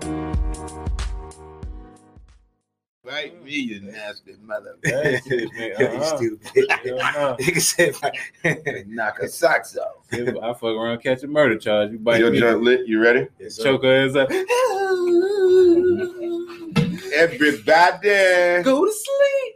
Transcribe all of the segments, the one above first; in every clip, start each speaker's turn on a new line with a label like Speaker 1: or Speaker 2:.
Speaker 1: Mm.
Speaker 2: Right, me, you nasty mother.
Speaker 1: That shit, nigga,
Speaker 2: You
Speaker 1: uh-uh.
Speaker 2: stupid.
Speaker 1: Hell no.
Speaker 2: Nigga said, like, knock her socks off.
Speaker 1: If I fuck around, catch a murder charge. You bite
Speaker 3: Your
Speaker 1: me,
Speaker 3: junk lit. You ready?
Speaker 1: choke her ass up.
Speaker 3: Everybody.
Speaker 1: Go to sleep.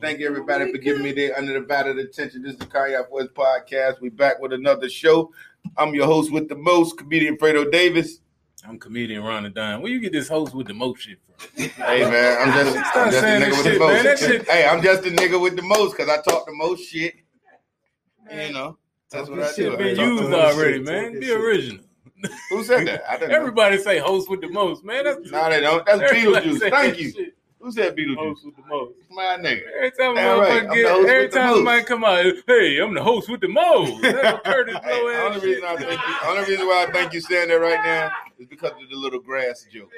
Speaker 3: Thank everybody for giving me their under the battered attention. This is the Kayak Voice Podcast. We back with another show. I'm your host with the most, comedian Fredo Davis.
Speaker 1: I'm comedian Ron and Don. Where you get this host with the most shit from?
Speaker 3: Hey man, I'm just,
Speaker 1: Stop
Speaker 3: I'm just a
Speaker 1: saying
Speaker 3: nigga
Speaker 1: this
Speaker 3: with the
Speaker 1: shit,
Speaker 3: most.
Speaker 1: man. That shit-
Speaker 3: Hey, I'm just a nigga with the most because I talk the most shit. You know, that's what I
Speaker 1: This shit
Speaker 3: do.
Speaker 1: been
Speaker 3: I talk the
Speaker 1: used
Speaker 3: most
Speaker 1: already,
Speaker 3: shit.
Speaker 1: man. Be original.
Speaker 3: Who said that? I don't know.
Speaker 1: Everybody say host with the most, man. That's
Speaker 3: No, they don't. That's
Speaker 1: everybody
Speaker 3: Beetlejuice.
Speaker 1: say
Speaker 3: Thank
Speaker 1: that
Speaker 3: you.
Speaker 1: shit,
Speaker 3: Who said Beetlejuice?
Speaker 1: Host with the most.
Speaker 3: My nigga.
Speaker 1: Every time a
Speaker 3: All right,
Speaker 1: motherfucker
Speaker 3: I'm
Speaker 1: get,
Speaker 3: the host
Speaker 1: every
Speaker 3: with the
Speaker 1: time
Speaker 3: most.
Speaker 1: somebody come out, hey, I'm the host with the most. That's what Curtis
Speaker 3: Hey,
Speaker 1: Blow ass
Speaker 3: only reason I
Speaker 1: shit.
Speaker 3: think you, only reason why I think you saying that right now is because of the little grass joke.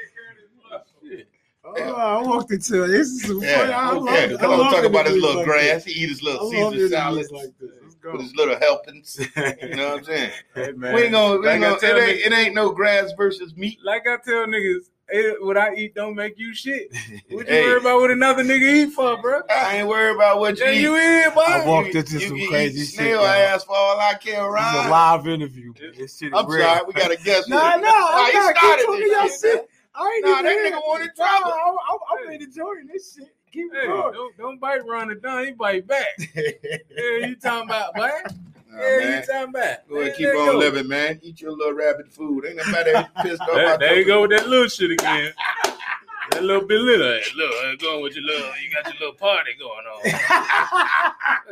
Speaker 1: Shit.
Speaker 4: Oh, I walked into it. This is so funny. I
Speaker 3: Yeah,
Speaker 4: love,
Speaker 3: yeah.
Speaker 4: I
Speaker 3: Come on,
Speaker 4: love
Speaker 3: talk about his
Speaker 4: interviews
Speaker 3: little
Speaker 4: like
Speaker 3: grass. He eat his
Speaker 4: This. I
Speaker 3: little
Speaker 4: love
Speaker 3: Caesar
Speaker 4: interviews
Speaker 3: salad
Speaker 4: like this. Let's
Speaker 3: with
Speaker 4: go.
Speaker 3: his little helpings. You know what I'm saying?
Speaker 1: Hey, man.
Speaker 3: We ain't gonna, we ain't
Speaker 1: Like I
Speaker 3: gonna
Speaker 1: tell
Speaker 3: it, ain't, it ain't no grass versus meat.
Speaker 1: like I tell niggas, it, what I eat don't make you shit. What you
Speaker 3: Hey.
Speaker 1: worry about what another nigga eat for, bro?
Speaker 3: I ain't worried about what you
Speaker 1: Yeah,
Speaker 3: eat.
Speaker 1: you in, boy.
Speaker 4: I walked
Speaker 3: You-
Speaker 4: into
Speaker 3: you
Speaker 4: some
Speaker 3: can eat
Speaker 4: crazy shit,
Speaker 3: Snail
Speaker 4: y'all.
Speaker 3: ass for all I care,
Speaker 4: This is a
Speaker 3: Ron.
Speaker 4: live interview. This shit is
Speaker 3: I'm
Speaker 4: real.
Speaker 3: sorry, we got a guest.
Speaker 4: Nah, nah, I'm
Speaker 3: he
Speaker 4: not
Speaker 3: started
Speaker 4: keep talking
Speaker 3: this
Speaker 4: y'all
Speaker 3: shit,
Speaker 4: shit.
Speaker 3: man.
Speaker 4: I ain't
Speaker 3: Nah,
Speaker 4: even
Speaker 3: that
Speaker 4: here.
Speaker 3: nigga wanted
Speaker 4: Nah,
Speaker 3: trouble.
Speaker 4: I'm, I'm, I'm in enjoying this shit. Keep
Speaker 1: Hey,
Speaker 4: it going.
Speaker 1: don't, don't bite Ron and Don, he bite back. yeah, you talking about, boy?
Speaker 3: Nah,
Speaker 1: yeah,
Speaker 3: man.
Speaker 1: you talking about.
Speaker 3: Go ahead,
Speaker 1: Man,
Speaker 3: keep
Speaker 1: there you
Speaker 3: on
Speaker 1: go.
Speaker 3: living, man. Eat your little rabbit food. Ain't nobody pissed off.
Speaker 1: There,
Speaker 3: about
Speaker 1: there you
Speaker 3: that.
Speaker 1: go with that little shit again. That little bit little. Hey, look, uh, going with your little, you got your little party going on.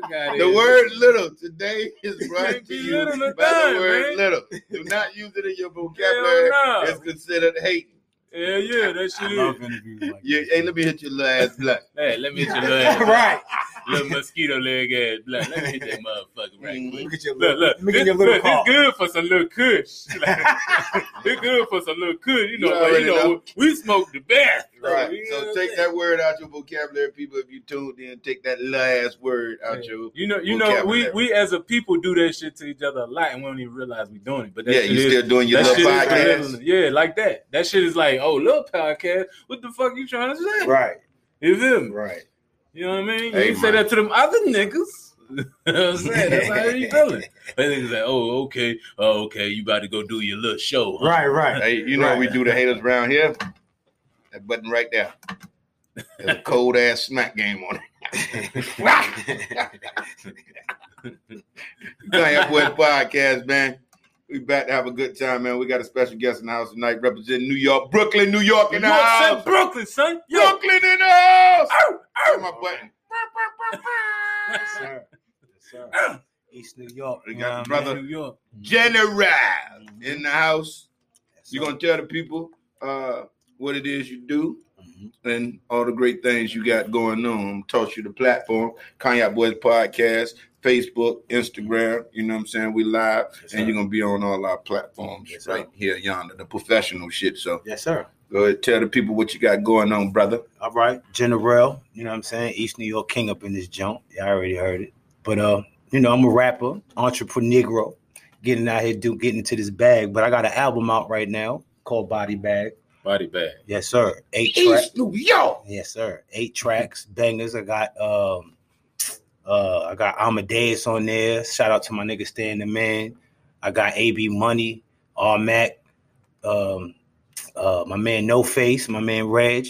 Speaker 1: Look at
Speaker 3: The
Speaker 1: it.
Speaker 3: word little today is brought to
Speaker 1: Be
Speaker 3: you
Speaker 1: little or
Speaker 3: by
Speaker 1: die,
Speaker 3: the word
Speaker 1: man.
Speaker 3: little. Do not use it in your vocabulary.
Speaker 1: Hell no.
Speaker 3: It's considered hate.
Speaker 1: Hell yeah, that shit
Speaker 4: I
Speaker 1: is.
Speaker 4: love interviews like
Speaker 3: Yeah,
Speaker 4: this.
Speaker 3: hey, let me hit your little ass black.
Speaker 1: Hey, let me hit your little ass.
Speaker 4: right.
Speaker 1: Little mosquito leg ass. Look, let me hit that motherfucker right
Speaker 3: Mhm.
Speaker 1: quick.
Speaker 4: Look at your
Speaker 1: Look,
Speaker 4: little,
Speaker 1: look,
Speaker 4: look
Speaker 1: this,
Speaker 4: at your little
Speaker 1: look, this
Speaker 4: car.
Speaker 1: good for some little kush. It's good for some little kush. You know,
Speaker 3: You
Speaker 1: but you
Speaker 3: already
Speaker 1: know,
Speaker 3: know.
Speaker 1: we smoke the best. bro.
Speaker 3: Right.
Speaker 1: You know
Speaker 3: So
Speaker 1: what
Speaker 3: take
Speaker 1: I'm saying?
Speaker 3: that word out your vocabulary, people. If you tuned in, take that last word out your.
Speaker 1: You know, you know, we
Speaker 3: vocabulary.
Speaker 1: we as a people do that shit to each other a lot, and we don't even realize we doing it. But that
Speaker 3: Yeah,
Speaker 1: shit
Speaker 3: you
Speaker 1: is,
Speaker 3: still doing your
Speaker 1: that
Speaker 3: little
Speaker 1: shit
Speaker 3: podcast.
Speaker 1: is real. yeah, like that. That shit is like, oh, little podcast. What the fuck you trying to say?
Speaker 3: Right,
Speaker 1: You feel me?
Speaker 3: right.
Speaker 1: You know what I mean?
Speaker 3: Hey,
Speaker 1: you can say
Speaker 3: man.
Speaker 1: that to them other niggas. you know what I'm saying? That's how you feeling. They think it's like, oh, okay, oh, okay, you about to go do your little show. huh?
Speaker 4: Right, right.
Speaker 3: Hey, you know what we do the haters around here? That button right there. There's a cold ass smack game on it. Kayak Boys Podcast, man. We back to have a good time, man. We got a special guest in the house tonight representing New York, Brooklyn, New York in the
Speaker 1: York, son,
Speaker 3: house.
Speaker 1: Brooklyn, son. Yo,
Speaker 3: Brooklyn in the house.
Speaker 1: ow,
Speaker 3: Hit
Speaker 1: ow.
Speaker 3: my button.
Speaker 4: Yes, sir. Yes, sir. East New York.
Speaker 3: We
Speaker 4: you
Speaker 3: got
Speaker 4: know
Speaker 3: the
Speaker 4: what I
Speaker 3: brother.
Speaker 4: mean?
Speaker 1: New York.
Speaker 3: General in the house.
Speaker 4: Yes,
Speaker 3: You're
Speaker 4: sir.
Speaker 3: gonna tell the people uh, what it is you do.
Speaker 4: Mhm.
Speaker 3: and all the great things you got going on. Toss you the platform, Kanye Boys Podcast, Facebook, Instagram. You know what I'm saying? We live,
Speaker 4: Yes,
Speaker 3: and
Speaker 4: sir.
Speaker 3: you're gonna be on all our platforms
Speaker 4: Yes, sir.
Speaker 3: right here, yonder, the professional shit. So
Speaker 4: Yes, sir.
Speaker 3: go ahead, tell the people what you got going on, brother.
Speaker 4: All right, General. You know what I'm saying? East New York King up in this jump. Y'all already heard it. But uh, you know, I'm a rapper, entrepreneur, getting out here, do getting into this bag. But I got an album out right now called Body Bag.
Speaker 1: Body bag.
Speaker 4: Yes, sir. Eight tracks.
Speaker 3: East New York.
Speaker 4: Yes, sir. Eight tracks, bangers. I got um uh I got Amadeus on there. Shout out to my nigga Stan the Man. I got A B Money, R Mac, um uh my man No Face, my man Reg.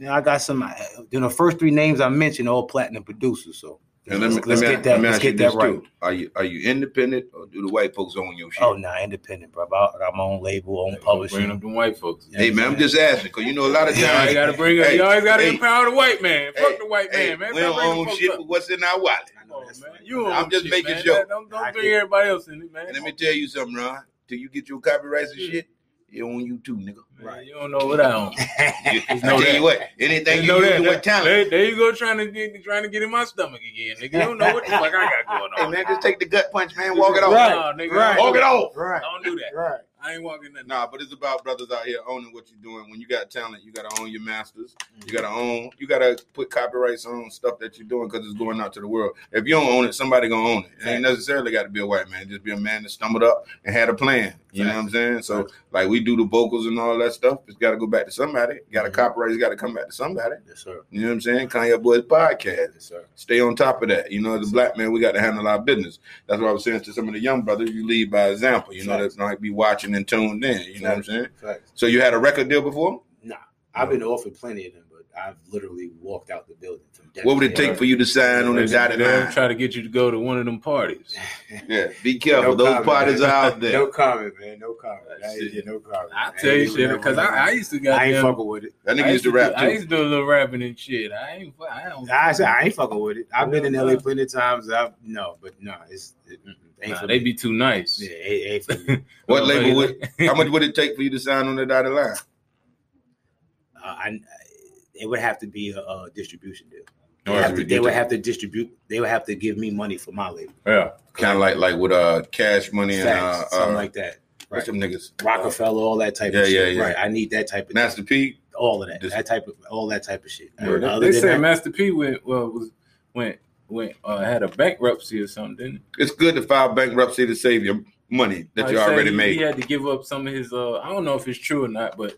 Speaker 4: And I got some uh, you know, the first three names I mentioned are all platinum producers, so
Speaker 3: And let me,
Speaker 4: let's
Speaker 3: let me,
Speaker 4: get that
Speaker 3: let me
Speaker 4: let's
Speaker 3: ask you
Speaker 4: get that
Speaker 3: this
Speaker 4: right.
Speaker 3: too. Are you are you independent or do the white folks own your shit?
Speaker 4: Oh nah, independent, bro. I got my own label, own
Speaker 1: Bring
Speaker 4: publishing.
Speaker 1: up the white folks.
Speaker 3: hey man, I'm just asking because you know a lot of
Speaker 1: You always
Speaker 3: times
Speaker 1: gotta bring up.
Speaker 3: Hey,
Speaker 1: you always gotta
Speaker 3: hey,
Speaker 1: empower the white man.
Speaker 3: hey,
Speaker 1: Fuck the white
Speaker 3: hey,
Speaker 1: man, man.
Speaker 3: we don't
Speaker 1: Stop bringing
Speaker 3: own
Speaker 1: folks
Speaker 3: shit
Speaker 1: up.
Speaker 3: but what's in our wallet.
Speaker 4: I
Speaker 1: Come
Speaker 4: know
Speaker 1: on,
Speaker 4: that's
Speaker 1: man.
Speaker 4: right.
Speaker 1: You
Speaker 3: I'm
Speaker 1: own
Speaker 3: just
Speaker 1: shit,
Speaker 3: making
Speaker 1: man.
Speaker 3: sure.
Speaker 1: Don't,
Speaker 4: I
Speaker 1: don't bring
Speaker 4: get-
Speaker 1: everybody else in it, man.
Speaker 3: And let me tell you something, Ron. Till you get your copyrights and shit, you own you too, nigga.
Speaker 1: Man, You don't know what I own.
Speaker 3: You- I
Speaker 1: know
Speaker 3: tell
Speaker 1: that.
Speaker 3: you what, anything
Speaker 1: Just
Speaker 3: you
Speaker 1: know
Speaker 3: use
Speaker 1: that-
Speaker 3: with
Speaker 1: that-
Speaker 3: talent,
Speaker 1: There, there you go, trying to get trying to get in my stomach again, nigga. You don't know what the fuck I got going
Speaker 3: hey
Speaker 1: on.
Speaker 3: man, just take the gut punch, man. Walk it off.
Speaker 4: Right.
Speaker 1: Nah, nigga,
Speaker 4: right.
Speaker 1: Don't,
Speaker 3: Walk it off.
Speaker 1: I
Speaker 4: Right,
Speaker 1: don't do that.
Speaker 4: right.
Speaker 1: I ain't walking nothing.
Speaker 3: Nah, but it's about brothers out here owning what you're doing. When you got talent, you gotta own your masters. You gotta own. You gotta put copyrights on stuff that you're doing because it's going out to the world. If you don't own it, somebody gonna own it. It ain't necessarily got to be a white man. Just be a man that stumbled up and had a plan. You know what I'm saying? So like we do the vocals and all that stuff. It's got to go back to somebody. Got to copyright. It's got to come back to somebody.
Speaker 4: Yes, sir.
Speaker 3: You know what I'm saying? Kanye Boys podcast.
Speaker 4: Yes, sir.
Speaker 3: Stay on top of that. You know, as a black man, we got to handle our business. That's what I was saying to some of the young brothers. You lead by example. You know, that's not be watching and tuned in. You know what I'm saying?
Speaker 4: Facts.
Speaker 3: So you had a record deal before?
Speaker 4: Nah, I've been offered plenty of them, but I've literally walked out the building from. Death
Speaker 3: What would it take for you to sign on the dotted
Speaker 1: They'll
Speaker 3: line?
Speaker 1: try to get you to go to one of them parties.
Speaker 3: Yeah, be careful.
Speaker 4: No
Speaker 3: Those
Speaker 4: comment.
Speaker 3: parties are out there.
Speaker 4: No comment, man. No comment. I ain't-
Speaker 3: Shit.
Speaker 4: yeah, no comment.
Speaker 1: I
Speaker 4: ain't
Speaker 1: tell you
Speaker 4: doing
Speaker 1: shit
Speaker 4: that
Speaker 1: because
Speaker 4: one.
Speaker 1: I, I used to
Speaker 4: I ain't
Speaker 1: goddamn.
Speaker 4: fucking with it.
Speaker 3: That
Speaker 1: I
Speaker 3: nigga used to
Speaker 1: do-
Speaker 3: rap
Speaker 1: I
Speaker 3: too.
Speaker 1: used to do a little rapping and shit. I ain't. fu- I don't.
Speaker 4: I said I ain't fucking with it. I've been in
Speaker 1: Yeah.
Speaker 4: LA plenty of times. I've no, but no, it's it, mm, ain't
Speaker 1: Nah,
Speaker 4: for
Speaker 1: they
Speaker 4: me.
Speaker 1: be too nice.
Speaker 4: yeah, it, ain't for me.
Speaker 3: What
Speaker 1: Uh,
Speaker 3: label would?
Speaker 1: like-
Speaker 3: How much would it take for you to sign on the dotted line?
Speaker 4: Uh, I, it would have to be a, uh distribution deal. They,
Speaker 3: Or
Speaker 4: have
Speaker 3: is
Speaker 4: to,
Speaker 3: it
Speaker 4: they would have to distribute. They would have to give me money for my label,
Speaker 1: Yeah.
Speaker 3: kind of like like with uh cash money and uh,
Speaker 4: Facts,
Speaker 3: uh
Speaker 4: something like that.
Speaker 3: what's them niggas
Speaker 4: Rockefeller, all that type
Speaker 3: yeah,
Speaker 4: of shit.
Speaker 3: yeah, yeah.
Speaker 4: Right, I need that type
Speaker 3: Uh,
Speaker 4: of
Speaker 3: Master P.
Speaker 4: all of that.
Speaker 3: Dis-
Speaker 4: that type of all that type of shit.
Speaker 3: Word.
Speaker 4: Uh,
Speaker 1: they
Speaker 4: other
Speaker 1: said
Speaker 4: than that,
Speaker 1: Master P went well was went went uh, had a bankruptcy or something. Didn't
Speaker 3: It's good to file bankruptcy to save your money
Speaker 1: he?
Speaker 3: that
Speaker 1: Uh,
Speaker 3: you
Speaker 1: he said
Speaker 3: already
Speaker 1: he,
Speaker 3: made.
Speaker 1: He had to give up some of his. Uh, I don't know if it's true or not, but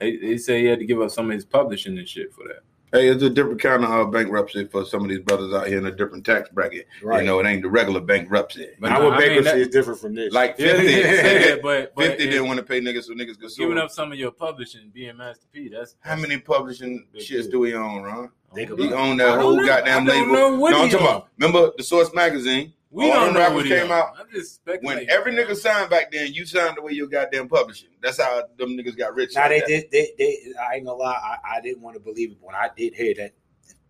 Speaker 1: they, they say he had to give up some of his publishing and shit for that.
Speaker 3: Hey, it's a different kind of uh, bankruptcy for some of these brothers out here in a different tax bracket.
Speaker 4: right.
Speaker 3: You know, it ain't the regular bankruptcy.
Speaker 1: But
Speaker 4: Our
Speaker 1: nah, I mean,
Speaker 4: bankruptcy
Speaker 1: that-
Speaker 4: is different from this.
Speaker 3: Like
Speaker 1: Yeah,
Speaker 3: 50,
Speaker 1: they say that, but, but
Speaker 3: 50
Speaker 1: if
Speaker 3: didn't want to pay niggas so niggas could sue.
Speaker 1: giving
Speaker 3: them.
Speaker 1: up some of your publishing, being Master P. That's
Speaker 3: How many publishing shits do we own, Ron?
Speaker 4: They could
Speaker 3: He
Speaker 4: be-
Speaker 3: owned
Speaker 1: I
Speaker 3: that
Speaker 1: don't
Speaker 3: whole
Speaker 1: know.
Speaker 3: goddamn
Speaker 1: I don't
Speaker 3: label.
Speaker 1: know what
Speaker 3: no, I'm
Speaker 1: he
Speaker 3: talking
Speaker 1: owned.
Speaker 3: about. Remember the Source magazine?
Speaker 1: We
Speaker 3: All
Speaker 1: don't
Speaker 3: them
Speaker 1: know
Speaker 3: rappers
Speaker 1: what he
Speaker 3: came
Speaker 1: owned.
Speaker 3: out
Speaker 1: I'm just
Speaker 3: When
Speaker 1: speculating.
Speaker 3: every nigga signed back then, you signed away your goddamn publishing. That's how them niggas got rich.
Speaker 4: Now
Speaker 3: like
Speaker 4: they
Speaker 3: that.
Speaker 4: did. They, they. I ain't gonna lie. I, I didn't want to believe it, but when I did hear that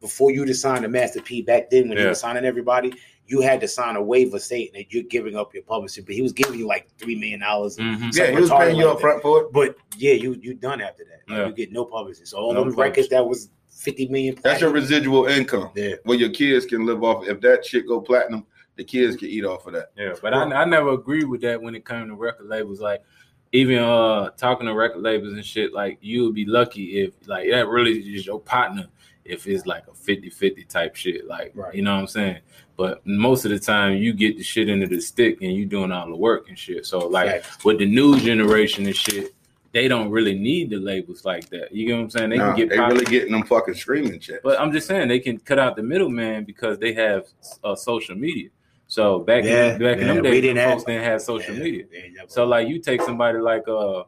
Speaker 4: before you to sign the Master P back then, when he
Speaker 1: Yeah.
Speaker 4: was signing everybody, you had to sign a waiver stating that you're giving up your publishing. But he was giving you like three million dollars.
Speaker 1: Mhm.
Speaker 3: Yeah, he was
Speaker 4: Something
Speaker 3: paying you
Speaker 4: retarded
Speaker 3: up front for it.
Speaker 4: But yeah, you you done after that. Like,
Speaker 1: Yeah.
Speaker 4: You get no publishing. So all
Speaker 1: No
Speaker 4: those records that was fifty million.
Speaker 3: That's your residual income.
Speaker 4: Yeah.
Speaker 3: Where your kids can live off. If that shit go platinum, the kids can eat off of that.
Speaker 1: Yeah, but I, I never agreed with that when it came to record labels. Like, even uh talking to record labels and shit, like, you would be lucky if, like, that really is your partner if it's like a 50 50 type shit. Like,
Speaker 4: Right.
Speaker 1: you know what I'm saying? But most of the time, you get the shit into the stick and you doing all the work and shit. So, like, with the new generation and shit, they don't really need the labels like that. You get what I'm saying? They
Speaker 3: Nah,
Speaker 1: can get
Speaker 3: they
Speaker 1: pop-
Speaker 3: really getting them fucking streaming shit.
Speaker 1: But I'm just saying they can cut out the middleman because they have uh, social media. So back
Speaker 4: Yeah,
Speaker 1: in, back in
Speaker 4: yeah,
Speaker 1: them
Speaker 4: we
Speaker 1: days,
Speaker 4: didn't
Speaker 1: them
Speaker 4: have-
Speaker 1: folks didn't have social media. So like you take somebody like uh, uh,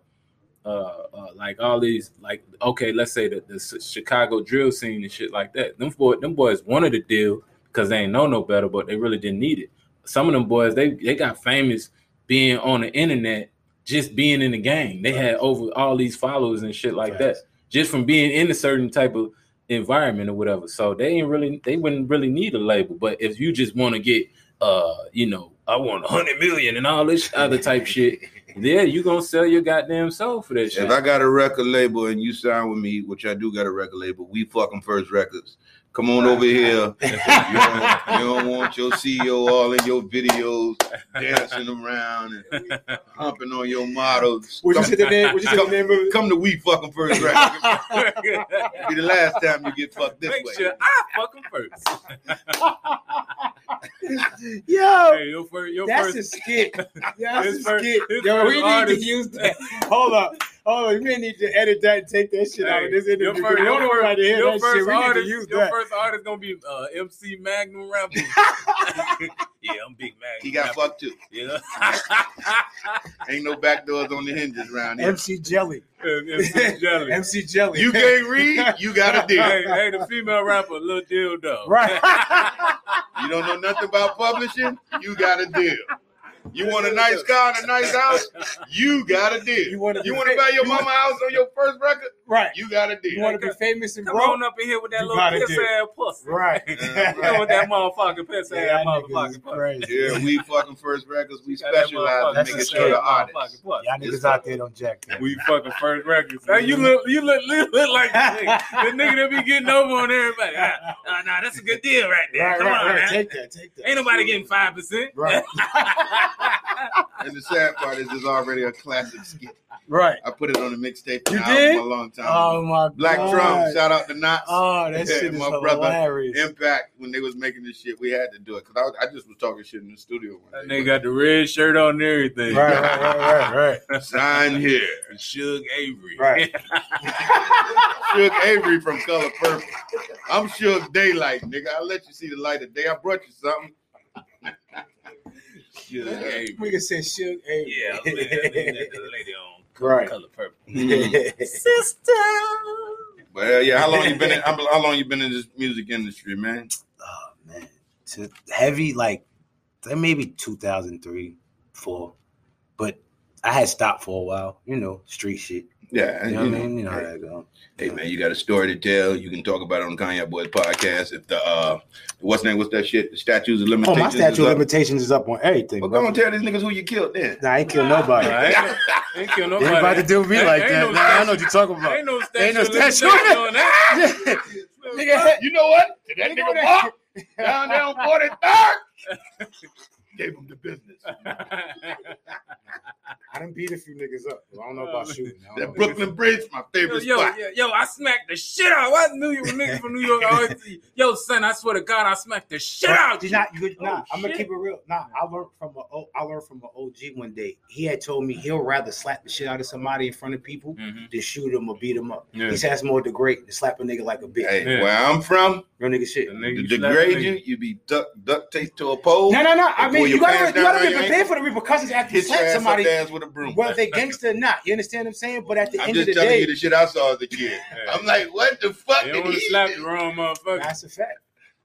Speaker 1: uh like all these like okay, let's say the, the Chi- Chicago drill scene and shit like that. Them boy, them boys wanted a deal because they ain't know no better, but they really didn't need it. Some of them boys they they got famous being on the internet, just being in the game. They had over all these followers and shit like that, just from being in a certain type of environment or whatever. So they ain't really they wouldn't really need a label. But if you just want to get uh, you know, I want a hundred million and all this other type shit, yeah, you gonna sell your goddamn soul for that shit.
Speaker 3: If I got a record label and you sign with me, which I do got a record label, we fucking first records. Come on over here. You don't, you don't want your CEO all in your videos dancing around and humping on your models.
Speaker 4: What you
Speaker 3: Come,
Speaker 4: said the name? What you said the
Speaker 3: Come-
Speaker 4: name of it?
Speaker 3: come to we fucking first records. Be the last time you get fucked this
Speaker 1: Make
Speaker 3: way.
Speaker 1: sure I fuck 'em first.
Speaker 4: Yo,
Speaker 1: Hey, your first, your
Speaker 4: That's
Speaker 1: first.
Speaker 4: a skit. Yeah,
Speaker 1: His
Speaker 4: that's a
Speaker 1: first-
Speaker 4: skit.
Speaker 1: his
Speaker 4: Yo,
Speaker 1: first
Speaker 4: we need
Speaker 1: artist.
Speaker 4: to use that. Hold up. Hold on. We need to edit that and take that shit out
Speaker 1: Hey,
Speaker 4: of this interview.
Speaker 1: your first,
Speaker 4: We don't
Speaker 1: your
Speaker 4: want
Speaker 1: first,
Speaker 4: to hear
Speaker 1: your
Speaker 4: that
Speaker 1: first
Speaker 4: shit. We need to
Speaker 1: artist,
Speaker 4: use
Speaker 1: your
Speaker 4: that.
Speaker 1: first artist gonna be uh, MC Magnum Rapper. yeah, I'm Big Magnum.
Speaker 3: He got
Speaker 1: Rapper,
Speaker 3: fucked too.
Speaker 1: You know?
Speaker 3: Ain't no back doors on the hinges around here.
Speaker 4: MC Jelly.
Speaker 1: MC Jelly.
Speaker 4: MC Jelly.
Speaker 3: You can't read, you got a deal.
Speaker 1: hey, hey, the female rapper, Lil Dildo.
Speaker 4: Right.
Speaker 3: You don't know nothing about publishing, you got a deal. You want a nice car and a nice house, you got a deal.
Speaker 4: You wanna
Speaker 3: You
Speaker 4: be
Speaker 3: want to
Speaker 4: fa-
Speaker 3: buy your
Speaker 4: you
Speaker 3: mama house on your first record,
Speaker 4: right.
Speaker 3: you got a
Speaker 4: You
Speaker 3: deal.
Speaker 4: want to be famous and
Speaker 1: Come
Speaker 4: broke?
Speaker 1: on up in here with that
Speaker 4: You gotta
Speaker 1: little piss
Speaker 4: do it.
Speaker 1: ass pussy.
Speaker 4: Right.
Speaker 3: Yeah,
Speaker 1: You know, with that motherfucking piss
Speaker 4: Yeah,
Speaker 1: ass
Speaker 4: that nigga is
Speaker 1: motherfucking pussy.
Speaker 4: crazy.
Speaker 3: Yeah, we fucking first records. We
Speaker 1: Got that
Speaker 3: specialize in
Speaker 1: motherfucking
Speaker 4: That's
Speaker 3: making
Speaker 4: a
Speaker 1: piss
Speaker 3: sure
Speaker 1: ass
Speaker 3: the
Speaker 1: motherfucking
Speaker 3: artists.
Speaker 1: pussy.
Speaker 4: Y'all niggas out there don't jack that.
Speaker 1: We fucking first records. Hey, you look, you look, you look like the nigga. the nigga that be getting over on everybody. Ah, ah, nah, that's a good deal right there.
Speaker 4: Right,
Speaker 1: Come
Speaker 4: right,
Speaker 1: on,
Speaker 4: right.
Speaker 1: man.
Speaker 4: Take that. Take that.
Speaker 1: Ain't nobody getting five percent.
Speaker 4: Right.
Speaker 3: And the sad part is, it's already a classic skit.
Speaker 4: Right.
Speaker 3: I put it on a mixtape for
Speaker 4: You
Speaker 3: an
Speaker 4: did?
Speaker 3: album a long
Speaker 1: Um,
Speaker 3: time. ago.
Speaker 4: Oh my
Speaker 3: Black
Speaker 4: God.
Speaker 3: Trump, shout out to Knots.
Speaker 4: Oh, that
Speaker 3: Yeah,
Speaker 4: shit is
Speaker 3: my brother.
Speaker 4: hilarious.
Speaker 3: Impact when they was making this shit, we had to do it because I, was- I just was talking shit in the studio. One
Speaker 1: That
Speaker 3: day.
Speaker 1: nigga got the red shirt on and everything.
Speaker 4: Right, right, right, right, right.
Speaker 3: sign here,
Speaker 1: Suge Avery.
Speaker 4: Right.
Speaker 3: Suge Avery from Color Purple. I'm Suge Daylight, nigga. I let you see the light of day. I brought you something.
Speaker 1: Suge Avery.
Speaker 4: Nigga said Suge
Speaker 1: Yeah, I'm looking at the lady on
Speaker 4: Right.
Speaker 1: color purple.
Speaker 4: Sister.
Speaker 3: But hell yeah, how long you been? In, how how long you been in this music industry, man?
Speaker 4: Oh man, to heavy like that maybe 2003, four, but I had stopped for a while. You know, street shit.
Speaker 3: Yeah,
Speaker 4: You know
Speaker 3: you
Speaker 4: what I
Speaker 3: know.
Speaker 4: mean? You know how that go.
Speaker 3: Hey man, you got a story to tell. You can talk about it on Kanye Boys podcast. If the uh, what's name? What's that shit? The statues of
Speaker 4: Oh,
Speaker 3: limitations.
Speaker 4: my statute
Speaker 3: is
Speaker 4: of
Speaker 3: up.
Speaker 4: limitations is up on everything.
Speaker 3: Well,
Speaker 4: bro.
Speaker 3: go on, tell these niggas who you killed then.
Speaker 4: Nah, I ain't kill nobody.
Speaker 1: Nah,
Speaker 4: They
Speaker 1: ain't, no- ain't kill nobody.
Speaker 4: ain't about to do me
Speaker 1: Ain't-
Speaker 4: like
Speaker 1: ain't
Speaker 4: that.
Speaker 1: no
Speaker 4: nah, I know what you're talking about.
Speaker 1: Ain't no statue.
Speaker 4: Ain't no
Speaker 1: of
Speaker 4: statue.
Speaker 1: limitations on that.
Speaker 4: Nigga,
Speaker 3: You know what? Did that
Speaker 4: Nigga,
Speaker 3: nigga
Speaker 4: that-
Speaker 3: walk down there on 43rd? Gave him the business.
Speaker 4: I done beat a few niggas up. I don't know about shooting. I don't know.
Speaker 3: That Brooklyn Bridge, my
Speaker 1: Yo,
Speaker 3: favorite
Speaker 1: yo,
Speaker 3: spot.
Speaker 1: yo, yo, I smacked the shit out. I knew you were niggas from New York. I always see, yo, son, I swear to God, I smacked the shit out.
Speaker 4: Did
Speaker 1: You.
Speaker 4: not, you could- nah,
Speaker 1: Oh,
Speaker 4: I'm gonna
Speaker 1: shit.
Speaker 4: keep it real. Nah, I learned from a O- I learned from an OG one day. He had told me he'll rather slap the shit out of somebody in front of people
Speaker 1: Mhm.
Speaker 4: than shoot them or beat them up.
Speaker 1: Yeah.
Speaker 4: He says that's more degrade than slap a nigga like a bitch.
Speaker 3: Hey,
Speaker 1: Yeah.
Speaker 3: where I'm from,
Speaker 4: Real nigga shit.
Speaker 1: The
Speaker 4: No,
Speaker 1: nigga
Speaker 3: to
Speaker 1: you
Speaker 3: degrade
Speaker 1: slapped,
Speaker 3: you, you be duck, duct taped to a pole,
Speaker 4: no, no. I
Speaker 3: They
Speaker 4: mean,
Speaker 3: pull
Speaker 4: you
Speaker 3: your
Speaker 4: gotta,
Speaker 3: pants
Speaker 4: you
Speaker 3: down
Speaker 4: gotta be
Speaker 3: around your
Speaker 4: prepared for the repercussions after you
Speaker 3: hit your
Speaker 4: slap
Speaker 3: ass
Speaker 4: somebody,
Speaker 3: up the ass with a broom.
Speaker 4: whether they gangster or not. You understand what I'm saying? But at the
Speaker 3: I'm
Speaker 4: end of
Speaker 3: just
Speaker 4: the
Speaker 3: telling
Speaker 4: day,
Speaker 3: you the shit I saw as a kid.
Speaker 1: Yeah.
Speaker 3: I'm like, what the fuck did
Speaker 1: They don't want
Speaker 3: he
Speaker 1: to slap
Speaker 3: do?
Speaker 1: the wrong motherfucker.
Speaker 4: that's a fact.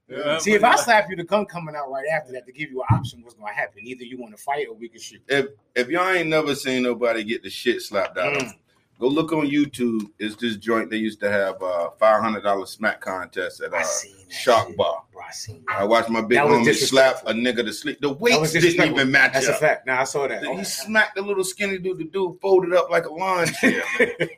Speaker 1: Yeah,
Speaker 4: See, if I slap you, the gun coming out right after that to give you an option, what's gonna happen? Either you want to fight or we can shoot.
Speaker 3: If y'all ain't never seen nobody get the shit slapped out of
Speaker 4: Mm.
Speaker 3: them, go look on YouTube. It's this joint they used to have uh, $500 smack contest at
Speaker 4: I
Speaker 3: uh,
Speaker 4: seen that
Speaker 3: Shock
Speaker 4: shit.
Speaker 3: Bar.
Speaker 4: Bro, I seen that.
Speaker 3: I watched my big
Speaker 4: That was
Speaker 3: homie slap
Speaker 4: disrespectful.
Speaker 3: a nigga to sleep. The
Speaker 4: That was
Speaker 3: weights didn't
Speaker 4: disrespectful.
Speaker 3: even match
Speaker 4: That's a
Speaker 3: up.
Speaker 4: fact. Now I saw that.
Speaker 3: He smacked the little skinny dude. The dude folded up like a lawn chair, and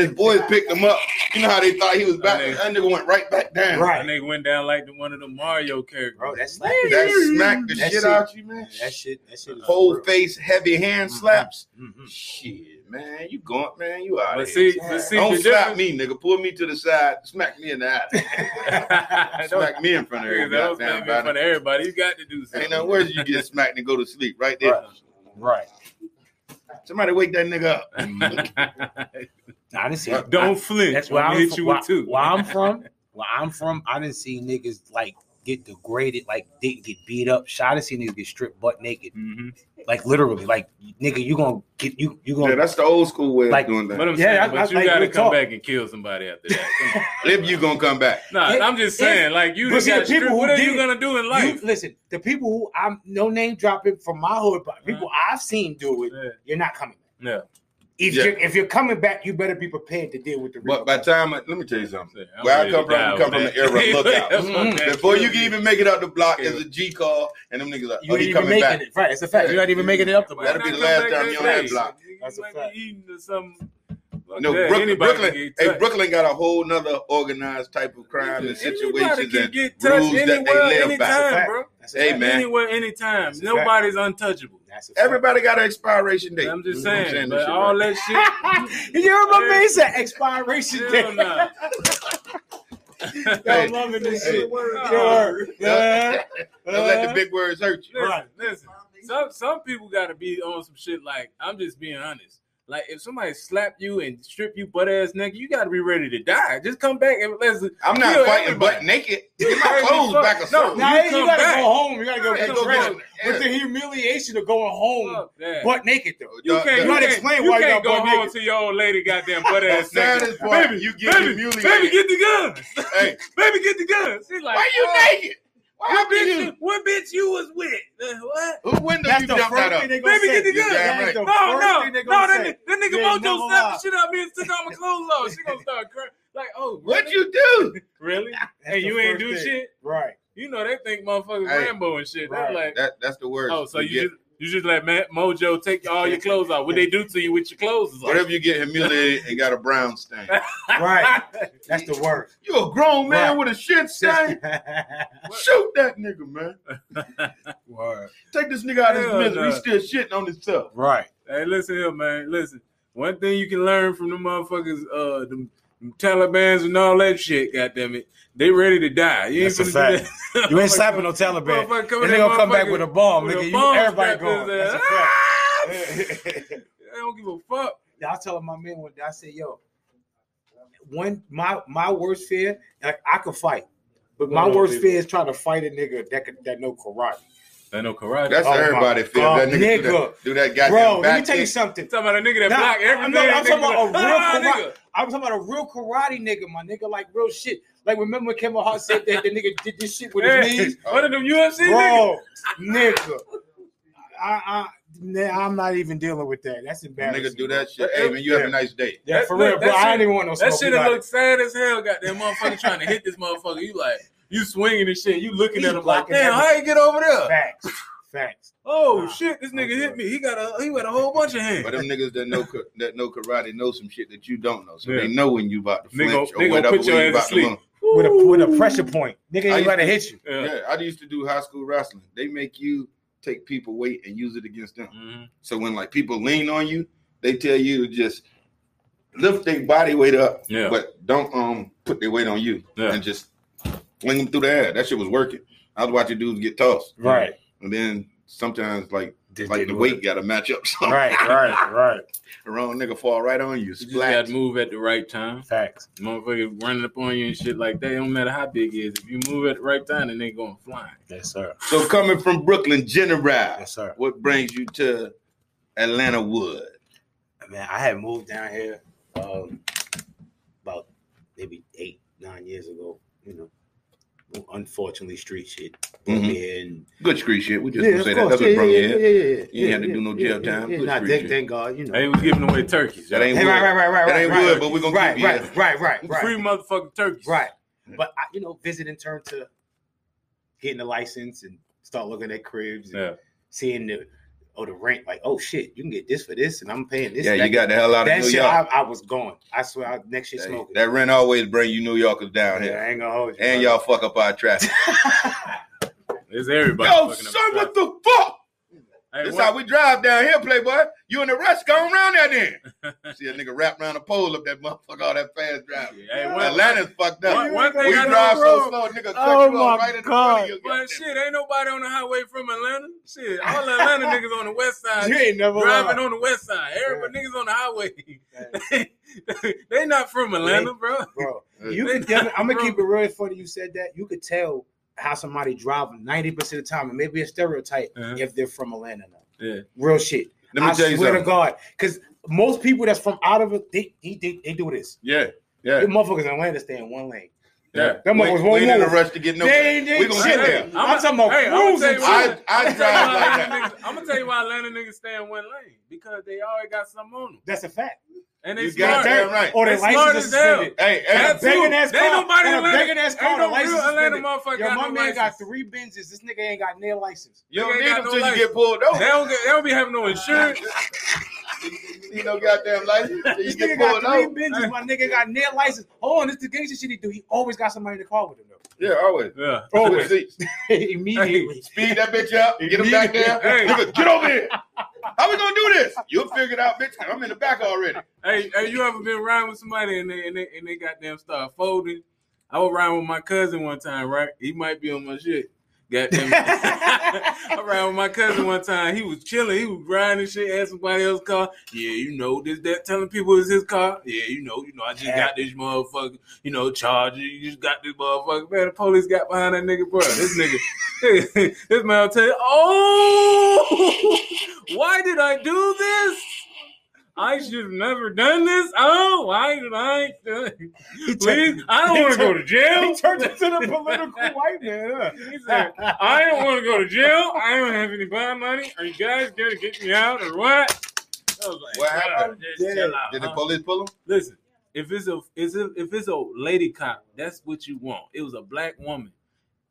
Speaker 3: his boys picked him up. You know how they thought he was back.
Speaker 1: That nigga-
Speaker 3: That nigga went right back down.
Speaker 1: That
Speaker 4: right,
Speaker 1: nigga went down like the, one of the Mario characters.
Speaker 4: bro. That's
Speaker 3: That smacked the
Speaker 4: That
Speaker 3: shit
Speaker 4: shit-
Speaker 3: out you, man.
Speaker 4: That shit. That shit. Is
Speaker 3: Whole
Speaker 4: real.
Speaker 3: face, heavy
Speaker 1: Mm-hmm.
Speaker 3: hand slaps.
Speaker 4: Mhm.
Speaker 3: Shit, man, you gone, man, you out
Speaker 1: But
Speaker 3: of
Speaker 1: see,
Speaker 3: here.
Speaker 1: but see
Speaker 3: Don't
Speaker 1: the
Speaker 3: slap
Speaker 1: difference.
Speaker 3: me, nigga. Pull me to the side. Smack me in the eye.
Speaker 1: Don't-
Speaker 3: smack me in front of
Speaker 1: Niggas,
Speaker 3: everybody.
Speaker 1: that was
Speaker 3: goddamn
Speaker 1: maybe in
Speaker 3: body.
Speaker 1: front of everybody. You got to do something.
Speaker 3: Ain't no words you get smacked and go to sleep right there.
Speaker 4: Right.
Speaker 3: Somebody wake that nigga up.
Speaker 4: Nah, I didn't see.
Speaker 1: Don't flinch.
Speaker 4: That's
Speaker 1: That's
Speaker 4: where
Speaker 1: why I
Speaker 4: I'm
Speaker 1: hit
Speaker 4: from,
Speaker 1: you
Speaker 4: where,
Speaker 1: with two.
Speaker 4: where I'm from. Where I'm from, I didn't see niggas like get degraded, like didn't get beat up. Shot. I didn't see niggas get stripped butt naked,
Speaker 1: Mhm.
Speaker 4: like literally, like nigga, you gonna get you you gonna
Speaker 3: Yeah, that's the old school way
Speaker 4: Like-
Speaker 3: of doing
Speaker 1: But
Speaker 3: that.
Speaker 1: I'm
Speaker 4: Yeah,
Speaker 1: saying,
Speaker 4: I- I
Speaker 1: but you
Speaker 4: like
Speaker 1: got to
Speaker 4: good
Speaker 1: come
Speaker 4: talk.
Speaker 1: back and kill somebody after that. Come on.
Speaker 3: If you gonna come back,
Speaker 1: Nah,
Speaker 4: It-
Speaker 1: I'm just
Speaker 4: it-
Speaker 1: saying, like you
Speaker 4: but
Speaker 1: just
Speaker 4: see,
Speaker 1: got
Speaker 4: the people
Speaker 1: stripped.
Speaker 4: who
Speaker 1: What are
Speaker 4: did
Speaker 1: you
Speaker 4: it-
Speaker 1: gonna do in life?
Speaker 4: You, listen, the people who I'm no name dropping from my hood, but people I've seen do it,
Speaker 1: Yeah.
Speaker 4: you're not coming back.
Speaker 1: Yeah.
Speaker 4: If
Speaker 3: Yeah.
Speaker 4: you're if you're coming back, you better be prepared to deal with the
Speaker 3: but by the time I, let me tell you something.
Speaker 1: Yeah, I'm
Speaker 3: Where I
Speaker 1: ready
Speaker 3: come
Speaker 1: to
Speaker 3: from,
Speaker 1: die
Speaker 3: you come
Speaker 1: with
Speaker 3: from the
Speaker 1: that.
Speaker 3: era of lookout.
Speaker 1: That's what
Speaker 4: Mhm.
Speaker 1: that
Speaker 3: Before you
Speaker 1: is.
Speaker 3: can even make it out the block, is a G call, and them niggas like,
Speaker 4: you
Speaker 3: oh,
Speaker 4: ain't
Speaker 3: he
Speaker 4: even
Speaker 3: coming
Speaker 4: making
Speaker 3: back.
Speaker 4: it. Right, that's a fact. You're not even making it up to
Speaker 1: Why
Speaker 3: That'll
Speaker 1: not
Speaker 3: be the
Speaker 1: come
Speaker 3: last
Speaker 1: back
Speaker 3: time
Speaker 1: that
Speaker 3: you're on that
Speaker 1: day?
Speaker 3: block.
Speaker 1: You
Speaker 4: That's a
Speaker 1: might be
Speaker 4: fact.
Speaker 1: eating or something. Fuck
Speaker 3: No,
Speaker 1: that.
Speaker 3: Brooklyn,
Speaker 1: Anybody
Speaker 3: Brooklyn,
Speaker 1: can get
Speaker 3: hey,
Speaker 1: touched.
Speaker 3: Brooklyn got a whole nother organized type of crime and
Speaker 1: Anybody
Speaker 3: situations
Speaker 1: can
Speaker 3: and
Speaker 1: get touched
Speaker 3: rules that they
Speaker 1: anywhere,
Speaker 3: live by.
Speaker 1: anytime,
Speaker 4: fact.
Speaker 1: bro.
Speaker 4: That's a
Speaker 3: Hey,
Speaker 4: fact.
Speaker 3: man.
Speaker 1: Anywhere, anytime.
Speaker 4: That's a fact.
Speaker 1: Nobody's untouchable.
Speaker 4: That's a fact.
Speaker 3: Everybody got an expiration date.
Speaker 1: I'm just
Speaker 3: You know what
Speaker 1: saying,
Speaker 3: This
Speaker 1: but
Speaker 3: shit
Speaker 1: all
Speaker 3: right.
Speaker 1: that
Speaker 4: you hear what my
Speaker 1: Hey.
Speaker 4: man said? Expiration
Speaker 1: shit.
Speaker 4: day.
Speaker 1: Hell nah.
Speaker 4: Yo, I'm
Speaker 3: Hey,
Speaker 4: loving this
Speaker 3: hey.
Speaker 4: shit.
Speaker 1: Nah.
Speaker 4: Yo, uh,
Speaker 3: Don't let the big words hurt you.
Speaker 1: Listen,
Speaker 4: Right.
Speaker 1: listen. Some some people gotta be on some shit like I'm just being honest. Like if somebody slap you and strip you butt ass nigga, you gotta be ready to die. Just come back and let's
Speaker 3: I'm not
Speaker 1: Kill
Speaker 3: fighting
Speaker 1: everybody.
Speaker 3: butt naked. Get my
Speaker 1: Crazy
Speaker 3: clothes
Speaker 1: fuck.
Speaker 3: back or
Speaker 1: No,
Speaker 3: something.
Speaker 4: Nah,
Speaker 1: You
Speaker 4: you,
Speaker 1: come
Speaker 4: gotta
Speaker 1: back.
Speaker 4: go home. You gotta go
Speaker 1: Right,
Speaker 4: get
Speaker 1: go
Speaker 3: go
Speaker 4: dressed.
Speaker 3: get
Speaker 1: back.
Speaker 3: them.
Speaker 4: With the humiliation of going home,
Speaker 1: Fuck that.
Speaker 4: butt naked though.
Speaker 1: You
Speaker 3: The-
Speaker 1: can't,
Speaker 3: the-
Speaker 1: you
Speaker 4: gotta
Speaker 1: can't,
Speaker 4: explain
Speaker 1: you
Speaker 4: why you
Speaker 1: can't
Speaker 4: got
Speaker 1: go
Speaker 4: butt
Speaker 1: home
Speaker 4: naked.
Speaker 1: to your old lady goddamn butt
Speaker 3: The
Speaker 1: ass naked.
Speaker 3: saddest part,
Speaker 1: Baby,
Speaker 3: you get
Speaker 1: Baby,
Speaker 3: humiliated.
Speaker 1: baby, get the guns.
Speaker 3: Hey.
Speaker 1: baby, get the guns. She's like,
Speaker 3: Why you
Speaker 1: "Oh,
Speaker 3: naked? What
Speaker 1: What
Speaker 3: happened
Speaker 1: bitch,
Speaker 3: to
Speaker 1: you,
Speaker 3: you?
Speaker 1: what bitch you was with? Uh, What?
Speaker 3: Who window
Speaker 4: That's
Speaker 3: you
Speaker 4: the
Speaker 3: jumped out
Speaker 4: first
Speaker 3: of?
Speaker 4: thing they gonna
Speaker 1: Baby,
Speaker 4: say.
Speaker 1: get the
Speaker 3: You
Speaker 1: gun.
Speaker 3: damn
Speaker 4: That's
Speaker 3: right.
Speaker 4: the
Speaker 1: No,
Speaker 4: first
Speaker 1: no,
Speaker 4: thing they
Speaker 1: no,
Speaker 4: gonna
Speaker 1: that,
Speaker 4: say.
Speaker 1: ni- that nigga
Speaker 4: You ain't
Speaker 1: Mojo
Speaker 4: never
Speaker 1: slapped the shit out of me and took all my clothes off. She gonna start crying. Like, oh,
Speaker 3: What
Speaker 1: really?
Speaker 3: you do?
Speaker 1: Really?
Speaker 4: That's
Speaker 1: and
Speaker 4: the
Speaker 1: you ain't
Speaker 4: first
Speaker 1: do
Speaker 4: thing.
Speaker 1: shit?
Speaker 4: Right.
Speaker 1: You know, they think motherfuckers
Speaker 3: Hey,
Speaker 1: Rambo and shit.
Speaker 4: right.
Speaker 1: They're like,
Speaker 3: That, that's the word.
Speaker 1: oh, so you just, you just let Ma- Mojo take all your clothes off. What they do to you with your clothes is off.
Speaker 3: What if you get humiliated and got a brown stain?
Speaker 4: Right. That's the worst.
Speaker 3: You a grown man
Speaker 4: Right.
Speaker 3: with a shit stain? Shoot that nigga, man.
Speaker 4: Word.
Speaker 3: Take this nigga out of his
Speaker 1: Hell
Speaker 3: misery. He's
Speaker 1: nah.
Speaker 3: still shitting on himself.
Speaker 4: Right.
Speaker 1: Hey, listen here, man. Listen. One thing you can learn from the motherfuckers, uh, the Taliban's and all that shit. Goddamn it, they ready to die. You ain't
Speaker 4: That's a
Speaker 1: finna do
Speaker 4: fact.
Speaker 1: that.
Speaker 4: You ain't slapping no Taliban.
Speaker 1: Motherfucker
Speaker 4: And
Speaker 1: coming
Speaker 4: they
Speaker 1: in,
Speaker 4: gonna come back with a bomb,
Speaker 1: with a
Speaker 4: nigga. You-
Speaker 1: bomb
Speaker 4: everybody
Speaker 1: strapped
Speaker 4: going.
Speaker 1: to his
Speaker 4: That's a
Speaker 1: ass.
Speaker 4: fact.
Speaker 1: I don't give a fuck.
Speaker 4: I was telling my man one day, I said, yo, one my my worst fear, like I could fight, but my
Speaker 1: Hold on,
Speaker 4: worst
Speaker 1: people.
Speaker 4: fear is trying to fight a nigga that could, that know karate.
Speaker 1: That no karate.
Speaker 3: That's
Speaker 4: Oh,
Speaker 3: everybody
Speaker 4: my
Speaker 3: feels.
Speaker 4: God,
Speaker 3: That nigga, Do,
Speaker 4: nigga.
Speaker 3: that, do that goddamn back
Speaker 4: Bro, let me tell you
Speaker 3: kick.
Speaker 4: something.
Speaker 1: talking about a nigga that
Speaker 4: Nah,
Speaker 1: block
Speaker 4: I'm
Speaker 1: everything.
Speaker 4: not- I'm
Speaker 1: That
Speaker 4: talking
Speaker 1: nigga
Speaker 4: about a
Speaker 1: like,
Speaker 4: real
Speaker 1: "Ah,
Speaker 4: karate." I was talking about a real karate nigga, my nigga, like real shit. Like remember when Kevin Hart said that the nigga did this shit with his
Speaker 1: Hey,
Speaker 4: knees,
Speaker 1: One of them UFC niggas.
Speaker 4: bro, nigga. I, I, nah, I'm not even dealing with that. That's
Speaker 3: That
Speaker 4: embarrassing.
Speaker 3: Nigga, do that
Speaker 1: bro.
Speaker 3: shit. Hey, man, you have a nice day.
Speaker 4: Yeah,
Speaker 1: That-
Speaker 4: for
Speaker 1: look,
Speaker 4: real, bro.
Speaker 1: that
Speaker 4: I
Speaker 1: shit-
Speaker 4: ain't even want no smoke.
Speaker 1: That shit
Speaker 4: You got it.
Speaker 1: looks sad as hell. Goddamn motherfucker trying to hit this motherfucker. You like you swinging and shit. You looking
Speaker 4: He
Speaker 1: at him like,
Speaker 4: blocking
Speaker 1: damn,
Speaker 4: everything.
Speaker 1: how you get over there?
Speaker 4: Facts. Facts.
Speaker 1: Oh
Speaker 4: Nah,
Speaker 1: shit, this
Speaker 4: I'm
Speaker 1: nigga
Speaker 4: good.
Speaker 1: hit me. He got a he got a whole bunch of hands.
Speaker 3: But them niggas that know ka- that know karate know some shit that you don't know, so
Speaker 1: Yeah.
Speaker 3: they know when you about to
Speaker 1: Nigga,
Speaker 3: flinch or
Speaker 1: nigga,
Speaker 3: whatever.
Speaker 1: put
Speaker 3: when
Speaker 1: your
Speaker 3: you
Speaker 1: ass
Speaker 3: about
Speaker 1: to
Speaker 3: to
Speaker 1: sleep.
Speaker 3: run.
Speaker 4: With a with a pressure point.
Speaker 3: I
Speaker 4: Nigga ain't
Speaker 3: used
Speaker 4: about to
Speaker 3: to-
Speaker 4: hit you.
Speaker 1: Yeah.
Speaker 3: Yeah, I used to do high school wrestling. They make you take people weight and use it against them.
Speaker 1: Mhm.
Speaker 3: So when like people lean on you, they tell you to just lift their body weight up,
Speaker 1: Yeah.
Speaker 3: but don't um put their weight on you
Speaker 1: Yeah.
Speaker 3: and just fling them through the air. That shit was working. I was watching dudes get tossed,
Speaker 4: Right.
Speaker 3: and then sometimes like
Speaker 4: Did-
Speaker 3: like
Speaker 4: did
Speaker 3: the
Speaker 4: what?
Speaker 3: weight got to match up. So
Speaker 4: Right, right, right.
Speaker 3: the wrong nigga fall right on you,
Speaker 1: You just got
Speaker 3: splat.
Speaker 1: to move at the right time.
Speaker 4: Facts.
Speaker 1: Motherfucker running up on you and shit like that. It don't matter how big it is. If you move at the right time, then they going flying.
Speaker 4: Yes, sir.
Speaker 3: So coming from Brooklyn, General,
Speaker 4: Yes, sir.
Speaker 3: what brings you to Atlanta Wood?
Speaker 4: Man, I had moved down here um, about maybe eight, nine years ago. You know, unfortunately, street shit brought me here and
Speaker 3: Good street shit. We Mm-hmm. just gonna say
Speaker 4: Yeah, of
Speaker 3: that.
Speaker 4: course.
Speaker 3: That's what
Speaker 4: Yeah,
Speaker 3: brought
Speaker 4: yeah,
Speaker 3: me
Speaker 4: yeah,
Speaker 3: here.
Speaker 4: yeah, yeah, yeah.
Speaker 3: You ain't had to
Speaker 4: Yeah,
Speaker 3: do no
Speaker 4: yeah,
Speaker 3: jail
Speaker 4: yeah,
Speaker 3: time.
Speaker 4: yeah.
Speaker 3: Good
Speaker 4: Nah,
Speaker 3: street
Speaker 4: thank,
Speaker 3: shit.
Speaker 4: thank God, you know.
Speaker 1: They was giving away turkeys.
Speaker 3: That ain't
Speaker 4: Hey,
Speaker 3: wood.
Speaker 4: right, right, right, right,
Speaker 3: That
Speaker 4: right,
Speaker 3: ain't
Speaker 4: right,
Speaker 3: wood, but we gonna
Speaker 4: right,
Speaker 3: keep it
Speaker 4: right, right, right, right,
Speaker 1: Free motherfucking turkeys.
Speaker 4: right. But I, you know, visiting turned to getting a license and start looking at cribs and
Speaker 1: Yeah.
Speaker 4: seeing the oh the rent. Like, oh shit, you can get this for this, and I'm paying this.
Speaker 3: Yeah,
Speaker 4: that,
Speaker 3: you got the hell out of
Speaker 4: that
Speaker 3: New
Speaker 4: shit.
Speaker 3: York.
Speaker 4: I, I was gone. I swear, I, next year
Speaker 3: Hey,
Speaker 4: smoking.
Speaker 3: That rent always bring you New Yorkers down
Speaker 4: yeah,
Speaker 3: here.
Speaker 4: I ain't gonna hold you.
Speaker 3: And
Speaker 4: bro.
Speaker 3: y'all fuck up our traffic.
Speaker 1: It's everybody.
Speaker 3: Yo,
Speaker 1: fucking up
Speaker 3: son,
Speaker 1: the
Speaker 3: what
Speaker 1: traffic.
Speaker 3: the fuck?
Speaker 1: Hey,
Speaker 3: This
Speaker 1: one-
Speaker 3: how we drive down here, Playboy. You in the rush, go on round there then. See a nigga wrap around a pole up that motherfucker, all that fast driving.
Speaker 1: Hey, one-
Speaker 3: Atlanta's fucked up.
Speaker 1: One- one thing
Speaker 3: we
Speaker 1: I know,
Speaker 3: drive so
Speaker 1: bro.
Speaker 3: slow, nigga cut
Speaker 4: Oh
Speaker 3: you off
Speaker 4: my
Speaker 3: right in the front
Speaker 4: God.
Speaker 3: of you.
Speaker 1: But shit, ain't nobody on the highway from Atlanta. Shit, all Atlanta niggas on the west side.
Speaker 4: You ain't never
Speaker 1: Driving
Speaker 4: lied.
Speaker 1: on the west side. Everybody niggas on the highway. they not from Atlanta, bro.
Speaker 4: bro.
Speaker 3: Yeah.
Speaker 4: You could definitely, I'm gonna keep it real funny. You said that you could tell how somebody driving 90 percent of the time, and maybe a stereotype
Speaker 1: Uh-huh.
Speaker 4: if they're from Atlanta. Or not.
Speaker 1: Yeah.
Speaker 4: Real shit.
Speaker 3: Let me
Speaker 4: I
Speaker 3: tell you
Speaker 4: swear
Speaker 3: something.
Speaker 4: to God, because most people that's from out of it, they they, they, they do this.
Speaker 3: Yeah,
Speaker 4: The
Speaker 3: yeah,
Speaker 4: motherfuckers in Atlanta stay in one lane.
Speaker 3: yeah.
Speaker 4: Them
Speaker 3: we,
Speaker 4: motherfuckers won't
Speaker 3: we ain't in a
Speaker 4: move.
Speaker 3: rush to get
Speaker 4: They
Speaker 3: nowhere.
Speaker 4: ain't- they
Speaker 3: We
Speaker 4: ain't
Speaker 3: gonna
Speaker 4: shit
Speaker 3: get
Speaker 4: there.
Speaker 3: there.
Speaker 4: I'm talking about
Speaker 1: I'm
Speaker 4: cruise
Speaker 1: gonna
Speaker 4: and
Speaker 1: tell you
Speaker 3: I,
Speaker 1: why-
Speaker 3: I
Speaker 1: I'm gonna tell
Speaker 3: drive
Speaker 1: you why
Speaker 3: like that.
Speaker 1: Atlanta niggas- I'm gonna tell you why Atlanta niggas stay in one lane because they already got something on them,
Speaker 4: That's a fact.
Speaker 1: and they
Speaker 3: You
Speaker 1: smart.
Speaker 3: goddamn right.
Speaker 4: Or their
Speaker 1: They smart
Speaker 4: license is
Speaker 1: as hell.
Speaker 4: suspended.
Speaker 3: Hey, hey,
Speaker 1: That's
Speaker 4: Got a
Speaker 1: who.
Speaker 4: begging ass
Speaker 1: They
Speaker 4: car.
Speaker 1: nobody
Speaker 4: Got a
Speaker 1: Atlanta.
Speaker 4: begging ass car,
Speaker 1: Ain't
Speaker 4: the
Speaker 1: no real
Speaker 4: license
Speaker 1: Atlanta
Speaker 4: suspended.
Speaker 1: motherfucker
Speaker 4: Yo,
Speaker 1: got
Speaker 4: my
Speaker 1: no
Speaker 4: man got
Speaker 1: license.
Speaker 4: three Benzes. This nigga ain't got near license.
Speaker 3: you
Speaker 1: They
Speaker 3: don't
Speaker 1: ain't
Speaker 3: need
Speaker 1: got
Speaker 3: them
Speaker 1: no
Speaker 3: till you
Speaker 1: license.
Speaker 3: get pulled
Speaker 1: They
Speaker 3: over.
Speaker 1: don't get. They don't be having no insurance.
Speaker 3: You need no goddamn license till you
Speaker 4: This
Speaker 3: get
Speaker 4: nigga got
Speaker 3: pulled
Speaker 4: three
Speaker 3: over.
Speaker 4: Benzes. My nigga got near license. Hold on, this the gangster shit he do. He always got somebody in the car with him though.
Speaker 3: Yeah, always.
Speaker 1: Yeah.
Speaker 3: Always.
Speaker 4: Always.
Speaker 3: Speed
Speaker 4: Immediately.
Speaker 3: that bitch up. Get him back there.
Speaker 1: Hey.
Speaker 3: Nigga, get over here. How we gonna do this? You'll figure it out, bitch. I'm in the back already.
Speaker 1: Hey, hey, you ever been riding with somebody and they and they, and they goddamn start folding? I was riding with my cousin one time, right? He might be on my shit. Goddamn. I ran with my cousin one time. He was chilling. He was riding and shit at somebody else's car. Yeah, you know this, that. Telling people it's his car. Yeah, you know, you know. I just got this motherfucker. You know, charger. You just got this motherfucker. Man, the police got behind that nigga, bro. This nigga, this man will tell you, oh, why did I do this? I should have never done this. Oh, why did I? Please, I don't
Speaker 4: he
Speaker 1: want to go to jail.
Speaker 4: He turned into the political white man. Huh?
Speaker 1: He said, I don't want to go to jail. I don't have any bond money. Are you guys gonna get me out or what? I was like,
Speaker 3: What
Speaker 1: "Chill
Speaker 3: happened?
Speaker 1: out, just chill out,
Speaker 3: Did the
Speaker 1: huh?"
Speaker 3: police pull him?
Speaker 1: Listen, if it's a is it- if it's a lady cop, that's what you want. It was a black woman.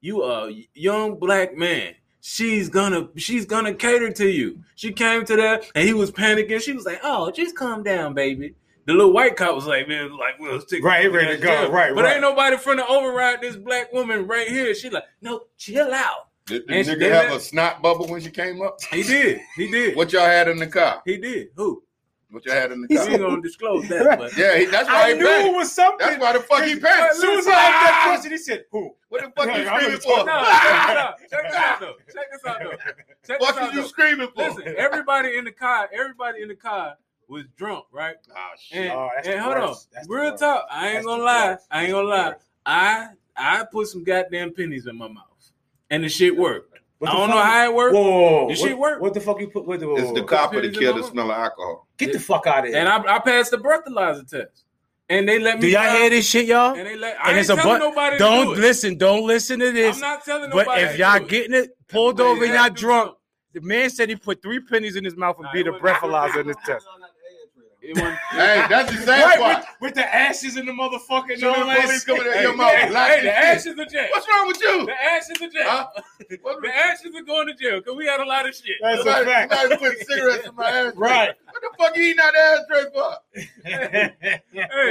Speaker 1: You a young black man. She's gonna she's gonna cater to you. She came to that and he was panicking. She was like, "Oh, just calm down, baby." The little white cop was like, "Man, like we'll stick
Speaker 4: Right, he ready to go. Right,
Speaker 1: But
Speaker 4: right.
Speaker 1: ain't nobody finna override this black woman right here. She like, "No, chill out."
Speaker 3: Did the
Speaker 1: And she
Speaker 3: nigga
Speaker 1: did
Speaker 3: have
Speaker 1: it.
Speaker 3: a snot bubble when she came up?
Speaker 1: He did. He did.
Speaker 3: What y'all had in the car?
Speaker 1: He did. Who?
Speaker 3: What y'all had in the
Speaker 1: He
Speaker 3: car?
Speaker 1: ain't gonna disclose that. But
Speaker 3: Yeah, he, that's why
Speaker 4: I
Speaker 3: he
Speaker 4: knew it
Speaker 3: panicked.
Speaker 4: was something.
Speaker 3: That's why the fuck he panicked.
Speaker 4: as soon as I asked that question, he said, "Who?"
Speaker 3: What the fuck
Speaker 4: Look,
Speaker 3: you
Speaker 4: I'm
Speaker 3: screaming
Speaker 4: gonna
Speaker 3: for?
Speaker 4: talk-
Speaker 1: no, check this out. Check this out though. Check this out though. Check this
Speaker 3: What
Speaker 1: out
Speaker 3: are you
Speaker 1: though.
Speaker 3: screaming for?
Speaker 1: Listen, everybody in the car, everybody in the car was drunk, right?
Speaker 3: Ah, shit.
Speaker 1: And,
Speaker 4: Oh, that's
Speaker 1: and
Speaker 4: the
Speaker 1: hold on,
Speaker 4: worst. That's the
Speaker 1: real
Speaker 4: worst.
Speaker 1: talk. I ain't
Speaker 4: That's
Speaker 1: gonna
Speaker 4: the
Speaker 1: lie.
Speaker 4: worst.
Speaker 1: I ain't gonna lie. I I put some goddamn pennies in my mouth, and the shit worked.
Speaker 4: What
Speaker 1: I
Speaker 4: the
Speaker 1: don't
Speaker 4: fuck?
Speaker 1: know how it worked.
Speaker 4: Whoa, whoa, whoa.
Speaker 1: This
Speaker 4: what,
Speaker 1: shit work.
Speaker 4: What the fuck you put? What the, whoa,
Speaker 3: It's the
Speaker 4: whoa.
Speaker 3: cop or the
Speaker 1: It's in
Speaker 3: kid
Speaker 1: my
Speaker 3: that
Speaker 1: mouth.
Speaker 3: smell of alcohol.
Speaker 4: Get the fuck out of here.
Speaker 1: And I, I passed the breathalyzer test, and they let me.
Speaker 5: Do y'all
Speaker 1: drive,
Speaker 5: hear this shit, y'all?
Speaker 1: And they let. I
Speaker 5: And
Speaker 1: ain't
Speaker 5: it's a
Speaker 1: telling
Speaker 5: but.
Speaker 1: nobody. to do
Speaker 5: Don't
Speaker 1: it.
Speaker 5: listen. Don't listen to
Speaker 1: I'm
Speaker 5: this.
Speaker 1: not telling
Speaker 5: But
Speaker 1: nobody.
Speaker 5: if
Speaker 1: to
Speaker 5: y'all
Speaker 1: do it.
Speaker 5: getting it pulled
Speaker 1: Everybody
Speaker 5: over and
Speaker 1: had
Speaker 5: y'all
Speaker 1: to do
Speaker 5: drunk,
Speaker 1: something.
Speaker 5: the man said he put three pennies in his mouth and
Speaker 1: Nah,
Speaker 5: beat
Speaker 1: it
Speaker 5: a
Speaker 1: wasn't-
Speaker 5: breathalyzer in his test.
Speaker 1: It wasn't-
Speaker 3: Hey, that's the same
Speaker 4: right,
Speaker 3: part.
Speaker 4: with, with the ashes in the motherfucking
Speaker 3: Soon as the police coming out your mouth,
Speaker 1: Hey,
Speaker 3: lock
Speaker 1: hey,
Speaker 3: this
Speaker 1: the
Speaker 3: shit.
Speaker 1: ashes are jail.
Speaker 3: What's wrong with you?
Speaker 1: The ashes are jail.
Speaker 3: Huh? What-
Speaker 1: The ashes are going to jail because we had a lot of shit.
Speaker 4: That's a
Speaker 3: somebody,
Speaker 4: fact.
Speaker 3: somebody put cigarettes in my ashtray.
Speaker 4: Right.
Speaker 3: What the fuck you eating out the ashtray for?
Speaker 1: Hey,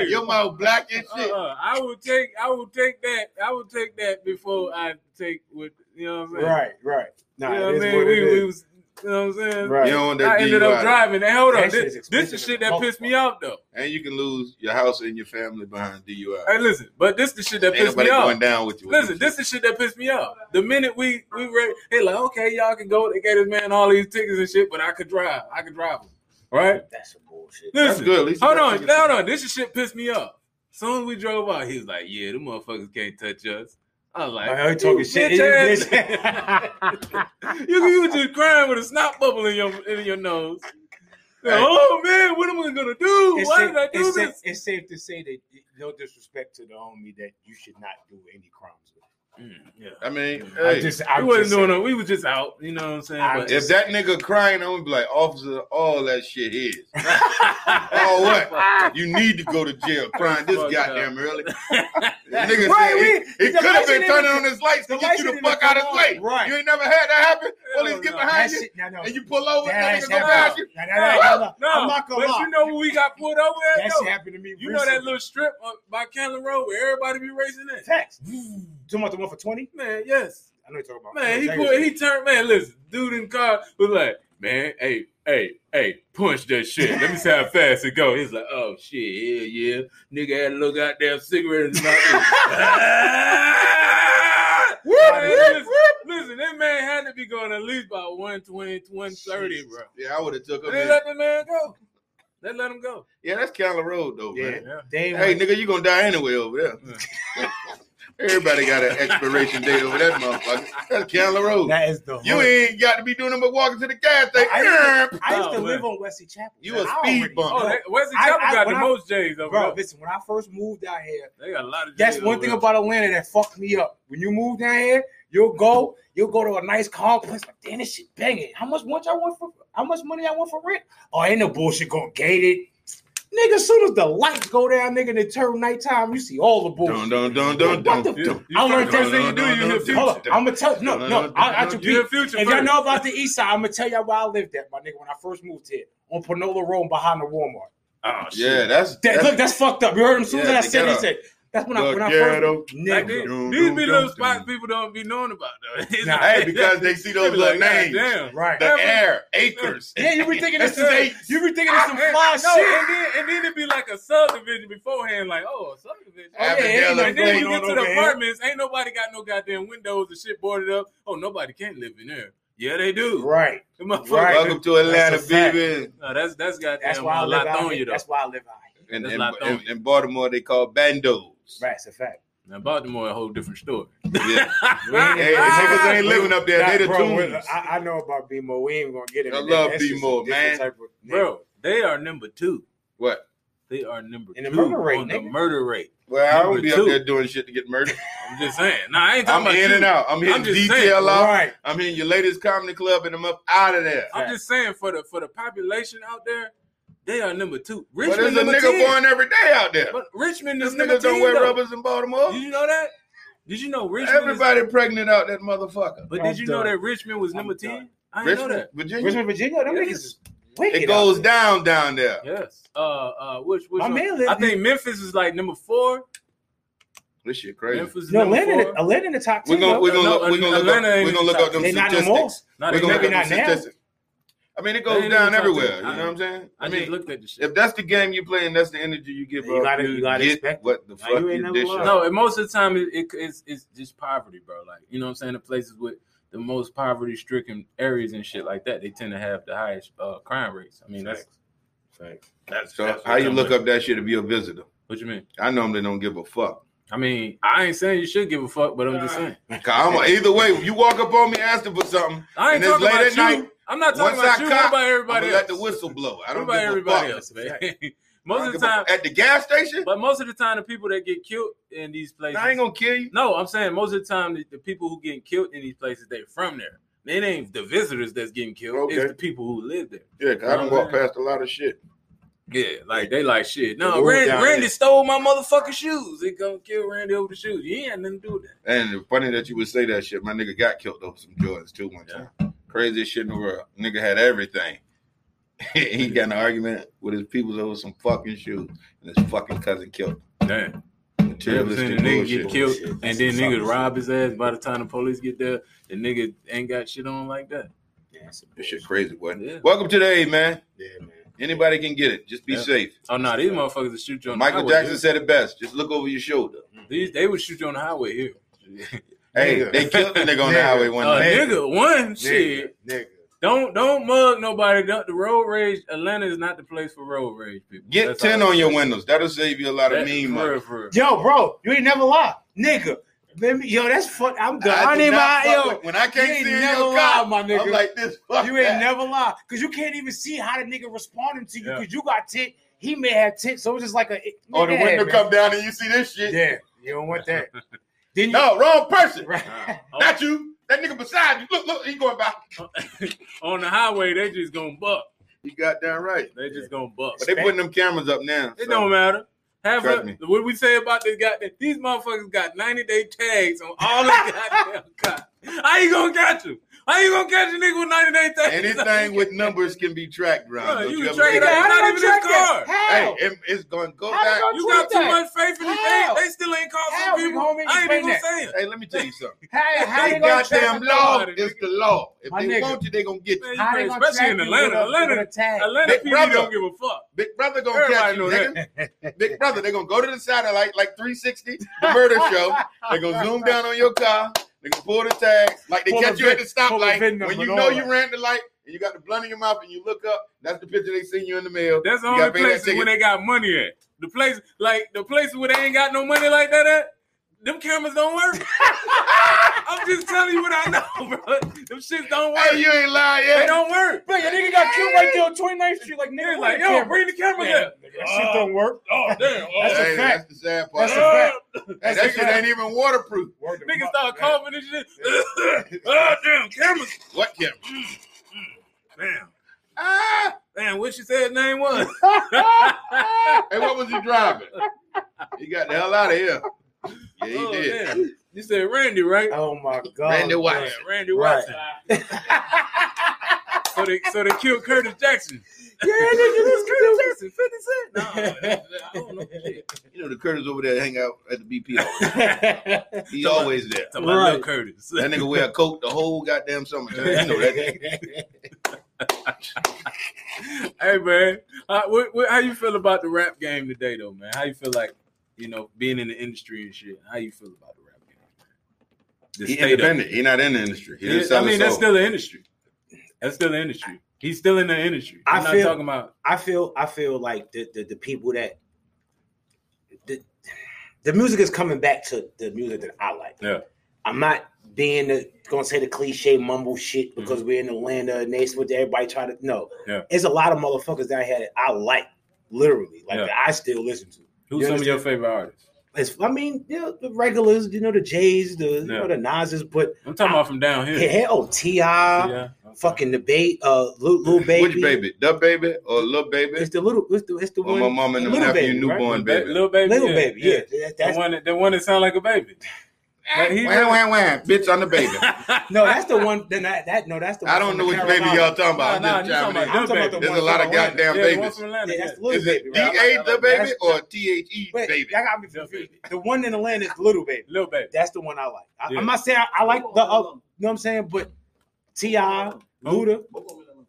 Speaker 3: Your mouth black and shit.
Speaker 1: Uh-uh. I would take I would take that I would take that before I take what you know what I'm saying.
Speaker 4: right, right. Nah,
Speaker 1: you know what
Speaker 4: it
Speaker 1: I
Speaker 4: is
Speaker 1: mean?
Speaker 4: what
Speaker 1: we,
Speaker 4: it
Speaker 1: we
Speaker 4: is.
Speaker 1: was you know what I'm saying.
Speaker 4: Right.
Speaker 3: You don't want that
Speaker 1: I ended up
Speaker 3: DUI.
Speaker 1: driving. And hold on,
Speaker 4: That shit
Speaker 1: this, this
Speaker 4: is
Speaker 1: is
Speaker 4: expensive
Speaker 1: shit
Speaker 4: as
Speaker 1: that pissed me off though.
Speaker 3: And you can lose your house and your family behind DUI.
Speaker 1: Hey, listen, but this the shit that
Speaker 3: Ain't
Speaker 1: pissed me
Speaker 3: nobody
Speaker 1: off.
Speaker 3: going down with you.
Speaker 1: Listen, this is shit that pissed me off. The minute we we ready, they like, okay, y'all can go. They gave this man all these tickets and shit, but I could drive. I could drive them. Right?
Speaker 4: That's some bullshit.
Speaker 3: That's
Speaker 1: Listen,
Speaker 3: good. At least you
Speaker 1: hold
Speaker 3: got
Speaker 1: on,
Speaker 3: tickets.
Speaker 1: hold on. This is shit pissed me off. Soon as we drove out, he was like, "Yeah, them motherfuckers can't touch us." I was like,
Speaker 4: I heard you talking
Speaker 1: "You
Speaker 4: shit.
Speaker 1: bitch
Speaker 4: It
Speaker 1: ass." you, you was just crying with a snot bubble in your in your nose. Like, oh man, what am I gonna do?
Speaker 4: It's
Speaker 1: Why
Speaker 4: safe-
Speaker 1: did I do this?
Speaker 4: it's safe- It's safe to say that no disrespect to the homie that you should not do any crimes.
Speaker 1: Mm,
Speaker 3: I
Speaker 1: yeah.
Speaker 3: mean,
Speaker 4: I
Speaker 3: hey,
Speaker 4: just, I
Speaker 1: We wasn't
Speaker 4: just
Speaker 1: doing
Speaker 4: saying.
Speaker 1: it. We was just out. You know what I'm saying?
Speaker 4: I
Speaker 1: But-
Speaker 3: if that nigga crying, I would be like, officer, all that shit is. All what? You need to go to jail crying this
Speaker 1: Fuck
Speaker 3: goddamn early. The nigga said
Speaker 4: Right,
Speaker 3: he,
Speaker 4: we-
Speaker 3: he
Speaker 4: the
Speaker 3: could have
Speaker 4: lights
Speaker 3: been
Speaker 4: didn't
Speaker 3: turning
Speaker 4: even-
Speaker 3: on his lights to
Speaker 4: the
Speaker 3: get
Speaker 4: lights
Speaker 3: you the
Speaker 4: didn't
Speaker 3: fuck
Speaker 4: even
Speaker 3: out of
Speaker 4: come
Speaker 3: his
Speaker 4: on.
Speaker 3: way.
Speaker 4: Right.
Speaker 3: You ain't never had that happen.
Speaker 1: Hell
Speaker 3: Police get
Speaker 1: no.
Speaker 3: behind
Speaker 4: That
Speaker 3: you
Speaker 4: shit, no, no.
Speaker 3: and you pull over
Speaker 4: That
Speaker 3: and that
Speaker 4: has
Speaker 3: nigga go
Speaker 1: happened.
Speaker 3: past you.
Speaker 4: No, no, no, no,
Speaker 1: No,
Speaker 4: no. I'm not gonna
Speaker 1: but
Speaker 4: lie.
Speaker 1: you know when we got pulled over at
Speaker 4: that
Speaker 1: though?
Speaker 4: shit happened to me.
Speaker 1: You know that
Speaker 4: recently.
Speaker 1: little strip on, by Cannon Road where everybody be racing at?
Speaker 4: text. Talking about the one for twenty.
Speaker 1: Man, yes.
Speaker 4: I know you're talking about.
Speaker 1: Man, he
Speaker 4: Text.
Speaker 1: put, he turned, man, listen, dude in the car was like, man, hey, hey, hey, punch that shit. Let me see how fast it go. He's like, oh, shit, yeah, yeah. Nigga had a little goddamn cigarette in his mouth. Ah! Man, listen, listen, that man had to be going at least by 120, 130, bro.
Speaker 3: Yeah, I would have took him.
Speaker 1: They
Speaker 3: in.
Speaker 1: let the man go. They let him go.
Speaker 3: Yeah, that's Cali Road though,
Speaker 4: Yeah.
Speaker 3: man.
Speaker 4: They
Speaker 3: Hey, nigga, you gonna die anyway over there. Everybody got an expiration date over that motherfucker. That's Cali Road.
Speaker 4: that is the.
Speaker 3: You
Speaker 4: hood.
Speaker 3: ain't got to be doing them but walking to the gas station.
Speaker 4: I used to, I used
Speaker 1: Oh,
Speaker 4: to
Speaker 1: man.
Speaker 4: live on Wesley Chapel.
Speaker 3: You
Speaker 4: man.
Speaker 3: a
Speaker 4: I
Speaker 3: speed
Speaker 4: already-
Speaker 3: bump.
Speaker 1: Oh,
Speaker 4: Bro,
Speaker 1: they, Wesley
Speaker 4: I-
Speaker 1: Chapel
Speaker 4: I-
Speaker 1: got the
Speaker 4: when I-
Speaker 1: most J's over
Speaker 4: Bro,
Speaker 1: there.
Speaker 4: listen. When I first moved out here,
Speaker 1: They got a lot of J's.
Speaker 4: that's one
Speaker 1: over
Speaker 4: thing
Speaker 1: there.
Speaker 4: about Atlanta that fucked me up. When you move down here, you'll go, you'll go to a nice complex. Like, damn, this shit banging. How much much I want for? How much money I want for rent? Oh, ain't no bullshit going gated. Nigga, as soon as the lights go down, nigga, and it turn nighttime, you see all the bullshit.
Speaker 3: Don't, don't, don't, don't, don't.
Speaker 4: What the-
Speaker 3: don't.
Speaker 1: You
Speaker 4: I wanna
Speaker 1: first
Speaker 4: tell
Speaker 1: thing you do, you hear
Speaker 4: Hold
Speaker 1: future.
Speaker 4: on, I'm gonna tell. No,
Speaker 3: No,
Speaker 4: no,
Speaker 3: no, no,
Speaker 4: I, I
Speaker 3: no,
Speaker 4: should
Speaker 1: You
Speaker 4: be.
Speaker 1: hear future.
Speaker 4: If y'all
Speaker 1: first.
Speaker 4: know about the East Side, I'm gonna tell y'all where I lived at, my nigga. When I first moved here, on Panola Road behind the Walmart.
Speaker 1: oh, shit.
Speaker 3: Yeah, that's
Speaker 4: That,
Speaker 3: that's
Speaker 4: look, that's fucked up. You heard him soon
Speaker 3: Yeah,
Speaker 4: as I
Speaker 3: the
Speaker 4: said it.
Speaker 3: ghetto.
Speaker 4: He said, "That's when I
Speaker 3: The
Speaker 4: when I
Speaker 3: ghetto.
Speaker 4: first
Speaker 1: Like
Speaker 4: nigga."
Speaker 1: this,
Speaker 3: Dum, dum,
Speaker 1: these be
Speaker 3: dum,
Speaker 1: little
Speaker 3: dum.
Speaker 1: spots people don't be knowing about though. It's
Speaker 4: Nah.
Speaker 1: like-
Speaker 3: hey, because they see
Speaker 1: they
Speaker 3: those
Speaker 1: be
Speaker 3: little
Speaker 1: like,
Speaker 3: names.
Speaker 1: "Goddamn."
Speaker 4: Right.
Speaker 3: The air, acres.
Speaker 4: Yeah, you be thinking
Speaker 3: That's
Speaker 4: this is
Speaker 3: eight.
Speaker 4: you be thinking it's some
Speaker 1: And-
Speaker 4: fly
Speaker 1: no,
Speaker 4: shit.
Speaker 1: And then, and then it'd be like a subdivision beforehand, like, oh, a subdivision.
Speaker 4: Oh, yeah,
Speaker 3: Avondale
Speaker 4: ain't no
Speaker 3: and
Speaker 1: and then you
Speaker 3: Clayton
Speaker 1: get to
Speaker 4: on
Speaker 1: the
Speaker 4: over here.
Speaker 1: apartments, ain't nobody got no goddamn windows and shit boarded up. Oh, nobody can live in there. Yeah, they do.
Speaker 4: Right.
Speaker 1: The motherfucker-
Speaker 4: Right.
Speaker 3: Welcome to Atlanta,
Speaker 4: That's a fact.
Speaker 3: baby.
Speaker 1: No, that's that's goddamn
Speaker 4: That's why I live out
Speaker 1: Lithonia,
Speaker 4: here.
Speaker 1: though.
Speaker 4: That's why I live out here.
Speaker 3: In,
Speaker 1: That's
Speaker 3: in,
Speaker 1: not
Speaker 3: in,
Speaker 1: dumb.
Speaker 3: in Baltimore, they call bandos.
Speaker 4: Right, it's a fact.
Speaker 1: Now Baltimore, a whole different story.
Speaker 3: Yeah.
Speaker 4: ain't-
Speaker 3: Hey, the niggas ain't living up there. They the
Speaker 4: Nah, bro, we-
Speaker 3: tunes.
Speaker 4: I, I know about BMO. We ain't gonna get it.
Speaker 3: I
Speaker 4: nigga.
Speaker 3: love
Speaker 4: That's just a
Speaker 3: BMO,
Speaker 4: different
Speaker 3: man.
Speaker 4: type of-
Speaker 1: Bro, they are number two.
Speaker 3: What?
Speaker 1: They are number
Speaker 4: In the
Speaker 1: two
Speaker 4: murder rate,
Speaker 1: on the
Speaker 4: nigga.
Speaker 1: murder rate.
Speaker 3: Well, I
Speaker 1: Number
Speaker 3: don't be
Speaker 1: two.
Speaker 3: up there doing shit to get murdered.
Speaker 1: I'm just saying. Nah, I ain't
Speaker 3: I'm
Speaker 1: talking about
Speaker 3: in
Speaker 1: you.
Speaker 3: and out. I'm hitting
Speaker 1: just
Speaker 3: detail
Speaker 1: saying,
Speaker 3: off.
Speaker 4: Right.
Speaker 3: I'm hitting your latest comedy club, and I'm up out of there.
Speaker 1: I'm just saying for the for the population out there, they are number two.
Speaker 3: But
Speaker 1: Richmond
Speaker 3: there's a
Speaker 1: number
Speaker 3: nigga
Speaker 1: 10.
Speaker 3: born every day out there.
Speaker 1: But Richmond
Speaker 3: This
Speaker 1: is number
Speaker 3: niggas don't
Speaker 1: 10,
Speaker 3: wear
Speaker 1: though.
Speaker 3: rubbers in Baltimore.
Speaker 1: Did you know that? Did you know Richmond? is-
Speaker 3: Everybody pregnant out that motherfucker.
Speaker 1: but
Speaker 4: I'm
Speaker 1: did you know
Speaker 4: done.
Speaker 1: that Richmond was
Speaker 4: I'm
Speaker 1: number
Speaker 4: done.
Speaker 1: ten? I didn't know
Speaker 3: Richmond,
Speaker 1: that.
Speaker 3: Virginia.
Speaker 4: Richmond, Virginia, them
Speaker 1: Yeah,
Speaker 4: niggas
Speaker 1: it's-
Speaker 4: is wicked.
Speaker 3: it
Speaker 4: out
Speaker 3: goes
Speaker 4: there.
Speaker 3: down down there.
Speaker 1: Yes. Uh. Uh. Which. which
Speaker 4: My
Speaker 1: one?
Speaker 4: man lived
Speaker 1: I think Memphis is like number four.
Speaker 3: This shit crazy.
Speaker 1: Memphis
Speaker 4: No,
Speaker 1: number
Speaker 4: Atlanta,
Speaker 1: four.
Speaker 4: Atlanta in the top
Speaker 3: We're
Speaker 4: 10
Speaker 3: gonna
Speaker 4: though.
Speaker 3: we're gonna
Speaker 1: No,
Speaker 3: look, we're gonna look
Speaker 1: Atlanta
Speaker 3: up
Speaker 1: ain't
Speaker 3: we're gonna look up them
Speaker 4: They not no more.
Speaker 3: statistics.
Speaker 1: Not
Speaker 3: We're
Speaker 1: even-
Speaker 3: gonna look
Speaker 4: Maybe
Speaker 3: up them
Speaker 4: not now.
Speaker 3: statistics. I mean, it
Speaker 1: They
Speaker 3: goes
Speaker 1: ain't
Speaker 3: down
Speaker 1: even talking-
Speaker 3: everywhere. You know
Speaker 1: I-
Speaker 3: what I'm saying?
Speaker 1: I,
Speaker 3: I
Speaker 1: just
Speaker 3: mean,
Speaker 1: looked at the shit.
Speaker 3: if that's the game you play and that's the energy you give,
Speaker 4: You
Speaker 3: up,
Speaker 4: gotta- you gotta
Speaker 3: get
Speaker 4: expect
Speaker 3: what the
Speaker 4: Now,
Speaker 3: fuck
Speaker 4: you ain't
Speaker 3: you
Speaker 4: never
Speaker 3: dish
Speaker 4: learned.
Speaker 3: up.
Speaker 1: No, and most of the time it, it, it's it's just poverty, bro. Like you know what I'm saying. The places with the most poverty-stricken areas and shit like that, they tend to have the highest uh, crime rates. I mean, that's that's,
Speaker 3: So
Speaker 1: that's what
Speaker 3: how you
Speaker 1: I'm
Speaker 3: look
Speaker 1: with.
Speaker 3: up that shit if you're a visitor?
Speaker 1: What you mean?
Speaker 3: I normally don't give a fuck.
Speaker 1: I mean, I ain't saying you should give a fuck, but I'm just saying.
Speaker 3: 'Cause I'm a- either way, if you walk up on me asking for something,
Speaker 1: I
Speaker 3: And
Speaker 1: ain't
Speaker 3: it's
Speaker 1: talking
Speaker 3: late
Speaker 1: about
Speaker 3: at
Speaker 1: you.
Speaker 3: night.
Speaker 1: I'm not
Speaker 3: Once
Speaker 1: talking about
Speaker 3: I cop,
Speaker 1: you. what about
Speaker 3: I'm
Speaker 1: everybody
Speaker 3: gonna
Speaker 1: else?
Speaker 3: let the whistle blow. I
Speaker 1: what
Speaker 3: don't
Speaker 1: about
Speaker 3: give a
Speaker 1: everybody
Speaker 3: fuck.
Speaker 1: else,
Speaker 3: I
Speaker 1: man?
Speaker 3: don't
Speaker 1: most of
Speaker 3: give
Speaker 1: the
Speaker 3: a-
Speaker 1: time,
Speaker 3: at the gas station,
Speaker 1: but most of the time, the people that get killed in these places,
Speaker 3: I ain't gonna kill you.
Speaker 1: No, I'm saying most of the time the, the people who getting killed in these places, they from there. It ain't the visitors that's getting killed.
Speaker 3: Okay.
Speaker 1: It's the people who live there.
Speaker 3: Yeah, 'cause I don't
Speaker 1: No,
Speaker 3: walk
Speaker 1: man.
Speaker 3: past a lot of shit.
Speaker 1: Yeah, like they like shit. No,
Speaker 3: The world
Speaker 1: Randy,
Speaker 3: down
Speaker 1: Randy
Speaker 3: there.
Speaker 1: stole my motherfucking shoes. They gonna kill Randy over the shoes. You ain't had nothing to do with that.
Speaker 3: And funny that you would say that shit. My nigga got killed over some Jordans too one time. Craziest shit in the world. Nigga had everything. he got in an argument with his people over some fucking shoes, and his fucking cousin killed him.
Speaker 1: Damn.
Speaker 3: Materialistic
Speaker 1: the nigga
Speaker 3: bullshit.
Speaker 1: get killed,
Speaker 3: Bullshit.
Speaker 1: and
Speaker 3: That's
Speaker 1: then
Speaker 3: some
Speaker 1: nigga
Speaker 3: sucker
Speaker 1: rob his ass. By the time the police get there, the nigga ain't got shit on like that.
Speaker 3: shit. This shit crazy, boy.
Speaker 1: Yeah.
Speaker 3: Welcome to the A, man.
Speaker 4: Yeah, man.
Speaker 3: Anybody can get it. Just be
Speaker 1: Yeah.
Speaker 3: safe.
Speaker 1: Oh no, these motherfuckers will shoot you on
Speaker 3: Michael
Speaker 1: the highway.
Speaker 3: Jackson said it best. Just look over your shoulder.
Speaker 1: here. These they would shoot you on the highway here.
Speaker 3: Hey,
Speaker 2: Nigga.
Speaker 3: they killed the nigga on the
Speaker 2: Nigga.
Speaker 3: highway one
Speaker 1: Uh,
Speaker 3: night.
Speaker 1: nigga, one shit.
Speaker 2: nigga.
Speaker 1: Don't don't mug nobody. Don't, the road rage Atlanta is not the place for road rage people.
Speaker 3: Get
Speaker 1: That's
Speaker 3: ten
Speaker 1: all.
Speaker 3: on your windows. That'll save you a lot of
Speaker 1: That-
Speaker 3: mean
Speaker 1: for
Speaker 3: money.
Speaker 1: real, for real.
Speaker 4: Yo, bro, you ain't never lie, nigga. Let me, yo, that's fuck. I'm done. I,
Speaker 3: do
Speaker 4: need
Speaker 3: not
Speaker 4: my
Speaker 3: fuck
Speaker 4: yo.
Speaker 3: with- When I
Speaker 4: You
Speaker 3: can't
Speaker 4: ain't
Speaker 3: see in
Speaker 4: never
Speaker 3: your
Speaker 4: lie,
Speaker 3: cop,
Speaker 4: my
Speaker 3: I'm
Speaker 4: nigga.
Speaker 3: like this. Fuck
Speaker 4: you ain't
Speaker 3: that.
Speaker 4: never lie, cause you can't even see how the nigga responding to you,
Speaker 1: Yeah.
Speaker 4: cause you got tit. He may have tit, so it's just like a.
Speaker 3: Or Oh, the
Speaker 4: Yeah,
Speaker 3: window
Speaker 4: man.
Speaker 3: come down and you see this shit.
Speaker 4: Yeah, you don't want that. then you,
Speaker 3: No, wrong person.
Speaker 4: right.
Speaker 1: Oh,
Speaker 3: Not you. That nigga beside you. Look, look, he going by.
Speaker 1: on the highway, they just gonna buck.
Speaker 3: You got down right.
Speaker 1: They just gonna buck.
Speaker 3: But they putting them cameras up now.
Speaker 1: It
Speaker 3: so-
Speaker 1: don't matter. Have
Speaker 3: Trust
Speaker 1: a,
Speaker 3: me.
Speaker 1: what we say about this goddamn these motherfuckers got 90 day tags on all that goddamn cops. How you gonna catch them? How you gonna catch a nigga with 90 day tags?
Speaker 3: Anything with numbers can be tracked, Ron.
Speaker 1: Bro,
Speaker 3: Don't
Speaker 1: you
Speaker 3: you
Speaker 1: can
Speaker 3: ever
Speaker 1: track
Speaker 3: think
Speaker 1: it out.
Speaker 3: about
Speaker 1: Not
Speaker 4: How
Speaker 1: even
Speaker 4: do I
Speaker 1: his
Speaker 4: track
Speaker 1: car.
Speaker 4: that?
Speaker 3: Hey,
Speaker 4: How?
Speaker 3: it- it's gonna go
Speaker 4: How
Speaker 3: back.
Speaker 4: you
Speaker 1: You got too
Speaker 4: Tweet that.
Speaker 1: much faith in these
Speaker 4: How?
Speaker 1: things. They still ain't
Speaker 4: How,
Speaker 1: caught some
Speaker 4: big
Speaker 1: people.
Speaker 4: homie,
Speaker 1: I ain't
Speaker 4: explain
Speaker 1: even
Speaker 4: that.
Speaker 1: saying.
Speaker 3: Hey, let me tell you something.
Speaker 4: Hey, how
Speaker 3: They
Speaker 4: they gonna track
Speaker 3: goddamn
Speaker 4: them?
Speaker 3: law
Speaker 1: somebody,
Speaker 3: is the law. If
Speaker 4: My
Speaker 3: they
Speaker 4: nigga.
Speaker 3: want you, they gonna get you.
Speaker 1: Man, you
Speaker 4: How they
Speaker 1: crazy.
Speaker 4: gonna
Speaker 1: Especially
Speaker 4: track
Speaker 1: in
Speaker 4: you
Speaker 1: Atlanta.
Speaker 4: with a- with
Speaker 1: Atlanta,
Speaker 4: a tag?
Speaker 1: Atlanta
Speaker 3: Big
Speaker 1: people
Speaker 3: brother.
Speaker 1: don't give a fuck.
Speaker 3: Big brother gonna
Speaker 1: Everybody
Speaker 3: catch you,
Speaker 1: know
Speaker 3: nigga. Big brother, they gonna go to the side of like like 360, the murder show. They gonna zoom down on your car. They gonna pull the tag. Like they
Speaker 5: Pull
Speaker 3: catch
Speaker 5: the
Speaker 3: you at the
Speaker 5: VIN- pull the
Speaker 3: stoplight.
Speaker 5: VIN
Speaker 3: When
Speaker 5: number
Speaker 3: you
Speaker 5: and
Speaker 3: know
Speaker 5: all
Speaker 3: you
Speaker 5: that.
Speaker 3: ran the light and you got the blunt in your mouth and you look up, that's the picture they send you in the mail.
Speaker 1: That's the
Speaker 3: You
Speaker 1: only
Speaker 3: gotta pay that
Speaker 1: place
Speaker 3: ticket.
Speaker 1: where they got money at. The place like the place where they ain't got no money like that at. Them cameras don't work. I'm just telling you what I know, bro. Them shits don't work.
Speaker 3: Hey, you ain't lying
Speaker 1: they
Speaker 3: yet.
Speaker 1: don't work.
Speaker 4: Bro, your nigga got killed right there on 29th Street. Like,
Speaker 1: They're
Speaker 4: nigga,
Speaker 1: like,
Speaker 4: like,
Speaker 1: yo, bring the camera
Speaker 4: Yeah.
Speaker 1: here.
Speaker 4: That shit don't work.
Speaker 1: Oh damn. Oh,
Speaker 4: That's a
Speaker 3: Hey,
Speaker 4: fact.
Speaker 3: That's the sad part.
Speaker 4: That's a
Speaker 1: oh.
Speaker 4: fact.
Speaker 3: Hey,
Speaker 4: That's
Speaker 3: that
Speaker 4: a
Speaker 3: shit
Speaker 4: fact.
Speaker 3: ain't even waterproof.
Speaker 1: Niggas start coughing and shit. oh damn, cameras.
Speaker 3: What camera?
Speaker 1: Damn.
Speaker 3: Ah!
Speaker 1: Damn, what she said his name was.
Speaker 3: Hey, what was he driving? He got the hell out of here. Yeah, he
Speaker 1: oh,
Speaker 3: did.
Speaker 1: damn. You said Randy, right?
Speaker 4: Oh my god.
Speaker 3: Randy Watson.
Speaker 1: Yeah, Randy
Speaker 4: Right.
Speaker 1: Watson. so they so they killed Curtis Jackson.
Speaker 4: Yeah, nigga, this
Speaker 1: Curtis
Speaker 4: is
Speaker 1: Jackson, 50 Cent. No, I don't know. Shit.
Speaker 3: You know the Curtis over there hang out at the BP.
Speaker 4: crazy.
Speaker 3: He's always there.
Speaker 1: Talking about Lil
Speaker 4: Right.
Speaker 1: Curtis.
Speaker 3: That nigga wear a coat the whole goddamn summertime. You know that.
Speaker 1: hey man, uh, what, what, how you feel about the rap game today though, man? How you feel like you know being in the industry and shit? How you feel about the rap game? The
Speaker 3: He
Speaker 1: state of-
Speaker 3: independent. He not in the industry. He just
Speaker 1: I
Speaker 3: selling
Speaker 1: mean, that's
Speaker 3: soul.
Speaker 1: still the industry. That's still the industry. He's still in the industry.
Speaker 4: I
Speaker 1: I'm not
Speaker 4: feel-
Speaker 1: talking about.
Speaker 4: I feel I feel like the the, the people that the, the music is coming back to the music that I like.
Speaker 1: Yeah.
Speaker 4: I'm not being the, gonna say the cliche mumble shit because we're in Atlanta and Nation with everybody trying to no.
Speaker 1: Mm-hmm. Yeah.
Speaker 4: It's a lot of motherfuckers down here that I like literally, like
Speaker 1: Yeah.
Speaker 4: that I still listen to.
Speaker 1: Who's
Speaker 4: You
Speaker 1: some of your favorite artists?
Speaker 4: It's, I mean, you know, the regulars, you know, the Jays, the you
Speaker 1: Yeah.
Speaker 4: know, the Nas's, but
Speaker 1: I'm talking about from down here.
Speaker 4: hell, Ti,
Speaker 1: Yeah.
Speaker 4: fucking debate, uh, little, little baby,
Speaker 3: Which baby? The baby or little baby?
Speaker 4: It's the little, it's the, it's the
Speaker 3: Or
Speaker 4: one,
Speaker 3: my mom and the
Speaker 4: Little
Speaker 3: nephew
Speaker 4: Baby, right?
Speaker 3: newborn
Speaker 1: Ba-
Speaker 3: baby.
Speaker 1: Little baby.
Speaker 4: little
Speaker 1: yeah,
Speaker 4: baby, yeah, that-
Speaker 1: The
Speaker 4: that's
Speaker 1: one, that, the one that sound like a baby. But he
Speaker 3: Wham, wham, wham. Bitch, I'm the baby.
Speaker 4: No, that's the one. Then that, that no, that's the. One
Speaker 3: I don't
Speaker 4: from
Speaker 3: know
Speaker 4: the
Speaker 3: which baby
Speaker 4: Carolinas.
Speaker 3: y'all talking about.
Speaker 1: Nah, nah,
Speaker 3: I'm
Speaker 1: you
Speaker 3: just
Speaker 1: talking
Speaker 3: chiming in.
Speaker 1: about-
Speaker 4: I'm talking about the
Speaker 3: There's
Speaker 4: one
Speaker 3: a lot
Speaker 4: from
Speaker 3: of goddamn
Speaker 1: yeah, the one
Speaker 3: babies.
Speaker 1: from Atlanta.
Speaker 4: Yeah, that's
Speaker 1: yeah.
Speaker 4: little
Speaker 3: Is it
Speaker 4: baby. right?
Speaker 3: D-A the baby
Speaker 4: That's-
Speaker 3: or T-H-E
Speaker 4: Wait,
Speaker 3: baby?
Speaker 4: y'all got me confused. The one in Atlanta is Little Baby.
Speaker 1: Little baby.
Speaker 4: That's the one I like. I,
Speaker 1: Yeah.
Speaker 4: I'm not saying I, I like the other. You know what I'm saying? But Ti, Luda.
Speaker 1: Oh,
Speaker 4: You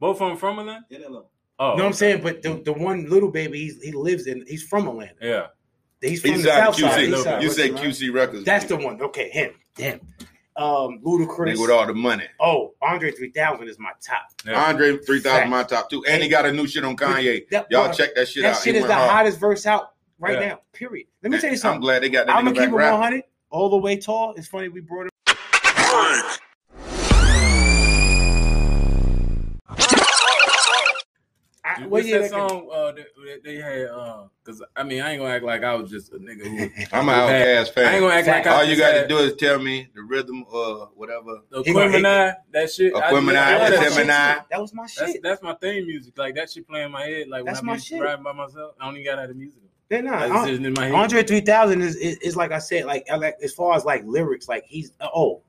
Speaker 1: Both of them from Atlanta?
Speaker 6: He
Speaker 1: Oh.
Speaker 4: know what I'm saying? But the, the one Little Baby, he's, he lives in. He's from Atlanta.
Speaker 1: Yeah.
Speaker 4: He's from
Speaker 3: He's
Speaker 4: the
Speaker 3: out
Speaker 4: South
Speaker 1: QC.
Speaker 4: Side.
Speaker 1: Little
Speaker 3: QC.
Speaker 4: East Side.
Speaker 3: You
Speaker 4: What's
Speaker 3: say
Speaker 4: the-
Speaker 3: QC Records.
Speaker 4: That's the one. Okay, him. Damn. Um, Ludacris.
Speaker 3: Nigga with all the money.
Speaker 4: Oh, Andre 3000 is my top.
Speaker 1: Yeah.
Speaker 3: Andre 3000
Speaker 4: Fact.
Speaker 3: my top two. And he got a new shit on Kanye.
Speaker 4: That-
Speaker 3: Y'all
Speaker 4: bro,
Speaker 3: check that shit
Speaker 4: that
Speaker 3: out.
Speaker 4: shit
Speaker 3: He
Speaker 4: is
Speaker 3: went
Speaker 4: the
Speaker 3: hard.
Speaker 4: hottest verse out right
Speaker 1: Yeah.
Speaker 4: now. Period. Let me tell you
Speaker 3: I'm
Speaker 4: something.
Speaker 3: glad they got that
Speaker 4: I'm
Speaker 3: nigga
Speaker 4: gonna
Speaker 3: back
Speaker 4: keep it
Speaker 3: rapping.
Speaker 4: 100 all the way tall. It's funny we brought it. I,
Speaker 1: What's
Speaker 4: well, yeah,
Speaker 1: that
Speaker 4: that can-
Speaker 1: song uh, that- that they had? Because I mean, I ain't gonna act like I was just a nigga who.
Speaker 3: I'm an outcast
Speaker 1: I ain't
Speaker 3: fan.
Speaker 1: gonna act like I
Speaker 3: All you
Speaker 1: just
Speaker 3: got to
Speaker 1: had
Speaker 3: do is tell me the rhythm or whatever.
Speaker 4: He gonna hate
Speaker 1: Aquemini, that shit. I-
Speaker 3: Aquemini,
Speaker 1: I love
Speaker 4: that,
Speaker 1: that
Speaker 4: was
Speaker 1: shit.
Speaker 4: my
Speaker 3: Gemini.
Speaker 4: shit. That was my shit.
Speaker 1: That's, that's my theme music. Like that shit playing in my head. Like
Speaker 4: That's
Speaker 1: when
Speaker 4: my
Speaker 1: I be
Speaker 4: shit.
Speaker 1: riding by myself, I only got out of music.
Speaker 4: They're not.
Speaker 1: That's
Speaker 4: I-
Speaker 1: just in my head.
Speaker 4: Andre 3000 is, is, is like I said, like, I like as far as like lyrics, like he's oh,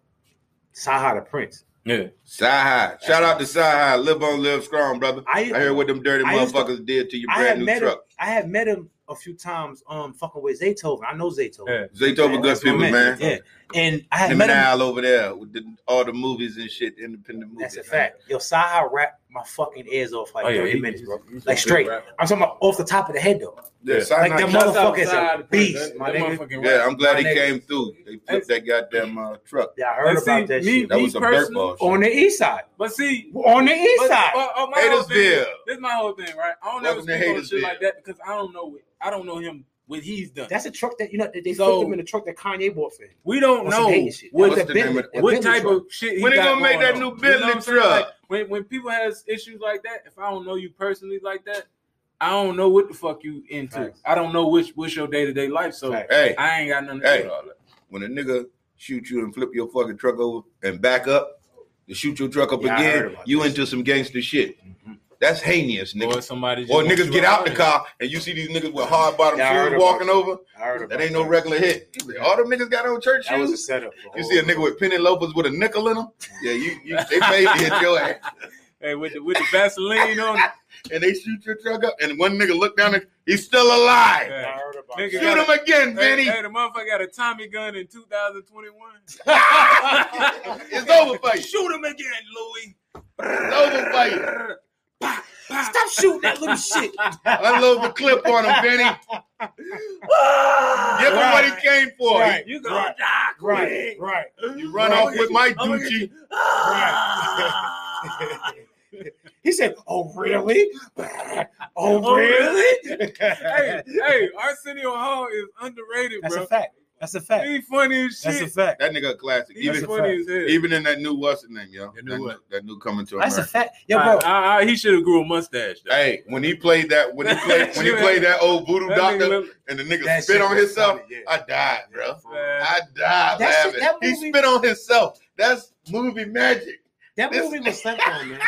Speaker 4: Saha the Prince.
Speaker 1: yeah,
Speaker 3: Sci-High. Shout out to Sci-High. Live on, live strong, brother.
Speaker 4: I,
Speaker 3: I heard what them dirty
Speaker 4: I used to-
Speaker 3: motherfuckers did to your
Speaker 4: I had
Speaker 3: brand
Speaker 4: met
Speaker 3: new truck.
Speaker 4: him. I had met him a few times. Um, fucking with Zaytoven. I know Zaytoven.
Speaker 1: Yeah.
Speaker 3: Zaytoven good
Speaker 4: That's my
Speaker 3: people, man.
Speaker 4: Yeah, and I had
Speaker 3: Them
Speaker 4: met
Speaker 3: and
Speaker 4: him.
Speaker 3: Al over there with the, all the movies and shit, independent movies.
Speaker 4: That's a fact. Yo, Saha rapped my fucking ears off like
Speaker 1: Oh, yeah,
Speaker 4: 30
Speaker 1: he-
Speaker 4: minutes, bro.
Speaker 1: he's- he's a
Speaker 4: Like
Speaker 1: good
Speaker 4: straight.
Speaker 1: rapper.
Speaker 4: I'm talking about off the top of the head though.
Speaker 3: Yeah,
Speaker 1: Yeah.
Speaker 3: Sci-Hi-
Speaker 4: Like them
Speaker 1: Shout out
Speaker 4: motherfucker's
Speaker 1: to Side
Speaker 4: a
Speaker 1: Prince.
Speaker 4: beast,
Speaker 1: That-
Speaker 4: my
Speaker 1: that
Speaker 4: nigga.
Speaker 1: motherfucking
Speaker 3: yeah,
Speaker 1: rap.
Speaker 3: I'm glad he
Speaker 4: My nigga.
Speaker 3: came through. They flipped that goddamn uh, truck.
Speaker 4: Yeah, I heard
Speaker 1: But
Speaker 4: about
Speaker 1: see,
Speaker 4: that
Speaker 1: me-
Speaker 4: shit.
Speaker 3: That was some dirt
Speaker 1: personal-
Speaker 3: ball shit.
Speaker 4: On the east side.
Speaker 1: But see,
Speaker 4: On the east
Speaker 1: but,
Speaker 4: side.
Speaker 1: but, uh, my whole thing-
Speaker 3: Hatersville.
Speaker 1: This is my whole thing, right? I don't ever
Speaker 3: Welcome to
Speaker 1: speak on shit
Speaker 3: Hatersville.
Speaker 1: like that because I don't know. What, I don't know him what he's done.
Speaker 4: That's a truck that you know that they
Speaker 1: So-
Speaker 4: put him in a truck that Kanye bought for him.
Speaker 1: we don't
Speaker 4: On some
Speaker 1: know
Speaker 4: Haitian shit.
Speaker 1: what
Speaker 3: What's
Speaker 4: That
Speaker 3: the
Speaker 4: Bentley-
Speaker 3: name of-
Speaker 4: that
Speaker 1: what
Speaker 4: Bentley
Speaker 1: type
Speaker 4: truck.
Speaker 1: of shit he
Speaker 3: When they
Speaker 1: got
Speaker 3: gonna make
Speaker 1: going
Speaker 3: that
Speaker 1: on.
Speaker 3: new
Speaker 1: You know
Speaker 3: Bentley
Speaker 1: what I'm saying?
Speaker 3: truck?
Speaker 1: Like, when when people has issues like that, if I don't know you personally like that, I don't know what the fuck you into.
Speaker 4: Facts.
Speaker 1: I don't know which what's your day to day life. So
Speaker 4: Facts.
Speaker 3: Hey,
Speaker 1: I ain't got nothing to
Speaker 3: Hey.
Speaker 1: do with all that.
Speaker 3: when a nigga shoot you and flip your fucking truck over and back up, to shoot your truck up
Speaker 4: Yeah, I heard
Speaker 3: again,
Speaker 4: about
Speaker 3: you
Speaker 4: this. Mm-hmm.
Speaker 3: into some gangster shit. That's heinous,
Speaker 1: Or
Speaker 3: nigga.
Speaker 1: somebody just
Speaker 3: Or,
Speaker 1: wants
Speaker 3: niggas
Speaker 1: you
Speaker 3: get out the
Speaker 1: of
Speaker 3: car and you see these niggas with hard bottom
Speaker 4: Yeah, I heard
Speaker 3: shoes
Speaker 4: about
Speaker 3: walking
Speaker 4: that.
Speaker 3: over.
Speaker 4: I heard about
Speaker 3: That ain't no regular hit. All them niggas got on church
Speaker 4: That was a
Speaker 3: shoes.
Speaker 4: setup.
Speaker 3: You see a nigga with penny loafers with a nickel in them? Yeah, you, you they may hit your ass.
Speaker 1: it. Hey, with the with the Vaseline on, it.
Speaker 3: And they shoot your truck up, and one nigga look down and he's still alive.
Speaker 4: I
Speaker 1: Yeah.
Speaker 4: heard about
Speaker 1: Nigga
Speaker 4: that.
Speaker 3: Shoot him again,
Speaker 1: hey,
Speaker 3: Vinny.
Speaker 1: hey, the motherfucker got a Tommy gun in 2021.
Speaker 3: it's over for you.
Speaker 1: Shoot him again, Louis.
Speaker 3: It's over for you.
Speaker 4: Stop shooting that little shit.
Speaker 3: Unload the clip on him, Vinny.
Speaker 1: Ah!
Speaker 3: Give him what he came for.
Speaker 4: Right.
Speaker 1: You gonna
Speaker 4: Right.
Speaker 1: die
Speaker 4: Right,
Speaker 1: quick.
Speaker 4: right,
Speaker 3: You run
Speaker 4: Right.
Speaker 3: off with my
Speaker 1: I'm gonna
Speaker 3: Gucci.
Speaker 4: right. he said, "Oh really? oh really?"
Speaker 1: hey, hey, Arsenio Hall is underrated,
Speaker 4: That's
Speaker 1: bro.
Speaker 4: a fact. That's a fact.
Speaker 1: He funny as
Speaker 4: That's a
Speaker 1: shit.
Speaker 4: fact.
Speaker 3: That nigga a classic.
Speaker 1: He
Speaker 3: Even,
Speaker 1: funny as hell.
Speaker 3: even in that new what's his name, yo.
Speaker 1: That
Speaker 3: That
Speaker 1: new
Speaker 3: new,
Speaker 1: what?
Speaker 3: that new coming to
Speaker 4: That's a
Speaker 3: America.
Speaker 4: fact. Yo, bro.
Speaker 1: I- I- he should have grew a mustache. Though.
Speaker 3: Hey, when he played that, when he played, when he played that old voodoo
Speaker 1: That nigga
Speaker 3: doctor,
Speaker 1: look-
Speaker 3: and the nigga
Speaker 4: That
Speaker 3: spit
Speaker 4: shit
Speaker 3: on
Speaker 4: was
Speaker 3: himself,
Speaker 4: funny, yeah.
Speaker 3: I died, bro.
Speaker 1: man.
Speaker 3: I died
Speaker 4: That shit-
Speaker 3: laughing.
Speaker 4: that
Speaker 3: he
Speaker 4: movie-
Speaker 3: spit on himself. That's movie magic.
Speaker 4: That
Speaker 3: This-
Speaker 4: movie was slept on, man.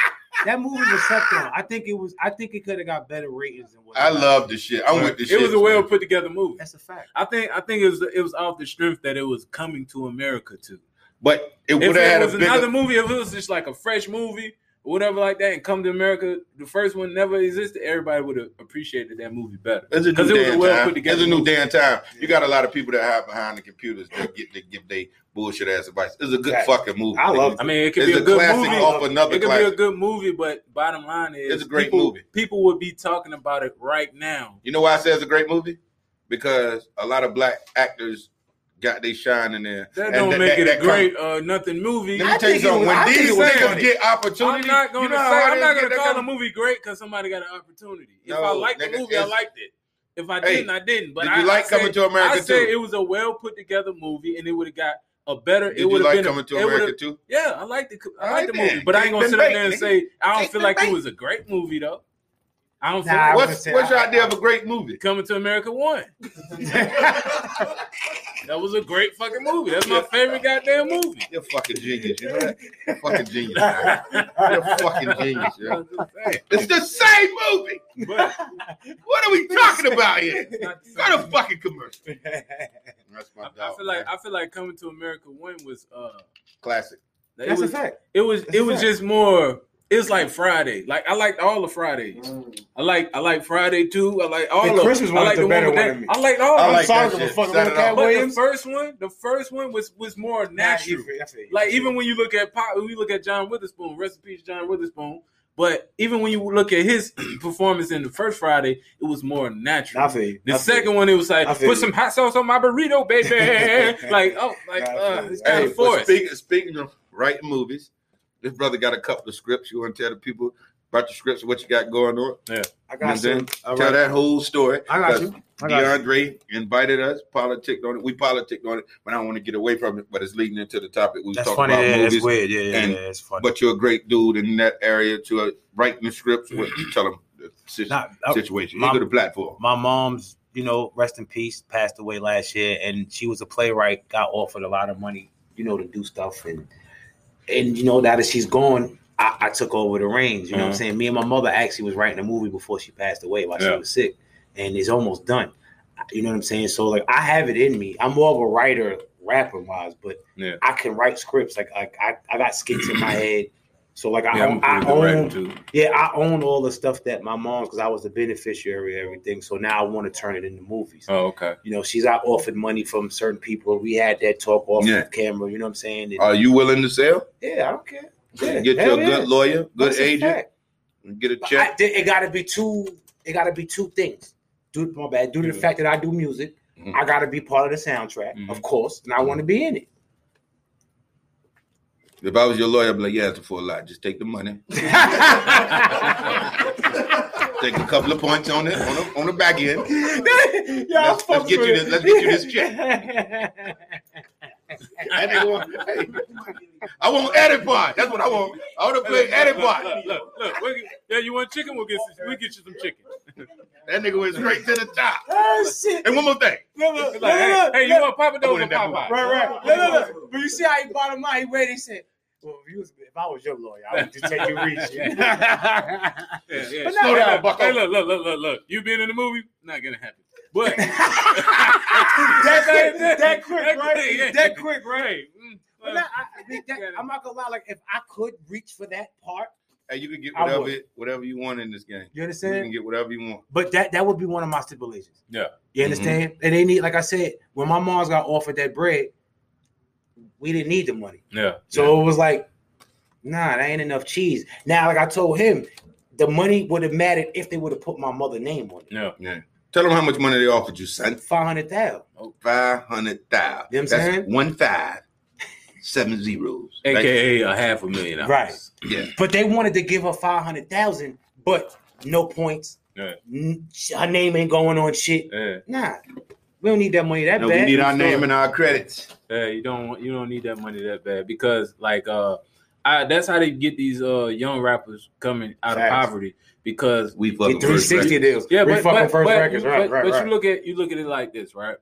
Speaker 4: That movie was slept on. I think it was. I think it could have got better ratings than what.
Speaker 3: I
Speaker 4: it got.
Speaker 3: love the shit. I'm with the shit.
Speaker 1: It was a well put together movie.
Speaker 4: That's a fact.
Speaker 1: I think I think it was it was off the strength that it was coming to America too.
Speaker 3: but it
Speaker 1: If
Speaker 3: would have
Speaker 1: it
Speaker 3: had a
Speaker 1: was
Speaker 3: bigger.
Speaker 1: another movie, if it was just like a fresh movie, or whatever like that, and come to America, the first one never existed. Everybody would have appreciated that movie better.
Speaker 3: It's a
Speaker 1: 'Cause
Speaker 3: new
Speaker 1: it was a
Speaker 3: damn
Speaker 1: well
Speaker 3: time.
Speaker 1: put together
Speaker 3: It's a new
Speaker 1: movie.
Speaker 3: damn time. You got a lot of people that hide behind the computers that get that give they bullshit ass advice. It's a good
Speaker 4: Exactly.
Speaker 3: fucking movie.
Speaker 4: I love
Speaker 1: I mean, it could
Speaker 3: It's
Speaker 1: be a,
Speaker 3: a
Speaker 1: good
Speaker 3: classic
Speaker 1: movie.
Speaker 3: off another
Speaker 1: it could be
Speaker 3: classic.
Speaker 1: a good movie, but bottom line is
Speaker 3: It's a great
Speaker 1: people,
Speaker 3: movie.
Speaker 1: People would be talking about it right now.
Speaker 3: You know why I say it's a great movie? Because a lot of black actors got they shine in there.
Speaker 1: That
Speaker 3: And
Speaker 1: don't make it
Speaker 3: that
Speaker 1: a
Speaker 3: come-
Speaker 1: great uh, nothing movie.
Speaker 3: Let me
Speaker 4: I
Speaker 3: tell you
Speaker 4: think it
Speaker 3: something.
Speaker 4: was-
Speaker 3: When
Speaker 4: I think
Speaker 3: these
Speaker 4: it was
Speaker 3: niggas
Speaker 4: funny.
Speaker 3: get
Speaker 1: I'm
Speaker 3: opportunity,
Speaker 1: not going
Speaker 3: you
Speaker 1: to
Speaker 3: know
Speaker 1: say
Speaker 3: how hard
Speaker 1: I'm
Speaker 3: it is
Speaker 1: not going
Speaker 3: get
Speaker 1: to call
Speaker 3: that
Speaker 1: a
Speaker 3: kind of-
Speaker 1: movie great because somebody got an opportunity. If
Speaker 3: No,
Speaker 1: I liked the
Speaker 3: nigga,
Speaker 1: movie, I
Speaker 3: it's-
Speaker 1: liked it. If I
Speaker 3: Hey,
Speaker 1: didn't, I didn't. But
Speaker 3: Did
Speaker 1: I,
Speaker 3: you like
Speaker 1: I
Speaker 3: coming
Speaker 1: said,
Speaker 3: to
Speaker 1: I
Speaker 3: America
Speaker 1: said
Speaker 3: too?
Speaker 1: it was a well put together movie, and it would have got a better. It
Speaker 3: Did you
Speaker 1: would have
Speaker 3: like
Speaker 1: been.
Speaker 3: coming to
Speaker 1: it would've-
Speaker 3: America too?
Speaker 1: Yeah, I like the I
Speaker 3: All
Speaker 1: like
Speaker 3: right
Speaker 1: the
Speaker 3: then.
Speaker 1: movie, but I ain't
Speaker 3: Take
Speaker 1: gonna
Speaker 3: the
Speaker 1: sit up
Speaker 3: bait,
Speaker 1: there and
Speaker 3: nigga.
Speaker 1: say I don't
Speaker 3: Take
Speaker 1: feel
Speaker 3: the
Speaker 1: like
Speaker 3: bait.
Speaker 1: it was a great movie though. I don't
Speaker 5: Nah, I
Speaker 1: feel
Speaker 5: would
Speaker 3: What's,
Speaker 5: say
Speaker 3: what's your
Speaker 5: I-
Speaker 3: idea of a great movie?
Speaker 1: Coming to America one. That was a great fucking movie. That's my favorite goddamn movie.
Speaker 3: You're a fucking genius. You know that? You're a fucking genius. man. You're a fucking genius. Yo.
Speaker 1: I'm just saying.
Speaker 3: It's the same movie.
Speaker 1: But
Speaker 3: What are we talking about here?
Speaker 1: it's not the same.
Speaker 3: Got a fucking commercial. That's my
Speaker 1: I,
Speaker 3: dog.
Speaker 1: I feel
Speaker 3: man.
Speaker 1: like I feel like coming to America one was uh
Speaker 3: classic.
Speaker 1: it was
Speaker 5: fact.
Speaker 1: it was
Speaker 5: That's
Speaker 1: it
Speaker 5: a
Speaker 1: was
Speaker 5: fact.
Speaker 1: just more it was like Friday. Like I liked all the Fridays. I like I like Friday too. I like all
Speaker 5: The
Speaker 1: of
Speaker 5: Mm-hmm. Christmas
Speaker 1: them. I
Speaker 5: one's
Speaker 1: like
Speaker 5: the better
Speaker 1: with
Speaker 5: one
Speaker 1: that-
Speaker 5: to me.
Speaker 1: I liked all
Speaker 3: I
Speaker 1: of
Speaker 3: like
Speaker 1: them.
Speaker 5: sorry
Speaker 3: that shit.
Speaker 5: to the fucking
Speaker 3: Set it
Speaker 5: little
Speaker 3: up.
Speaker 1: But
Speaker 5: cat Williams.
Speaker 1: the first one, the first one was was more natural. Like even when you look at pop, when you look at John Witherspoon, recipes John Witherspoon. But even when you look at his performance in the first Friday, it was more natural.
Speaker 4: I feel you.
Speaker 1: the
Speaker 4: I feel
Speaker 1: second one, it was like
Speaker 4: I feel
Speaker 1: put
Speaker 4: you.
Speaker 1: some hot sauce on my burrito, baby. like oh, like
Speaker 4: Nah, I
Speaker 1: uh,
Speaker 4: feel you.
Speaker 1: it's kind
Speaker 3: Hey, but
Speaker 1: of forced.
Speaker 3: speaking, speaking of writing movies, this brother got a couple of scripts. You want to tell the people about your scripts, what you got going on?
Speaker 4: I
Speaker 3: And
Speaker 4: got you.
Speaker 3: then
Speaker 4: All
Speaker 3: Tell
Speaker 4: right.
Speaker 3: that whole story.
Speaker 4: I got
Speaker 3: 'Cause
Speaker 4: you. I got you.
Speaker 3: DeAndre invited us, politicked on it. We politicked on it, but I don't want to get away from it. But it's leading into the topic. We was
Speaker 4: That's
Speaker 3: talking
Speaker 4: funny.
Speaker 3: about
Speaker 4: Yeah,
Speaker 3: movies.
Speaker 4: that's weird. Yeah, yeah,
Speaker 3: and-
Speaker 4: yeah, that's funny.
Speaker 3: But you're a great dude in that area to uh, writing the scripts. What you tell them the si-
Speaker 4: Not- I-
Speaker 3: situation.
Speaker 4: uh, my-
Speaker 3: you go to platform.
Speaker 4: my mom's you know rest in peace passed away last year and she was a playwright got offered a lot of money you know to do stuff and and you know now that she's gone i, I took over the reins you know what i'm
Speaker 1: Mhm.
Speaker 4: saying me and my mother actually was writing a movie before she passed away while
Speaker 1: Yeah.
Speaker 4: she was sick and it's almost done you know what i'm saying so like i have it in me i'm more of a writer rapper wise but
Speaker 1: Yeah.
Speaker 4: i can write scripts like I, I i got skits in my head so like I,
Speaker 1: Yeah,
Speaker 4: own, I
Speaker 1: I'm a pretty good
Speaker 4: own
Speaker 1: writer, too.
Speaker 4: yeah, I own all the stuff that my mom's because I was the beneficiary of everything. So now I want to turn it into movies.
Speaker 3: Uh,
Speaker 1: Oh, okay.
Speaker 4: You know, she's out offered money from certain people. We had that talk off
Speaker 3: Yeah.
Speaker 4: the camera. You know what I'm saying? And-
Speaker 3: Are you willing to sell?
Speaker 4: yeah, I don't care. Yeah,
Speaker 3: get you
Speaker 4: hell
Speaker 3: a
Speaker 4: yeah.
Speaker 3: good lawyer, good
Speaker 4: That's a
Speaker 3: agent,
Speaker 4: fact.
Speaker 3: and get a
Speaker 4: But
Speaker 3: check.
Speaker 4: I- th- it gotta be two. It gotta be two things. Due my bad. Due to the
Speaker 1: Yeah.
Speaker 4: fact that I do music,
Speaker 3: Mhm.
Speaker 4: I gotta be part of the soundtrack,
Speaker 3: Mm-hmm.
Speaker 1: Mhm.
Speaker 4: of course, and I want to be in it.
Speaker 3: If I was your lawyer, I'd be like, yeah, it's a full lot. Just take the money. Mm-hmm. Take a couple of points on it on the, on the back end.
Speaker 4: yeah,
Speaker 3: Let's- let's get you this- let's get you this
Speaker 4: check.
Speaker 3: I, didn't want, hey, I want edit part. That's what I want. I want to play edit part.
Speaker 1: Look, look, look, look. we- Yeah, you want chicken? We'll get some- we get you some chicken.
Speaker 3: That nigga went straight to the top.
Speaker 4: oh shit!
Speaker 3: And one more thing.
Speaker 4: Look,
Speaker 1: It's
Speaker 4: look,
Speaker 1: like, hey,
Speaker 4: look,
Speaker 1: hey,
Speaker 4: look.
Speaker 1: you want Papa
Speaker 3: I
Speaker 1: Do's or
Speaker 3: wouldn't have that
Speaker 1: Popeye?
Speaker 4: Right, right. Look, look, look. But you see how he bought him out. He waited. He said, "Well, if, you was, if I was your lawyer, I would just take your reach."
Speaker 1: Yeah, yeah.
Speaker 4: But no,
Speaker 1: Hey,
Speaker 3: down,
Speaker 1: look,
Speaker 3: bucko.
Speaker 1: Hey, look, look, look, look, look. You been in the movie? Not gonna happen. But
Speaker 4: that quick, that quick,
Speaker 1: Yeah.
Speaker 4: right? That quick, right?
Speaker 1: Right. Mm,
Speaker 4: But
Speaker 1: well,
Speaker 4: nah, I, I think that, I'm not gonna lie. Like, if I could reach for that part,
Speaker 3: Hey, you can get
Speaker 4: I
Speaker 3: whatever
Speaker 4: would.
Speaker 3: it, whatever you want in this game. You
Speaker 4: you
Speaker 3: can
Speaker 4: understand?
Speaker 3: get whatever you want.
Speaker 4: But that that would be one of my stipulations.
Speaker 1: Yeah.
Speaker 4: you understand? And they need, like I said, when my mom's got offered that bread, we didn't need the money.
Speaker 1: Yeah.
Speaker 4: So it was like, nah, that ain't enough cheese. Now, like I told him, the money would have mattered if they would have put my mother name on it.
Speaker 1: Yeah.
Speaker 3: Tell them how much money they offered you, son.
Speaker 4: Five hundred thousand.
Speaker 3: Oh. Five hundred thousand.
Speaker 4: You know what I'm
Speaker 3: That's
Speaker 4: saying?
Speaker 3: one five, seven zeros.
Speaker 1: AKA a half a million dollars.
Speaker 4: But they wanted to give her five hundred thousand, but no points.
Speaker 1: Yeah.
Speaker 4: N- Her name ain't going on shit.
Speaker 1: Yeah.
Speaker 4: Nah, we don't need that money that
Speaker 3: No, we
Speaker 4: bad.
Speaker 3: need our name and our credits.
Speaker 1: Yeah, you don't want you don't need that money that bad because like uh I that's how they get these uh young rappers coming out of
Speaker 4: Facts.
Speaker 1: poverty because
Speaker 3: We fucking
Speaker 4: Get three
Speaker 3: first
Speaker 4: sixty
Speaker 3: record.
Speaker 4: deals.
Speaker 1: yeah,
Speaker 4: we
Speaker 1: but,
Speaker 4: fucking
Speaker 1: but,
Speaker 4: first
Speaker 1: but,
Speaker 4: records,
Speaker 1: you,
Speaker 4: right,
Speaker 1: but,
Speaker 4: right,
Speaker 1: but
Speaker 4: right.
Speaker 1: you look at you look at it like this, right?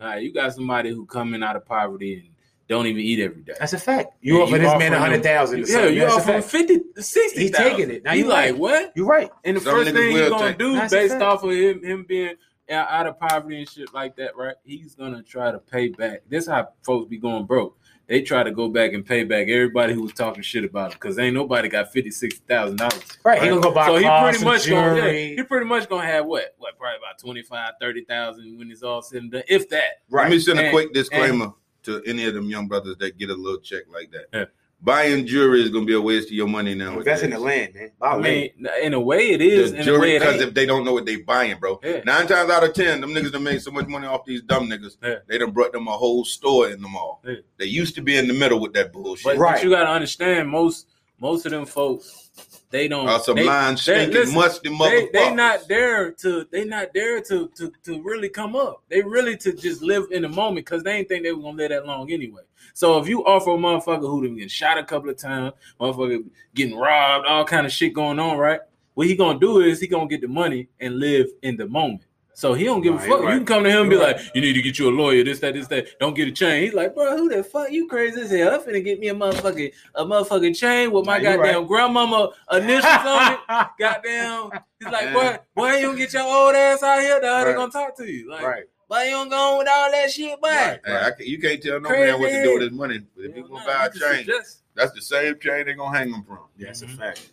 Speaker 1: All right, you got somebody who coming out of poverty and don't even eat every day.
Speaker 4: That's a fact.
Speaker 1: Yeah,
Speaker 4: You
Speaker 1: you
Speaker 4: offer this
Speaker 1: offering
Speaker 4: man a hundred thousand.
Speaker 1: yeah, you
Speaker 4: That's a
Speaker 1: offer him
Speaker 4: fact.
Speaker 1: 50 60
Speaker 4: He taking it. Now
Speaker 1: you
Speaker 4: you
Speaker 1: like
Speaker 4: right.
Speaker 1: what?
Speaker 4: You're right.
Speaker 1: And the
Speaker 3: Some
Speaker 1: first
Speaker 3: niggas
Speaker 1: thing he's
Speaker 3: will
Speaker 1: gonna
Speaker 3: take-
Speaker 1: do
Speaker 4: That's a
Speaker 1: based
Speaker 4: fact.
Speaker 1: off of him him being out- out of poverty and shit like that, right? He's gonna try to pay back. This how folks be going broke. They try to go back and pay back everybody who was talking shit about him because ain't nobody got fifty six thousand dollars.
Speaker 4: Right. He gonna go buy
Speaker 1: So he
Speaker 4: cars,
Speaker 1: pretty
Speaker 4: some
Speaker 1: much gonna yeah,
Speaker 4: jewelry.
Speaker 1: he pretty much gonna have what what probably about 25, 30,000 when it's all said and done, if that.
Speaker 3: Let me send a
Speaker 1: And-
Speaker 3: quick disclaimer to any of them young brothers that get a little check like that.
Speaker 1: Yeah.
Speaker 3: Buying jewelry is gonna be a waste of your money now.
Speaker 4: Invest in the land, man. Buy
Speaker 1: I
Speaker 4: land.
Speaker 1: mean, in a way it is,
Speaker 3: the
Speaker 1: in a way
Speaker 3: jury
Speaker 1: it
Speaker 3: because
Speaker 1: ain't.
Speaker 3: if they don't know what they buying, bro.
Speaker 1: Yeah.
Speaker 3: Nine times out of ten, them niggas done made so much money off these dumb niggas.
Speaker 1: Yeah.
Speaker 3: They done brought them a whole store in the mall.
Speaker 1: Yeah.
Speaker 3: They used to be in the middle with that bullshit.
Speaker 1: But,
Speaker 4: Right.
Speaker 1: but you gotta understand, most most of them folks, they don't.
Speaker 3: Uh, some
Speaker 1: they,
Speaker 3: lying, stinking,
Speaker 1: listen,
Speaker 3: musty
Speaker 1: they,
Speaker 3: motherfuckers.
Speaker 1: they not there to. They not there to to to really come up. They really to just live in the moment because they ain't think they were gonna live that long anyway. So if you offer a motherfucker who done getting shot a couple of times, motherfucker getting robbed, all kind of shit going on, right? what he gonna do is he gonna get the money and live in the moment. So he don't give
Speaker 4: Right,
Speaker 1: a fuck.
Speaker 4: right.
Speaker 1: You can come to him and be
Speaker 4: You're
Speaker 1: like, you need to get you a lawyer, this, that, this, that. Don't get a chain. He's like, bro, who the fuck you crazy as hell? I'm finna get me a motherfucking a motherfucking chain with my
Speaker 4: Nah, you
Speaker 1: goddamn grandmama initials on it.
Speaker 4: right,
Speaker 1: Goddamn. He's like, boy,
Speaker 3: Yeah.
Speaker 1: boy, you don't get your old ass out here, dog. They
Speaker 3: Right.
Speaker 1: gonna talk to you. Like,
Speaker 4: right.
Speaker 1: boy, you don't go on with all that shit, boy.
Speaker 3: Hey, I can't- you can't tell no
Speaker 1: Crazy.
Speaker 3: man what to do with his money. But if
Speaker 1: Hell
Speaker 3: you
Speaker 1: nah,
Speaker 3: gonna buy a Mm-hmm.
Speaker 1: can
Speaker 3: chain,
Speaker 1: suggest-
Speaker 3: that's the same chain they're gonna hang him from.
Speaker 4: That's
Speaker 1: Mhm.
Speaker 4: a fact.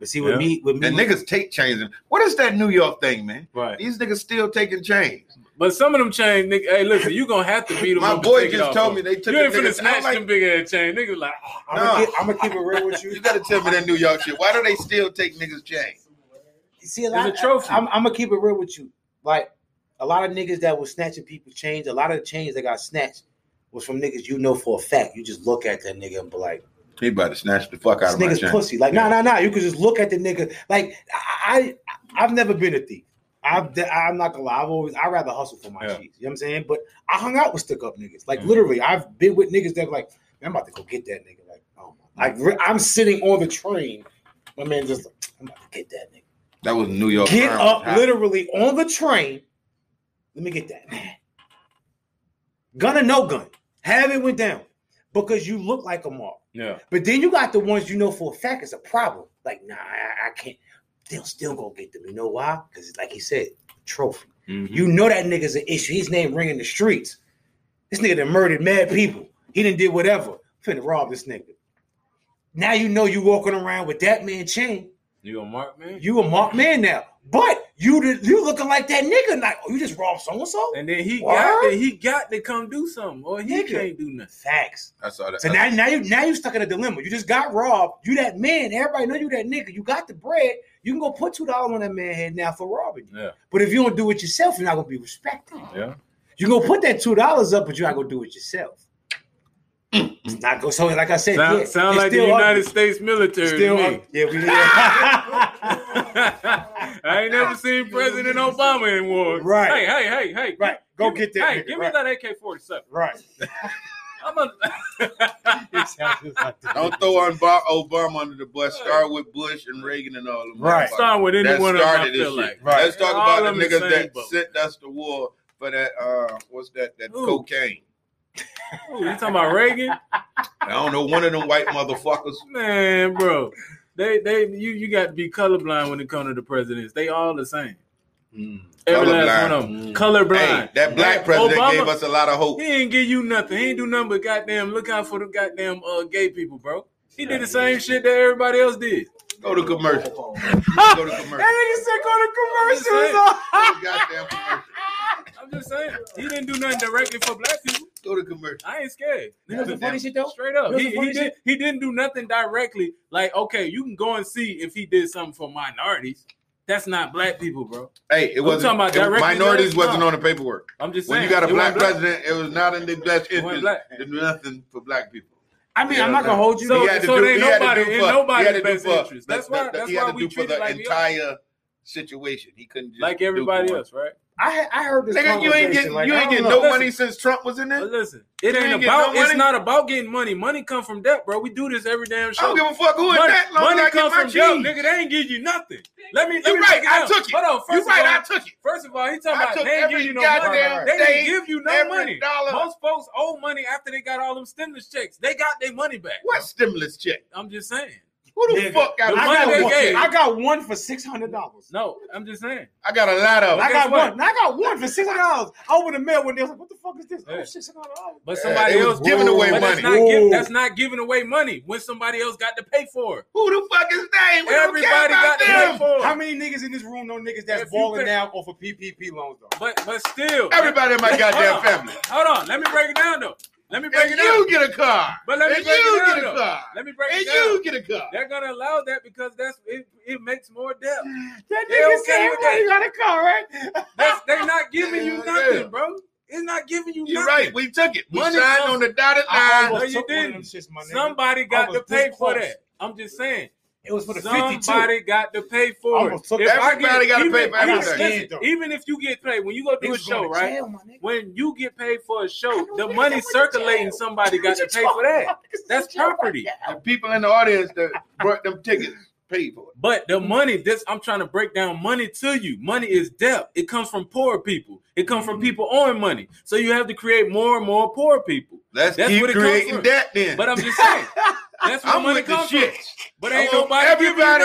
Speaker 4: But see, with
Speaker 1: Yeah.
Speaker 4: me, with me,
Speaker 3: And niggas take chains. And what is that New York thing, man?
Speaker 1: Right.
Speaker 3: These niggas still taking chains.
Speaker 1: But some of them chains, nigga, hey, listen, you gonna have to beat them.
Speaker 3: My
Speaker 1: up to
Speaker 3: boy
Speaker 1: take it
Speaker 3: just
Speaker 1: off
Speaker 3: told
Speaker 1: of
Speaker 3: me
Speaker 1: them.
Speaker 3: they took
Speaker 1: You ain't
Speaker 3: the
Speaker 1: finna
Speaker 3: niggas. I'm
Speaker 1: snatch
Speaker 3: like,
Speaker 1: them big ass chain. Nigga like, oh,
Speaker 4: I'm, gonna
Speaker 3: No.
Speaker 4: keep, I'm gonna keep it real with
Speaker 3: you
Speaker 4: you.
Speaker 3: gotta tell me that New York shit. Why do they still take niggas chains?
Speaker 4: See, a
Speaker 1: It's
Speaker 4: lot.
Speaker 1: a trophy.
Speaker 4: I'm, I'm gonna keep it real with you. Like a lot of niggas that was snatching people's chains. A lot of the chains that got snatched was from niggas you know for a fact. You just look at that nigga and be like,
Speaker 3: He about to snatch the fuck out
Speaker 4: this
Speaker 3: of my
Speaker 4: nigga's
Speaker 3: chain.
Speaker 4: pussy. Like, no, no, no. You could just look at the nigga. Like, I, I I've never been a thief. I've, de- I'm not gonna lie. I've always, I rather hustle for my
Speaker 1: Yeah.
Speaker 4: cheese. You know what I'm saying? But I hung out with stick up niggas. Like,
Speaker 1: Mhm.
Speaker 4: literally, I've been with niggas that were like, man, I'm about to go get that nigga. Like, oh my. Like, re- I'm sitting on the train. My man just like, I'm about to get that nigga
Speaker 3: That was New York.
Speaker 4: get
Speaker 3: crime.
Speaker 4: up
Speaker 3: How-
Speaker 4: literally on the train. Let me get that. Gun or no gun. Have it went down because you look like a mark.
Speaker 1: yeah,
Speaker 4: But then you got the ones you know for a fact is a problem. Like, nah, I, I can't. They'll still go get them. You know why? Because, like he said, trophy.
Speaker 1: Mhm.
Speaker 4: You know that nigga's an issue. His name ringing the streets. This nigga done murdered mad people. He didn't did whatever. Finna rob this nigga. Now you know you walking around with that man chain.
Speaker 1: you a mark man.
Speaker 4: You a marked man now, but you did- you looking like that nigga. Like oh, you just robbed so and so.
Speaker 1: and then he
Speaker 4: What?
Speaker 1: got to, he got to come do something, or he
Speaker 4: Nigga.
Speaker 1: can't do nothing.
Speaker 4: Facts.
Speaker 3: I saw that.
Speaker 4: So now now you now you stuck in a dilemma. You just got robbed. You that man. Everybody know you that nigga. You got the bread. You can go put two dollars on that man head now for robbing you.
Speaker 1: Yeah,
Speaker 4: But if you don't do it yourself, you're not gonna be respected.
Speaker 1: yeah.
Speaker 4: You gonna put that two dollars up, but you're not gonna do it yourself. It's not go so. Like I said,
Speaker 1: Mm-hmm. Sound,
Speaker 4: yeah,
Speaker 1: sound
Speaker 4: it's
Speaker 1: like the
Speaker 4: still ugly.
Speaker 1: United States military. to
Speaker 4: Still,
Speaker 1: me.
Speaker 4: ugly. yeah, we. Yeah.
Speaker 1: I ain't never seen President Obama in war. Hey,
Speaker 4: Right.
Speaker 1: hey, hey, hey.
Speaker 4: Right. Go
Speaker 1: give me-
Speaker 4: get that
Speaker 1: Hey,
Speaker 4: nigga,
Speaker 1: give
Speaker 4: right.
Speaker 1: me that AK forty seven.
Speaker 4: right.
Speaker 1: I'm a.
Speaker 3: Don't throw on Bo- Obama under the bus. Start with Bush and Reagan and all them.
Speaker 4: Right.
Speaker 3: motherfuckers.
Speaker 1: Start with any
Speaker 3: That
Speaker 1: one of them. I
Speaker 3: started
Speaker 1: feel
Speaker 3: this
Speaker 1: like.
Speaker 3: shit.
Speaker 4: Right.
Speaker 3: Let's talk
Speaker 1: All
Speaker 3: about
Speaker 1: of
Speaker 3: the
Speaker 1: them the
Speaker 3: niggas
Speaker 1: same
Speaker 3: that
Speaker 1: boat.
Speaker 3: sent us to war for that. Uh, what's that? That
Speaker 1: Who?
Speaker 3: cocaine.
Speaker 1: Ooh, you talking about Reagan?
Speaker 3: I don't know. One of them white motherfuckers.
Speaker 1: Man, bro, they they you you got to be colorblind when it comes to the presidents. They all the same. Every last one of them. Colorblind.
Speaker 3: Mm. Hey, that black president
Speaker 1: Obama-
Speaker 3: gave us a lot of hope.
Speaker 1: He ain't give you nothing. He ain't do nothing but goddamn look out for the goddamn uh, gay people, bro. He did the same shit that everybody else did.
Speaker 3: Go to commercial. Go to commercial.
Speaker 4: That nigga said go to
Speaker 1: That's it.
Speaker 4: commercials.
Speaker 3: Goddamn commercial.
Speaker 1: I'm just saying, he didn't do nothing directly for black people.
Speaker 3: Go to commercial.
Speaker 1: I ain't scared.
Speaker 4: You know what's the funny shit though?
Speaker 1: Straight up,
Speaker 4: You know
Speaker 1: he,
Speaker 4: what's the
Speaker 1: he
Speaker 4: funny
Speaker 1: did. He didn't do nothing directly. Like, okay, you can go and see if he did something for minorities. That's not black people, bro.
Speaker 3: Hey, it wasn't.
Speaker 1: talking about
Speaker 3: it was-
Speaker 1: directly
Speaker 3: minorities
Speaker 1: there?
Speaker 3: wasn't
Speaker 1: No.
Speaker 3: on the paperwork.
Speaker 1: I'm just
Speaker 3: When you
Speaker 1: saying.
Speaker 3: got a
Speaker 1: it
Speaker 3: black
Speaker 1: wasn't
Speaker 3: president, it was not in the best
Speaker 1: wasn't
Speaker 3: interest
Speaker 1: black.
Speaker 3: to do nothing for black people.
Speaker 4: I mean, I'm not gonna hold you.
Speaker 1: So-
Speaker 3: had to
Speaker 1: so
Speaker 3: do-
Speaker 1: it ain't
Speaker 3: he had to
Speaker 1: nobody-
Speaker 3: do
Speaker 1: in
Speaker 3: for- he
Speaker 1: nobody's
Speaker 3: had to do
Speaker 1: best
Speaker 3: for-
Speaker 1: interest. That's
Speaker 3: the- the-
Speaker 1: why- that's
Speaker 3: he had
Speaker 1: why
Speaker 3: to
Speaker 1: we
Speaker 3: do for
Speaker 1: treated
Speaker 3: the
Speaker 1: like we are.
Speaker 3: entire situation. He couldn't just
Speaker 1: Like
Speaker 3: do
Speaker 1: everybody
Speaker 3: one.
Speaker 1: else, right?
Speaker 4: I had- I heard this.
Speaker 3: Nigga, you ain't
Speaker 4: conversation,
Speaker 3: getting
Speaker 4: like,
Speaker 3: you
Speaker 4: I
Speaker 3: ain't
Speaker 4: don't
Speaker 3: getting
Speaker 4: know.
Speaker 3: no
Speaker 1: Listen.
Speaker 3: money since Trump was in there.
Speaker 1: But listen,
Speaker 3: You
Speaker 1: it ain't
Speaker 3: ain't getting
Speaker 1: about.
Speaker 3: no
Speaker 1: it's
Speaker 3: money?
Speaker 1: not about getting money. Money come from debt, bro. We do this every damn
Speaker 3: I
Speaker 1: show.
Speaker 3: don't give a fuck who in
Speaker 1: money
Speaker 3: that. Long
Speaker 1: money
Speaker 3: as I get
Speaker 1: comes
Speaker 3: my
Speaker 1: from debt,
Speaker 3: cheese.
Speaker 1: nigga. They ain't give you nothing. Let me. Let
Speaker 3: You
Speaker 1: me
Speaker 3: right,
Speaker 1: break
Speaker 3: I
Speaker 1: down.
Speaker 3: took it.
Speaker 1: Hold on.
Speaker 3: You
Speaker 1: First of all,
Speaker 3: right, I took it.
Speaker 1: First of all, he talking
Speaker 3: I
Speaker 1: about
Speaker 3: took
Speaker 1: they ain't give
Speaker 3: every
Speaker 1: you no
Speaker 3: goddamn
Speaker 1: money. They didn't
Speaker 3: thing,
Speaker 1: give you no
Speaker 3: every
Speaker 1: money.
Speaker 3: dollar.
Speaker 1: Most folks owe money after they got all them stimulus checks. They got their money back.
Speaker 3: What stimulus check?
Speaker 1: I'm just saying.
Speaker 3: Who the
Speaker 4: Nigga,
Speaker 3: fuck got
Speaker 1: the
Speaker 3: a
Speaker 4: I
Speaker 1: money
Speaker 4: got,
Speaker 1: they
Speaker 3: stimulus
Speaker 4: one,
Speaker 1: gave.
Speaker 3: check?
Speaker 4: I got one for six hundred dollars.
Speaker 1: No, I'm just saying.
Speaker 3: I got a lot of.
Speaker 4: I
Speaker 3: them.
Speaker 1: guess
Speaker 4: got
Speaker 1: what?
Speaker 4: one. I got one for six hundred dollars. I opened the mail one day. I was like, "What the fuck is this?
Speaker 1: Yeah.
Speaker 4: Oh, six hundred dollars."
Speaker 1: But
Speaker 3: Yeah,
Speaker 1: somebody
Speaker 3: they was
Speaker 1: else
Speaker 3: giving away
Speaker 1: but
Speaker 3: money.
Speaker 1: That's not,
Speaker 4: Whoa.
Speaker 1: give, that's not giving away money when somebody else got to pay for it.
Speaker 3: Who the fuck is they? We don't care
Speaker 1: Everybody
Speaker 3: about
Speaker 1: got to pay
Speaker 3: them.
Speaker 1: for
Speaker 4: How
Speaker 1: it.
Speaker 4: many niggas in this room know niggas
Speaker 1: If you
Speaker 4: that's balling
Speaker 1: think-
Speaker 4: now off of PPP loans though?
Speaker 1: But but still,
Speaker 3: Everybody in my goddamn
Speaker 1: Hold on.
Speaker 3: family.
Speaker 1: Hold on, let me break it down though. Let me break
Speaker 3: And
Speaker 1: it down.
Speaker 3: you get a car.
Speaker 1: But let me
Speaker 3: and
Speaker 1: break
Speaker 3: you
Speaker 1: it down,
Speaker 3: get a
Speaker 1: though.
Speaker 3: car.
Speaker 1: Let me break
Speaker 3: And
Speaker 1: it down.
Speaker 3: you get a car.
Speaker 1: They're gonna allow that because that's it. It makes more debt.
Speaker 4: That
Speaker 1: Yeah, okay, okay.
Speaker 4: got a car, right?"
Speaker 1: That's they're not giving you
Speaker 3: Yeah, yeah.
Speaker 1: nothing, bro. It's not giving you
Speaker 3: You're
Speaker 1: nothing.
Speaker 3: right. We took it. We
Speaker 1: Money
Speaker 3: signed
Speaker 1: comes-
Speaker 3: on the dotted
Speaker 4: I
Speaker 3: line.
Speaker 1: No,
Speaker 4: almost
Speaker 1: you
Speaker 4: took one of them
Speaker 1: didn't.
Speaker 4: shits, my nigga.
Speaker 1: Somebody got
Speaker 4: I
Speaker 1: to
Speaker 4: was
Speaker 1: pay
Speaker 4: this
Speaker 1: for
Speaker 4: close.
Speaker 1: that. I'm just saying.
Speaker 4: It was for the fifty-two.
Speaker 1: Somebody got to pay
Speaker 4: I
Speaker 1: for it.
Speaker 4: almost took
Speaker 1: If
Speaker 4: that.
Speaker 1: I get-
Speaker 3: Everybody gotta
Speaker 1: even-
Speaker 3: pay for
Speaker 1: even-
Speaker 4: everything.
Speaker 1: listen,
Speaker 4: Scared, though.
Speaker 1: Even if you get paid, when you go do
Speaker 4: They
Speaker 1: a
Speaker 4: was
Speaker 1: show,
Speaker 4: going to
Speaker 1: right?
Speaker 4: jail, my nigga.
Speaker 1: When you get paid for a show,
Speaker 4: know
Speaker 1: the
Speaker 4: where they
Speaker 1: money
Speaker 4: went to
Speaker 1: circulating,
Speaker 4: jail.
Speaker 1: somebody got
Speaker 4: What you
Speaker 1: to pay for
Speaker 4: talking
Speaker 1: that.
Speaker 4: about? Niggas is
Speaker 1: That's
Speaker 4: in jail right
Speaker 1: property.
Speaker 4: now.
Speaker 3: The people in the audience that brought them tickets paid for it.
Speaker 1: But the money, this I'm trying to break down money to you. Money is debt. It comes from poor people. It comes
Speaker 3: Mm-hmm.
Speaker 1: from people on money. So you have to create more and more poor people.
Speaker 3: Let's
Speaker 1: That's
Speaker 3: keep
Speaker 1: what it comes
Speaker 3: creating
Speaker 1: from.
Speaker 3: that then.
Speaker 1: But I'm just saying, that's where
Speaker 3: I'm
Speaker 1: money
Speaker 3: with the
Speaker 1: comes from.
Speaker 3: shit.
Speaker 1: But
Speaker 3: I
Speaker 1: ain't
Speaker 3: want
Speaker 1: nobody everybody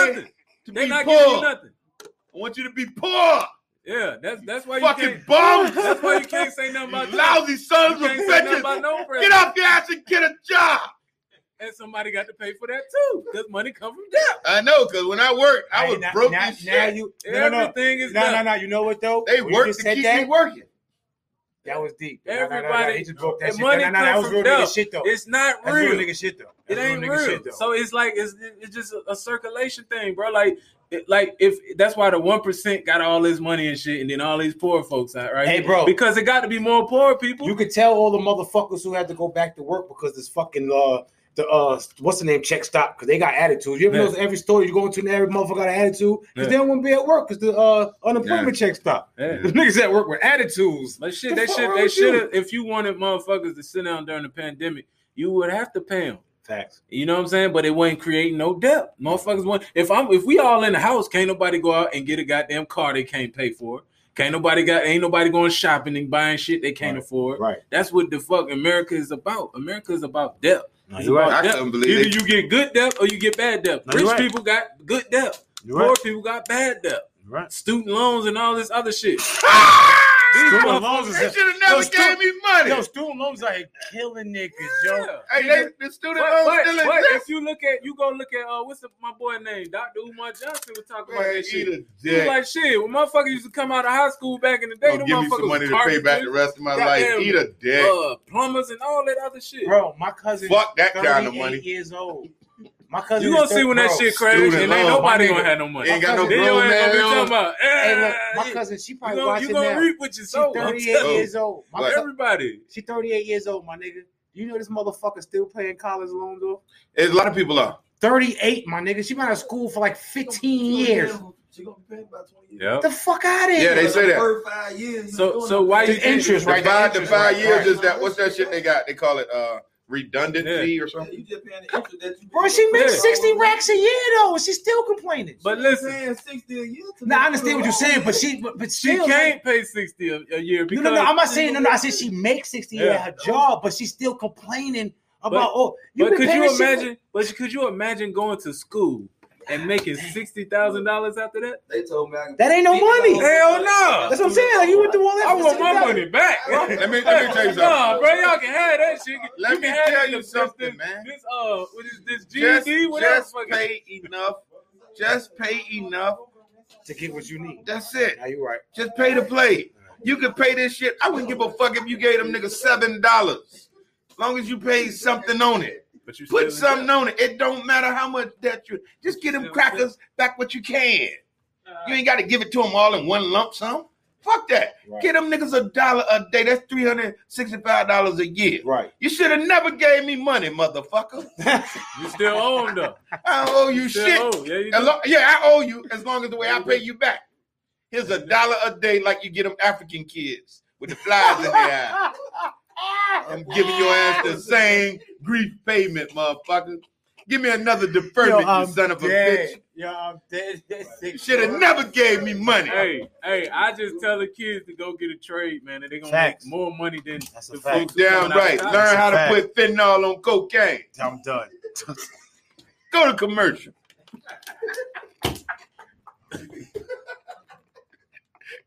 Speaker 3: everybody
Speaker 1: giving you nothing.
Speaker 3: To
Speaker 1: They
Speaker 3: be
Speaker 1: not
Speaker 3: poor.
Speaker 1: giving you nothing.
Speaker 3: I want you to be poor.
Speaker 1: Yeah, that's that's why you
Speaker 3: Fucking
Speaker 1: can't.
Speaker 3: bums.
Speaker 1: That's why you can't say nothing about
Speaker 3: You
Speaker 1: that.
Speaker 3: lousy sons
Speaker 1: You
Speaker 3: of
Speaker 1: can't say nothing
Speaker 3: bitches.
Speaker 1: about no
Speaker 3: Get
Speaker 1: president.
Speaker 3: off your ass and get a job.
Speaker 1: And somebody got to pay for that too. Because money comes from debt.
Speaker 3: I know, because when I worked, I was
Speaker 4: Now-
Speaker 3: broke
Speaker 4: now,
Speaker 3: as
Speaker 4: now
Speaker 3: shit.
Speaker 4: you no no no
Speaker 1: Everything is
Speaker 4: no no
Speaker 1: debt.
Speaker 4: no. You know what though?
Speaker 3: They
Speaker 4: When you
Speaker 3: worked
Speaker 4: just
Speaker 3: to
Speaker 4: said
Speaker 3: keep
Speaker 4: that,
Speaker 3: me working.
Speaker 4: That was deep.
Speaker 1: Everybody-
Speaker 4: he just broke that
Speaker 1: the
Speaker 4: shit.
Speaker 1: money
Speaker 4: down. Nah, nah, that
Speaker 1: comes
Speaker 4: was
Speaker 1: from
Speaker 4: real nigga
Speaker 1: dub.
Speaker 4: shit though.
Speaker 1: It's not
Speaker 4: That's
Speaker 1: real.
Speaker 4: real nigga shit though.
Speaker 1: It
Speaker 4: That's
Speaker 1: ain't
Speaker 4: nigga
Speaker 1: real.
Speaker 4: shit, though.
Speaker 1: So it's like it's it's just a, a circulation thing, bro. Like it, like if that's why the one percent got all this money and shit, and then all these poor folks out, right?
Speaker 4: Hey, bro.
Speaker 1: because it got to be more poor people.
Speaker 4: You could tell all the motherfuckers who had to go back to work because this fucking uh the uh what's the name check stop because they got attitudes. You ever
Speaker 1: Yeah.
Speaker 4: notice every store you go into and every motherfucker got an attitude because
Speaker 1: Yeah.
Speaker 4: they don't want to be at work because the uh unemployment check stop.
Speaker 1: Yeah.
Speaker 4: The niggas at work with attitudes.
Speaker 1: But shit,
Speaker 4: The
Speaker 1: they
Speaker 4: fuck
Speaker 1: should
Speaker 4: wrong
Speaker 1: they
Speaker 4: with
Speaker 1: should
Speaker 4: you?
Speaker 1: have. If you wanted motherfuckers to sit down during the pandemic, you would have to pay them.
Speaker 4: Facts.
Speaker 1: You know what I'm saying? But it wasn't creating no debt. Motherfuckers want if I'm if we all in the house, can't nobody go out and get a goddamn car they can't pay for. Can't nobody got ain't nobody going shopping and buying shit they can't afford.
Speaker 4: Right.
Speaker 1: That's what the fuck America is about. America is about debt.
Speaker 4: No,
Speaker 1: It's
Speaker 4: you
Speaker 1: about
Speaker 4: right.
Speaker 3: I
Speaker 1: debt.
Speaker 3: couldn't
Speaker 1: Either
Speaker 3: believe it.
Speaker 1: you get good debt or you get bad debt.
Speaker 4: No,
Speaker 1: Rich
Speaker 4: you right.
Speaker 1: people got good debt.
Speaker 4: You
Speaker 1: Poor
Speaker 4: right.
Speaker 1: people got bad debt.
Speaker 4: You right.
Speaker 1: Student loans and all this other shit. These
Speaker 4: Student
Speaker 1: motherfuckers-
Speaker 4: loans is
Speaker 3: They should have never
Speaker 4: Yo,
Speaker 3: gave
Speaker 4: stu-
Speaker 3: me money.
Speaker 4: Yo, student loans out here killing niggas, yo.
Speaker 1: Yeah.
Speaker 3: hey, they, the student
Speaker 1: But,
Speaker 3: loans
Speaker 1: but,
Speaker 3: uh, still
Speaker 1: but
Speaker 3: exist.
Speaker 1: if you look at you go look at uh what's the, my boy name Dr. Umar Johnson was talking about
Speaker 3: Man,
Speaker 1: that
Speaker 3: eat
Speaker 1: shit.
Speaker 3: a
Speaker 1: He was
Speaker 3: dick.
Speaker 1: like shit when motherfuckers used to come out of high school back in the day.
Speaker 3: Don't
Speaker 1: them
Speaker 3: give me
Speaker 1: motherfuckers
Speaker 3: some money
Speaker 1: was
Speaker 3: to pay back the
Speaker 1: carpenters,
Speaker 3: rest of my
Speaker 1: goddamn,
Speaker 3: life. Eat a dick.
Speaker 1: uh, plumbers and all that other shit.
Speaker 4: Bro, my cousin
Speaker 3: Fuck that kind of money.
Speaker 4: years old. My cousin
Speaker 1: you gonna see when that shit crash and
Speaker 3: student
Speaker 1: ain't
Speaker 3: loan,
Speaker 1: nobody
Speaker 4: my
Speaker 1: gonna
Speaker 4: nigga.
Speaker 1: have no money.
Speaker 3: Ain't got no
Speaker 1: Then you
Speaker 3: grown
Speaker 1: ain't gonna be
Speaker 3: man on.
Speaker 1: talking about.
Speaker 4: Hey, look,
Speaker 1: "Ah,
Speaker 4: my
Speaker 1: yeah."
Speaker 4: cousin, she
Speaker 1: you
Speaker 4: probably
Speaker 1: gonna, you
Speaker 4: watching
Speaker 1: gonna
Speaker 4: now.
Speaker 1: reap what you
Speaker 4: She's
Speaker 1: sow. I'm
Speaker 4: 38
Speaker 1: telling
Speaker 4: years old. My
Speaker 3: But-
Speaker 4: cousin,
Speaker 1: everybody.
Speaker 4: she 38 years old, my nigga. You know this motherfucker still paying college loans off?
Speaker 3: a lot of people uh, are.
Speaker 4: 38, my nigga. She been out of school for like 15 years.
Speaker 6: She gonna be paying about 20 years.
Speaker 1: Yeah.
Speaker 4: The fuck out of
Speaker 3: Yeah,
Speaker 4: here.
Speaker 3: they say that.
Speaker 6: First five years, you
Speaker 1: So-
Speaker 6: doing
Speaker 1: so
Speaker 6: it.
Speaker 1: why you
Speaker 4: the
Speaker 1: think-
Speaker 4: interest,
Speaker 3: The
Speaker 4: right?
Speaker 3: five,
Speaker 4: the
Speaker 3: the
Speaker 4: interest,
Speaker 3: five
Speaker 4: right,
Speaker 3: years
Speaker 4: right.
Speaker 3: is that. What's that shit they got? They call it uh, redundancy or
Speaker 6: Yeah,
Speaker 3: something.
Speaker 6: you just paying the interest that you
Speaker 4: Bro, she makes
Speaker 1: Yeah.
Speaker 4: 60 racks a year though, and she's still complaining.
Speaker 1: But
Speaker 6: You're
Speaker 1: listen,
Speaker 6: paying 60 a year. to
Speaker 4: now I
Speaker 6: them.
Speaker 4: understand what you're saying, but she but, but
Speaker 1: she
Speaker 4: still,
Speaker 1: can't pay sixty a, a year
Speaker 4: No,
Speaker 1: because
Speaker 4: no, no. I'm not saying no, no. I said she makes 60
Speaker 1: Yeah.
Speaker 4: at her job, but she's still complaining about
Speaker 1: But-
Speaker 4: oh, you
Speaker 1: but
Speaker 4: been
Speaker 1: could
Speaker 4: paying
Speaker 1: you
Speaker 4: this shit for-
Speaker 1: imagine? But could you imagine going to school and making sixty thousand dollars after that?
Speaker 6: They told me I can
Speaker 4: That ain't no money.
Speaker 1: Hell no.
Speaker 4: That's what I'm saying. Like you went through all that.
Speaker 1: I
Speaker 4: for
Speaker 1: want my
Speaker 4: $60.
Speaker 1: money back.
Speaker 3: Let
Speaker 6: Let
Speaker 3: me let me tell you something.
Speaker 1: Nah, bro, y'all can have that shit.
Speaker 3: Let
Speaker 1: you
Speaker 3: me
Speaker 1: can have
Speaker 3: tell
Speaker 1: this-
Speaker 3: you
Speaker 1: this-
Speaker 3: something,
Speaker 1: this,
Speaker 3: man.
Speaker 1: This uh, what is this
Speaker 3: Just,
Speaker 1: GED? Whatever.
Speaker 3: just
Speaker 1: fucking-
Speaker 3: pay enough. Just pay enough.
Speaker 4: to get what you need.
Speaker 3: That's it.
Speaker 4: Now you right.
Speaker 3: Just pay to play. You could pay this shit. I wouldn't give a fuck if you gave them niggas seven dollars. Long as you paid something on it.
Speaker 1: But you
Speaker 3: Put
Speaker 1: still in
Speaker 3: something on it. It don't matter how much that you just get them crackers back what you can. You ain't gotta give it to them all in one lump sum. Fuck that.
Speaker 4: Right.
Speaker 3: Get them niggas a dollar a day. That's three hundred sixty-five dollars a year.
Speaker 4: Right.
Speaker 3: You should have never gave me money, motherfucker.
Speaker 1: debt. You still own though.
Speaker 3: I owe you
Speaker 1: still
Speaker 3: shit.
Speaker 1: owe. Yeah, you
Speaker 3: As
Speaker 1: do.
Speaker 3: lo- yeah, I owe you as long as the way I pay you back. Here's a dollar a day, like you get them African kids with the flies in their eye. I'm giving your ass the same grief payment, motherfucker. Give me another deferment, you son of a bitch.
Speaker 4: Yo, I'm dead.
Speaker 3: You should have never gave me money.
Speaker 1: Hey, hey, I just tell the kids to go get a trade, man, and they're gonna
Speaker 4: Facts.
Speaker 1: make more money than
Speaker 4: That's
Speaker 1: the
Speaker 4: a fact.
Speaker 1: folks
Speaker 3: Damn
Speaker 1: coming out
Speaker 3: right.
Speaker 1: of college.
Speaker 3: Learn how to
Speaker 4: Fact.
Speaker 3: put fentanyl on cocaine.
Speaker 4: I'm done.
Speaker 3: Go to commercial.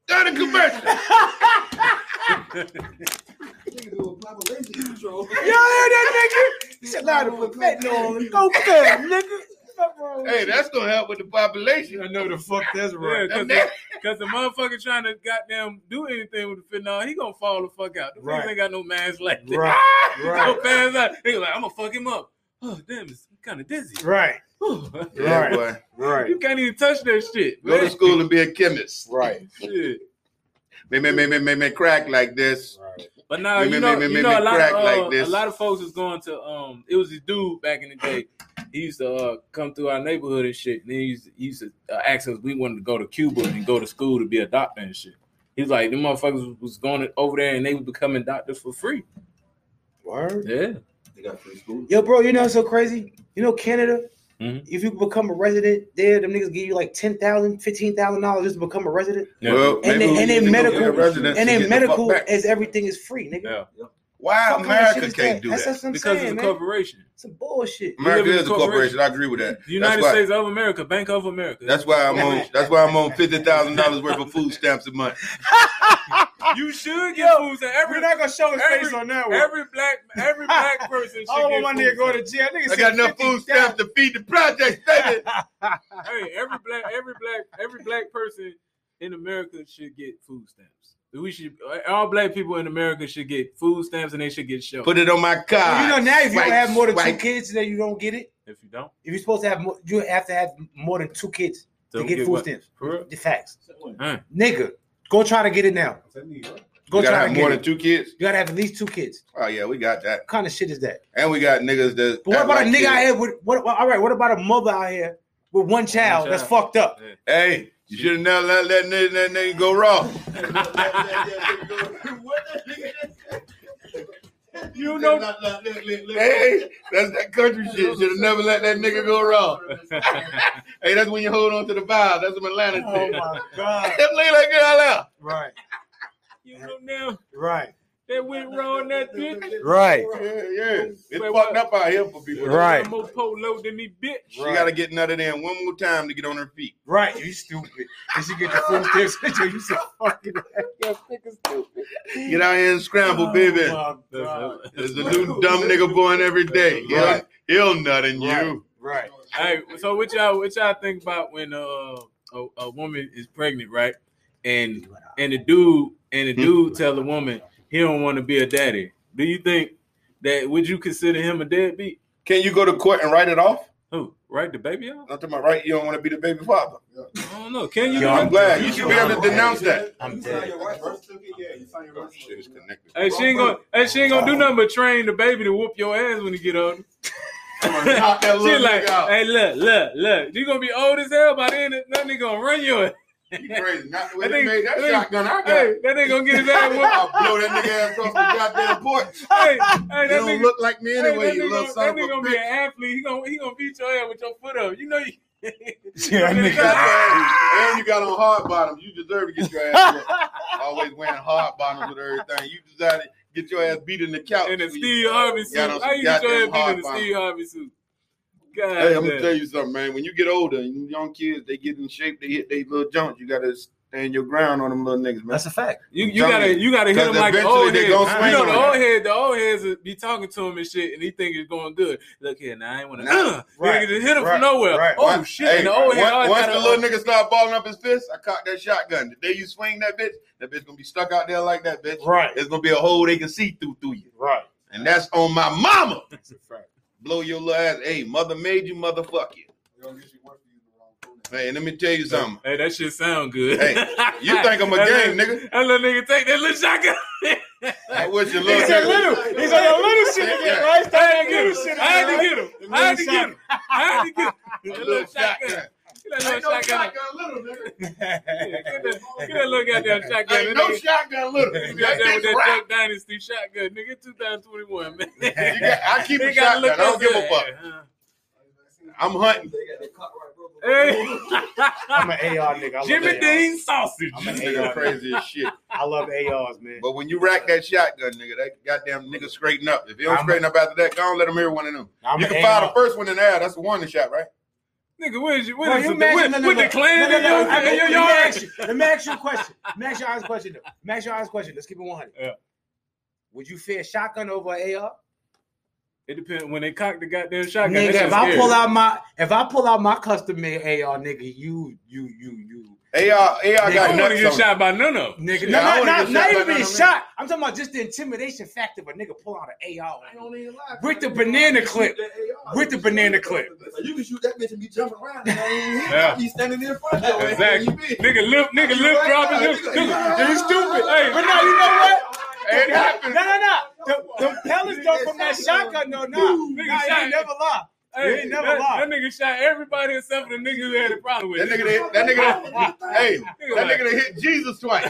Speaker 3: Go to commercial.
Speaker 6: Nigga do a population control.
Speaker 4: Yo, that nigga. You should allow to put fentanyl on the cocaine, nigga. Fuck wrong with
Speaker 3: Hey,
Speaker 4: you?
Speaker 3: that's gonna help with the population.
Speaker 4: I know the fuck that's
Speaker 1: Yeah,
Speaker 3: Them
Speaker 1: cause,
Speaker 3: niggas-
Speaker 1: the, cause the motherfucker trying to goddamn do anything with the fentanyl, he gonna fall the fuck out. The
Speaker 4: Right.
Speaker 1: niggas ain't got no man's left.
Speaker 4: Right, right,
Speaker 1: No fans out. Nigga like, I'm gonna fuck him up. Oh damn, it's kind of dizzy.
Speaker 4: right,
Speaker 1: Whew.
Speaker 3: Yeah,
Speaker 4: Right.
Speaker 3: boy.
Speaker 4: right,
Speaker 1: you can't even touch that shit.
Speaker 3: Go to
Speaker 1: man.
Speaker 3: school and be a chemist.
Speaker 4: right.
Speaker 1: Shit.
Speaker 3: Man, man, man, man, man, man, crack like this.
Speaker 1: But now
Speaker 3: Me,
Speaker 1: you
Speaker 3: me,
Speaker 1: know,
Speaker 3: me, me,
Speaker 1: you know a
Speaker 3: me
Speaker 1: lot
Speaker 3: crack
Speaker 1: of uh,
Speaker 3: like this.
Speaker 1: a lot of folks was going to um. It was this dude back in the day. He used to uh, come through our neighborhood and shit. And he used to, he used to uh, ask us. We wanted to go to Cuba and go to school to be a doctor and shit. He was like, them motherfuckers was going over there and they was becoming doctors for free.
Speaker 4: Word.
Speaker 1: Yeah.
Speaker 6: They got free school.
Speaker 4: Yo, bro, you know what's so crazy? You know Canada
Speaker 3: Mm-hmm.
Speaker 1: Mhm.
Speaker 4: If you become a resident there, them niggas give you like ten thousand, fifteen thousand dollars just to become a resident.
Speaker 1: Yeah.
Speaker 3: Well, maybe
Speaker 4: And then-
Speaker 3: we
Speaker 4: and
Speaker 3: need to go
Speaker 4: then
Speaker 3: get
Speaker 4: medical-
Speaker 3: a residency get
Speaker 4: and then
Speaker 3: the fuck
Speaker 4: medical
Speaker 3: back.
Speaker 4: is everything is free, nigga.
Speaker 1: yeah.
Speaker 3: Why
Speaker 4: Fuck kind of shit
Speaker 3: America
Speaker 4: is
Speaker 3: can't do
Speaker 4: That's,
Speaker 3: that?
Speaker 4: that's what I'm
Speaker 1: Because
Speaker 4: saying,
Speaker 1: it's a
Speaker 4: man.
Speaker 1: corporation.
Speaker 4: Some bullshit.
Speaker 3: America
Speaker 1: We live
Speaker 3: is
Speaker 1: in
Speaker 3: a
Speaker 1: a
Speaker 3: corporation. I agree with that.
Speaker 1: The United
Speaker 3: that's why,
Speaker 1: States of America, Bank of America.
Speaker 3: That's why I'm on. That's why I'm on fifty thousand dollars worth of food stamps a month.
Speaker 1: you should get foods and every
Speaker 4: We're not gonna show his
Speaker 1: every-
Speaker 4: face on that one.
Speaker 1: every black every black person should
Speaker 4: I don't
Speaker 1: get
Speaker 4: want my
Speaker 1: food
Speaker 4: nigga going to jail. Nigga
Speaker 3: I got
Speaker 4: said
Speaker 3: enough food stamps to feed the project, baby.
Speaker 1: stamps. Hey, every black every black every black person in America should get food stamps. We should all black people in America should get food stamps and they should get shelter.
Speaker 3: Put it on my car.
Speaker 4: You know now, if you don't
Speaker 3: Swipe,
Speaker 4: have more than two
Speaker 3: swipe.
Speaker 4: kids, then you don't get it.
Speaker 1: if you don't,
Speaker 4: If you're supposed to have more, you have to have more than two kids
Speaker 1: don't
Speaker 4: to get, food
Speaker 1: what-
Speaker 4: stamps.
Speaker 1: For real?
Speaker 4: The facts,
Speaker 1: Mm.
Speaker 4: nigga. Go try to get it now. Go
Speaker 3: you gotta
Speaker 4: try to
Speaker 3: have
Speaker 4: get
Speaker 3: more
Speaker 4: it.
Speaker 3: than two kids.
Speaker 4: you gotta have at least two kids.
Speaker 3: Oh yeah, we got that.
Speaker 4: What kind of shit is that?
Speaker 3: And we got niggas that.
Speaker 4: But what
Speaker 3: act
Speaker 4: about a
Speaker 3: like
Speaker 4: nigga
Speaker 3: kids.
Speaker 4: out here with what? what- all right, what about a mother out here with one child,
Speaker 1: child.
Speaker 4: that's fucked up?
Speaker 3: Hey, you should have never let that nigga, that nigga go wrong.
Speaker 1: You know-
Speaker 3: Hey, that's that country shit. Should have never let that nigga go wrong. Hey, that's when you hold on to the vibe. That's what Atlanta
Speaker 1: Oh,
Speaker 3: said.
Speaker 4: Oh god!
Speaker 3: That nigga like get out there.
Speaker 4: Right,
Speaker 1: you know now
Speaker 4: right,
Speaker 1: that went wrong that bitch.
Speaker 4: right,
Speaker 3: Yeah, yeah. It's
Speaker 1: Wait,
Speaker 3: fucked
Speaker 1: what?
Speaker 3: up out here for people.
Speaker 4: Right.
Speaker 1: I'm more polo than me, bitch.
Speaker 3: She gotta get nutted in one more time to get on her feet.
Speaker 4: right. You stupid. Did you get the food stamps? you so fucking ass nigga stupid.
Speaker 3: Get out here and scramble, baby.
Speaker 4: Oh, my God.
Speaker 3: There's a new dumb nigga born every day. He'll,
Speaker 4: Right.
Speaker 3: he'll nut in you.
Speaker 4: Right.
Speaker 1: All right, so what y'all what y'all think about when uh a, a woman is pregnant, right? And and the dude and the
Speaker 3: Hmm?
Speaker 1: dude tell the woman he don't want to be a daddy. Do you think that would you consider him a deadbeat?
Speaker 3: Can you go to court and write it off?
Speaker 1: Who right the baby off?
Speaker 3: I'm talking about right. You don't want to be the baby father.
Speaker 1: I don't know. Can you?
Speaker 4: Yo,
Speaker 1: do
Speaker 3: I'm
Speaker 1: that?
Speaker 3: glad you should be able to denounce that.
Speaker 4: I'm
Speaker 6: signed
Speaker 4: dead.
Speaker 6: your rights, birth certificate? Yeah, you signed your
Speaker 3: Oh,
Speaker 6: rights.
Speaker 3: shit, it's connected.
Speaker 1: Hey, she ain't gonna. Hey, she ain't gonna do nothing but train the baby to whoop your ass when he get older.
Speaker 3: Knock that
Speaker 1: She
Speaker 3: little
Speaker 1: like,
Speaker 3: nigga out.
Speaker 1: hey, look, look, look. You gonna be old as hell by then. That nigga gonna run you. Hey,
Speaker 3: You crazy? Not the way
Speaker 1: I
Speaker 3: you
Speaker 1: think-
Speaker 3: made that
Speaker 1: I think-
Speaker 3: shotgun. I got.
Speaker 1: that nigga gonna get his ass whooped.
Speaker 3: I'll blow that nigga ass off the goddamn porch.
Speaker 1: Hey, hey,
Speaker 3: You
Speaker 1: that
Speaker 3: don't
Speaker 1: nigga.
Speaker 3: look like me
Speaker 1: Hey,
Speaker 3: anyway,
Speaker 1: that
Speaker 3: you
Speaker 1: nigga
Speaker 3: little
Speaker 1: gonna-
Speaker 3: son
Speaker 1: that
Speaker 3: of a
Speaker 1: nigga gonna be
Speaker 3: bitch.
Speaker 1: an athlete. He gonna he gonna beat your ass with your foot up. You know you.
Speaker 4: Yeah,
Speaker 3: You got that ass. And you got on hard bottoms. You deserve to get your ass whooped. Always wearing hard bottoms with everything. You decided to get your ass beat in the couch.
Speaker 1: in a
Speaker 3: when you-
Speaker 1: Steve Harvey suit.
Speaker 3: got on
Speaker 1: How
Speaker 3: some
Speaker 1: you get your
Speaker 3: goddamn
Speaker 1: ass beat in a
Speaker 3: hard
Speaker 1: Steve Harvey suit? God
Speaker 3: Hey, I'm gonna
Speaker 1: damn.
Speaker 3: tell you something, man. When you get older and you young kids, they get in shape, they hit they little jumps. You gotta stand your ground on them little niggas, man.
Speaker 4: That's a fact.
Speaker 1: You
Speaker 3: I'm
Speaker 1: you
Speaker 3: telling
Speaker 1: gotta
Speaker 3: you.
Speaker 1: you gotta hit
Speaker 3: 'Cause
Speaker 1: him like the
Speaker 3: eventually
Speaker 1: old
Speaker 3: they
Speaker 1: head. You
Speaker 3: gonna
Speaker 1: know
Speaker 3: swing
Speaker 1: the
Speaker 3: on
Speaker 1: old head. The old heads would be talking to him and shit, and he think it's going good. Look here, now I ain't wanna. Uh,
Speaker 4: Right,
Speaker 1: Nigga just hit him
Speaker 4: right,
Speaker 1: from nowhere.
Speaker 4: right.
Speaker 1: oh
Speaker 3: Once-
Speaker 1: shit!
Speaker 3: hey,
Speaker 1: and the old head
Speaker 3: once-
Speaker 1: always
Speaker 3: once
Speaker 1: got
Speaker 3: the
Speaker 1: a-
Speaker 3: little nigga start balling up his fist, I cocked that shotgun. The day you swing that bitch, that bitch gonna be stuck out there like that, bitch.
Speaker 4: Right.
Speaker 3: It's gonna be a hole they can see through through you,
Speaker 4: Right.
Speaker 3: and that's on my mama.
Speaker 4: That's a fact.
Speaker 3: Blow your little ass. Hey, mother made you, motherfuck you. Hey, let me tell you something.
Speaker 1: Hey, that shit sound good.
Speaker 3: Hey, You think I'm a
Speaker 1: That
Speaker 3: game,
Speaker 1: little-
Speaker 3: nigga?
Speaker 1: That little nigga take that little shotgun.
Speaker 3: I wish you
Speaker 4: He
Speaker 3: little.
Speaker 4: said
Speaker 3: nigga-
Speaker 4: little. He said yo, little shit again, right? Stop
Speaker 1: I
Speaker 4: that
Speaker 1: had to
Speaker 4: little
Speaker 1: get
Speaker 4: shit
Speaker 1: him. I had to
Speaker 4: again, right?
Speaker 1: get him. I had to get him. I had to
Speaker 3: A little shotgun.
Speaker 1: get him. That Get that
Speaker 3: Ain't
Speaker 1: little
Speaker 3: no
Speaker 1: shotgun.
Speaker 3: shotgun little, nigga.
Speaker 1: Yeah, Get that get that little goddamn shotgun.
Speaker 3: Ain't
Speaker 1: That
Speaker 3: no
Speaker 1: nigga-
Speaker 3: shotgun little.
Speaker 1: You
Speaker 3: That
Speaker 1: got that
Speaker 3: bitch
Speaker 1: with that
Speaker 3: rock.
Speaker 1: Duck Dynasty shotgun, nigga. 2021, man.
Speaker 3: You got- I keep a
Speaker 1: They gotta
Speaker 3: shotgun.
Speaker 1: look
Speaker 3: I don't
Speaker 1: up
Speaker 3: give a fuck. I'm hunting.
Speaker 4: I'm an AR nigga. I love
Speaker 1: Jimmy
Speaker 4: ARs.
Speaker 1: Dean sausage.
Speaker 4: I'm an
Speaker 3: This nigga
Speaker 4: AR.
Speaker 3: crazy as shit.
Speaker 4: I love ARs, man.
Speaker 3: But when you rack that shotgun, nigga, that goddamn nigga straighten up. If he don't
Speaker 4: I'm-
Speaker 3: straighten up after that, go on, let him hear one of them.
Speaker 4: I'm
Speaker 3: you
Speaker 4: an
Speaker 3: can fire
Speaker 4: AR.
Speaker 3: the first one in the air. That's the warning shot, right?
Speaker 1: Nigga, what is you?
Speaker 4: Bro,
Speaker 1: What is
Speaker 4: you
Speaker 1: it?
Speaker 4: imagine-
Speaker 1: With
Speaker 4: no, no,
Speaker 1: with
Speaker 4: no.
Speaker 1: the clan
Speaker 4: No,
Speaker 1: in
Speaker 4: no, no,
Speaker 1: your
Speaker 4: I-
Speaker 1: in your
Speaker 4: let me ask
Speaker 1: yard?
Speaker 4: you- Let me ask you a question. Let me ask you a honest question. Though. Let me ask you a honest question. Let's keep it 100.
Speaker 1: Yeah.
Speaker 4: Would you fear shotgun over an AR?
Speaker 1: It depends. When they cock the goddamn shotgun,
Speaker 4: Nigga,
Speaker 1: that shit
Speaker 4: if I
Speaker 1: scary.
Speaker 4: pull out my if I pull out my custom made AR, nigga, you you you you
Speaker 3: AR, AR
Speaker 1: I
Speaker 3: got
Speaker 1: don't want to get
Speaker 3: nuts on it.
Speaker 1: shot by none of them.
Speaker 4: nigga.
Speaker 3: Yeah,
Speaker 4: No,
Speaker 3: I
Speaker 4: not,
Speaker 3: wouldn't
Speaker 4: not,
Speaker 3: get
Speaker 4: not
Speaker 3: shot
Speaker 4: even
Speaker 3: by
Speaker 4: being
Speaker 3: none of them.
Speaker 4: shot. I'm talking about just the intimidation factor of a nigga pull out an AR. With the banana clip. With the banana clip.
Speaker 6: You can shoot that bitch and be jumping around. And I don't even hear
Speaker 1: Yeah.
Speaker 6: you. He's standing in front of you.
Speaker 1: Exactly. Nigga, lip, nigga,
Speaker 6: You
Speaker 1: lip
Speaker 6: right
Speaker 1: dropping.
Speaker 6: now,
Speaker 1: Nigga,
Speaker 6: nigga.
Speaker 1: nigga, you stupid. Hey,
Speaker 4: But no, you know what?
Speaker 3: It happened.
Speaker 4: No, no, no. The, the pellets don't from that shotgun, no, no. Nah,
Speaker 1: Nigga,
Speaker 4: you
Speaker 1: shot-
Speaker 4: never lie.
Speaker 1: Hey,
Speaker 4: ain't never
Speaker 1: that,
Speaker 4: lied.
Speaker 1: that nigga shot everybody except for the nigga who had a problem with
Speaker 3: That
Speaker 1: it.
Speaker 3: nigga, that, that nigga, that, hey, that nigga that hit Jesus twice.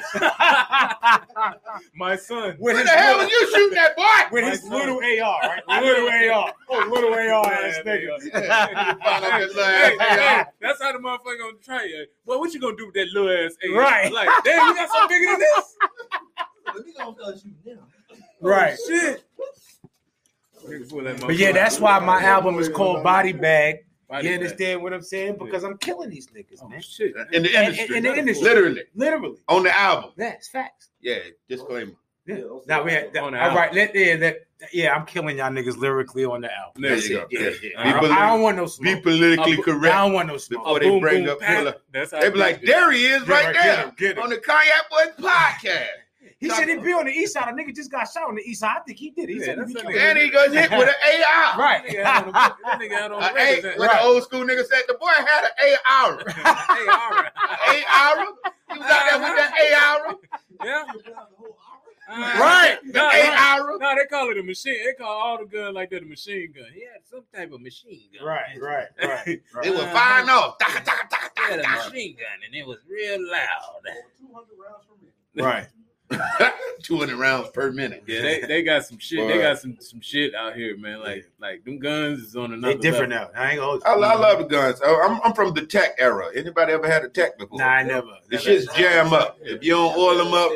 Speaker 1: My son.
Speaker 4: With
Speaker 3: Where
Speaker 4: his
Speaker 3: the hell
Speaker 4: little-
Speaker 3: was you shooting at, boy?
Speaker 4: with his little AR, right? Little AR. Oh, little AR ass nigga.
Speaker 3: Found out that little
Speaker 1: Hey,
Speaker 3: ass
Speaker 1: hey,
Speaker 3: nigga.
Speaker 1: that's how the motherfucker gonna try you. Well, what you gonna do with that little ass? ass?
Speaker 4: Right.
Speaker 1: Like, damn, you got something bigger than this?
Speaker 6: Let me go and tell you now.
Speaker 4: Right.
Speaker 1: Oh, Shit.
Speaker 4: But yeah, that's why my album is called Body Bag.
Speaker 1: Body
Speaker 4: You
Speaker 1: bag.
Speaker 4: understand what I'm saying? Because I'm killing these niggas,
Speaker 1: Oh,
Speaker 4: man.
Speaker 1: shit.
Speaker 3: In the
Speaker 4: And-
Speaker 3: industry,
Speaker 4: in the industry.
Speaker 3: literally
Speaker 4: Literally.
Speaker 3: on the album.
Speaker 4: That's facts.
Speaker 3: Yeah, disclaimer.
Speaker 4: Yeah. Now we had that, all
Speaker 1: On the album.
Speaker 4: right. Let, yeah, that, yeah, I'm killing y'all niggas lyrically on the album.
Speaker 1: There Uh-huh.
Speaker 4: That's
Speaker 3: you
Speaker 4: it.
Speaker 3: go.
Speaker 4: Yeah, yeah.
Speaker 1: Be
Speaker 4: I, don't,
Speaker 3: polit-
Speaker 4: I don't want no
Speaker 3: Be
Speaker 4: smoke.
Speaker 3: politically
Speaker 4: I
Speaker 3: correct
Speaker 4: don't want no smoke.
Speaker 1: Oh,
Speaker 3: before they bring up Hitler.
Speaker 1: That's how
Speaker 3: They be like, there he is, right
Speaker 4: Get
Speaker 3: there
Speaker 4: him, get him.
Speaker 3: on the Cognac Boys podcast.
Speaker 4: He said he'd be on the east side. A nigga just got shot on the east side. I think he did. He
Speaker 1: Yeah,
Speaker 4: said
Speaker 1: that's
Speaker 4: he
Speaker 1: that
Speaker 4: killed
Speaker 1: nigga.
Speaker 4: him.
Speaker 3: And he goes hit with an AI.
Speaker 4: Right.
Speaker 1: That nigga out on the- that nigga out on the
Speaker 3: Uh, hey,
Speaker 1: records, that-
Speaker 3: when
Speaker 4: Right.
Speaker 3: the old school nigga said the boy had an AR.
Speaker 1: Hey, all right.
Speaker 3: AR? He was out there with that AR?
Speaker 1: Yeah. All
Speaker 4: Right.
Speaker 1: No,
Speaker 3: The
Speaker 1: right.
Speaker 3: AR?
Speaker 1: No, they call it a machine. They call all the gun like that a machine gun. He had some type of machine gun.
Speaker 4: Right, right, right.
Speaker 3: They
Speaker 1: Uh-huh.
Speaker 3: were firing off. Taka, taka, taka,
Speaker 1: He had
Speaker 3: taka,
Speaker 1: a
Speaker 3: taka.
Speaker 1: machine gun and it was real loud.
Speaker 6: 200 rounds per minute.
Speaker 4: Right.
Speaker 3: 200 rounds per minute.
Speaker 1: Yeah, they, they got some shit. They
Speaker 3: Word.
Speaker 1: got some, some shit out here, man. Like like them guns is on another.
Speaker 4: They different
Speaker 1: level.
Speaker 4: now. I ain't gonna. Mm-hmm.
Speaker 3: I, I love the guns. I, I'm, I'm from the tech era. Anybody ever had a tech before?
Speaker 4: Nah, I never.
Speaker 3: The
Speaker 4: never.
Speaker 3: shit's jam up. If you don't oil them up,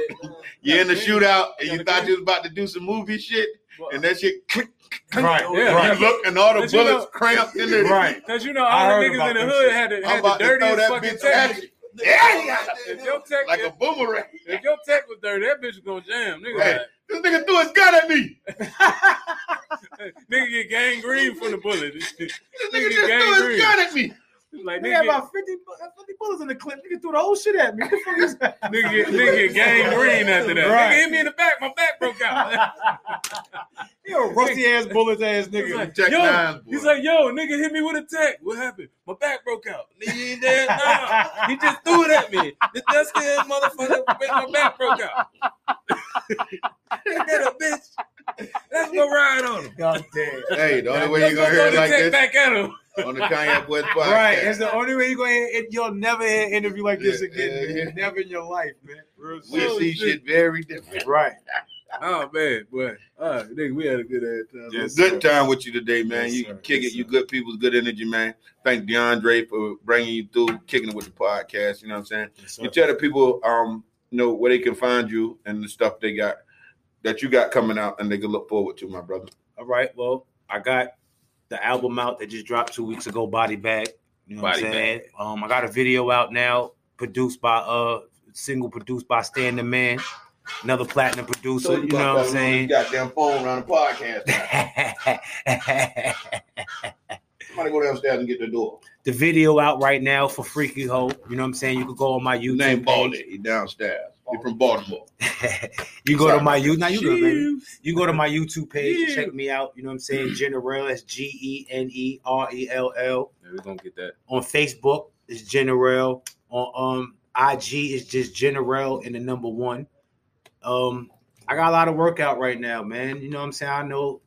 Speaker 3: you're in the
Speaker 1: Yeah.
Speaker 3: shootout and you thought you was about to do some movie shit and that shit click, click.
Speaker 4: Right,
Speaker 1: Yeah.
Speaker 3: You
Speaker 4: right,
Speaker 3: look and all the
Speaker 1: But you
Speaker 3: bullets
Speaker 1: know-
Speaker 3: cramped in there.
Speaker 4: right.
Speaker 1: Cause you know
Speaker 4: I
Speaker 1: all the niggas
Speaker 4: heard
Speaker 1: in
Speaker 4: about
Speaker 1: the
Speaker 4: them
Speaker 1: hood
Speaker 4: shit.
Speaker 1: had the,
Speaker 3: I'm
Speaker 1: had the
Speaker 3: about to throw
Speaker 1: dirtiest
Speaker 3: that
Speaker 1: fucking
Speaker 3: bitch
Speaker 1: tech.
Speaker 3: at you. Yeah,
Speaker 1: If your tech,
Speaker 3: like a
Speaker 1: if,
Speaker 3: boomerang.
Speaker 1: if your tech was dirty, that bitch was gonna jam. Nigga,
Speaker 3: Hey. This nigga threw his gun at me.
Speaker 1: like, nigga get gangrene from the bullet.
Speaker 3: This
Speaker 1: Nigga
Speaker 3: nigga just threw
Speaker 1: gangrene.
Speaker 3: his gun at me.
Speaker 1: like
Speaker 4: They had
Speaker 1: nigga, get-
Speaker 4: about 50, bu- 50 bullets in the clip. Nigga threw the whole shit at me. What the fuck is that?
Speaker 1: nigga, get- nigga get gangrene after that.
Speaker 4: Right.
Speaker 1: Nigga hit me in the back. My back broke out.
Speaker 4: You a rusty ass bullet ass
Speaker 1: He's
Speaker 4: nigga.
Speaker 1: like,
Speaker 3: Jack
Speaker 1: yo,
Speaker 3: Nines, boy.
Speaker 1: he's like, yo, nigga hit me with a tech. What happened? My back broke out. Nigga you ain't dead. Nah. He just threw it at me. The dusty ass motherfucker made my back broke out. Ain't that a bitch? Let's go ride on him.
Speaker 4: God damn.
Speaker 3: Hey, the only way
Speaker 1: Let's
Speaker 3: you
Speaker 1: go
Speaker 3: gonna hear
Speaker 1: throw
Speaker 3: it
Speaker 1: the
Speaker 3: like
Speaker 1: tech
Speaker 3: this
Speaker 1: back at him.
Speaker 3: on the Kanye West podcast.
Speaker 4: Right, it's the only way you go ahead. And you'll never hear an interview like this
Speaker 3: Yeah,
Speaker 4: again,
Speaker 3: yeah,
Speaker 4: man.
Speaker 3: yeah.
Speaker 4: Never in your life, man. Real
Speaker 3: We
Speaker 4: shit.
Speaker 3: see shit very different.
Speaker 4: Right.
Speaker 1: Oh man, boy. All right, nigga, we had a good ass time.
Speaker 3: Yes, good time with you today, man.
Speaker 1: Yes,
Speaker 3: you
Speaker 1: sir.
Speaker 3: kick
Speaker 1: Yes,
Speaker 3: it. You
Speaker 1: sir.
Speaker 3: good people's good energy, man. Thank DeAndre for bringing you through, kicking it with the podcast. You know what I'm saying? you tell the people, um, you know where they can find you and the stuff they got that you got coming out, and they can look forward to, my brother.
Speaker 4: All right. Well, I got the album out that just dropped two weeks ago, Body Bag. You know
Speaker 1: Body
Speaker 4: what I'm saying? Um, I got a video out now, produced by uh single produced by Stan the Man, another platinum producer. you know what I'm saying?
Speaker 3: Goddamn phone around the podcast. Somebody go downstairs and get the door.
Speaker 4: the video out right now for Freaky Ho. You know what I'm saying? You could go on my
Speaker 3: You
Speaker 4: YouTube.
Speaker 3: name
Speaker 4: page.
Speaker 3: Baldy. He downstairs. He from Baltimore.
Speaker 4: you go to
Speaker 3: Sorry.
Speaker 4: my YouTube. Now you good, baby.
Speaker 1: Jeez.
Speaker 4: You go to my YouTube page.
Speaker 1: Yeah.
Speaker 4: and Check me out. You know what I'm saying? General. That's G E N E R E L L.
Speaker 1: Yeah, We're gonna get that.
Speaker 4: on Facebook is General. On um IG is just General and the number one. Um, I got a lot of workout right now, man. You know what I'm saying? I know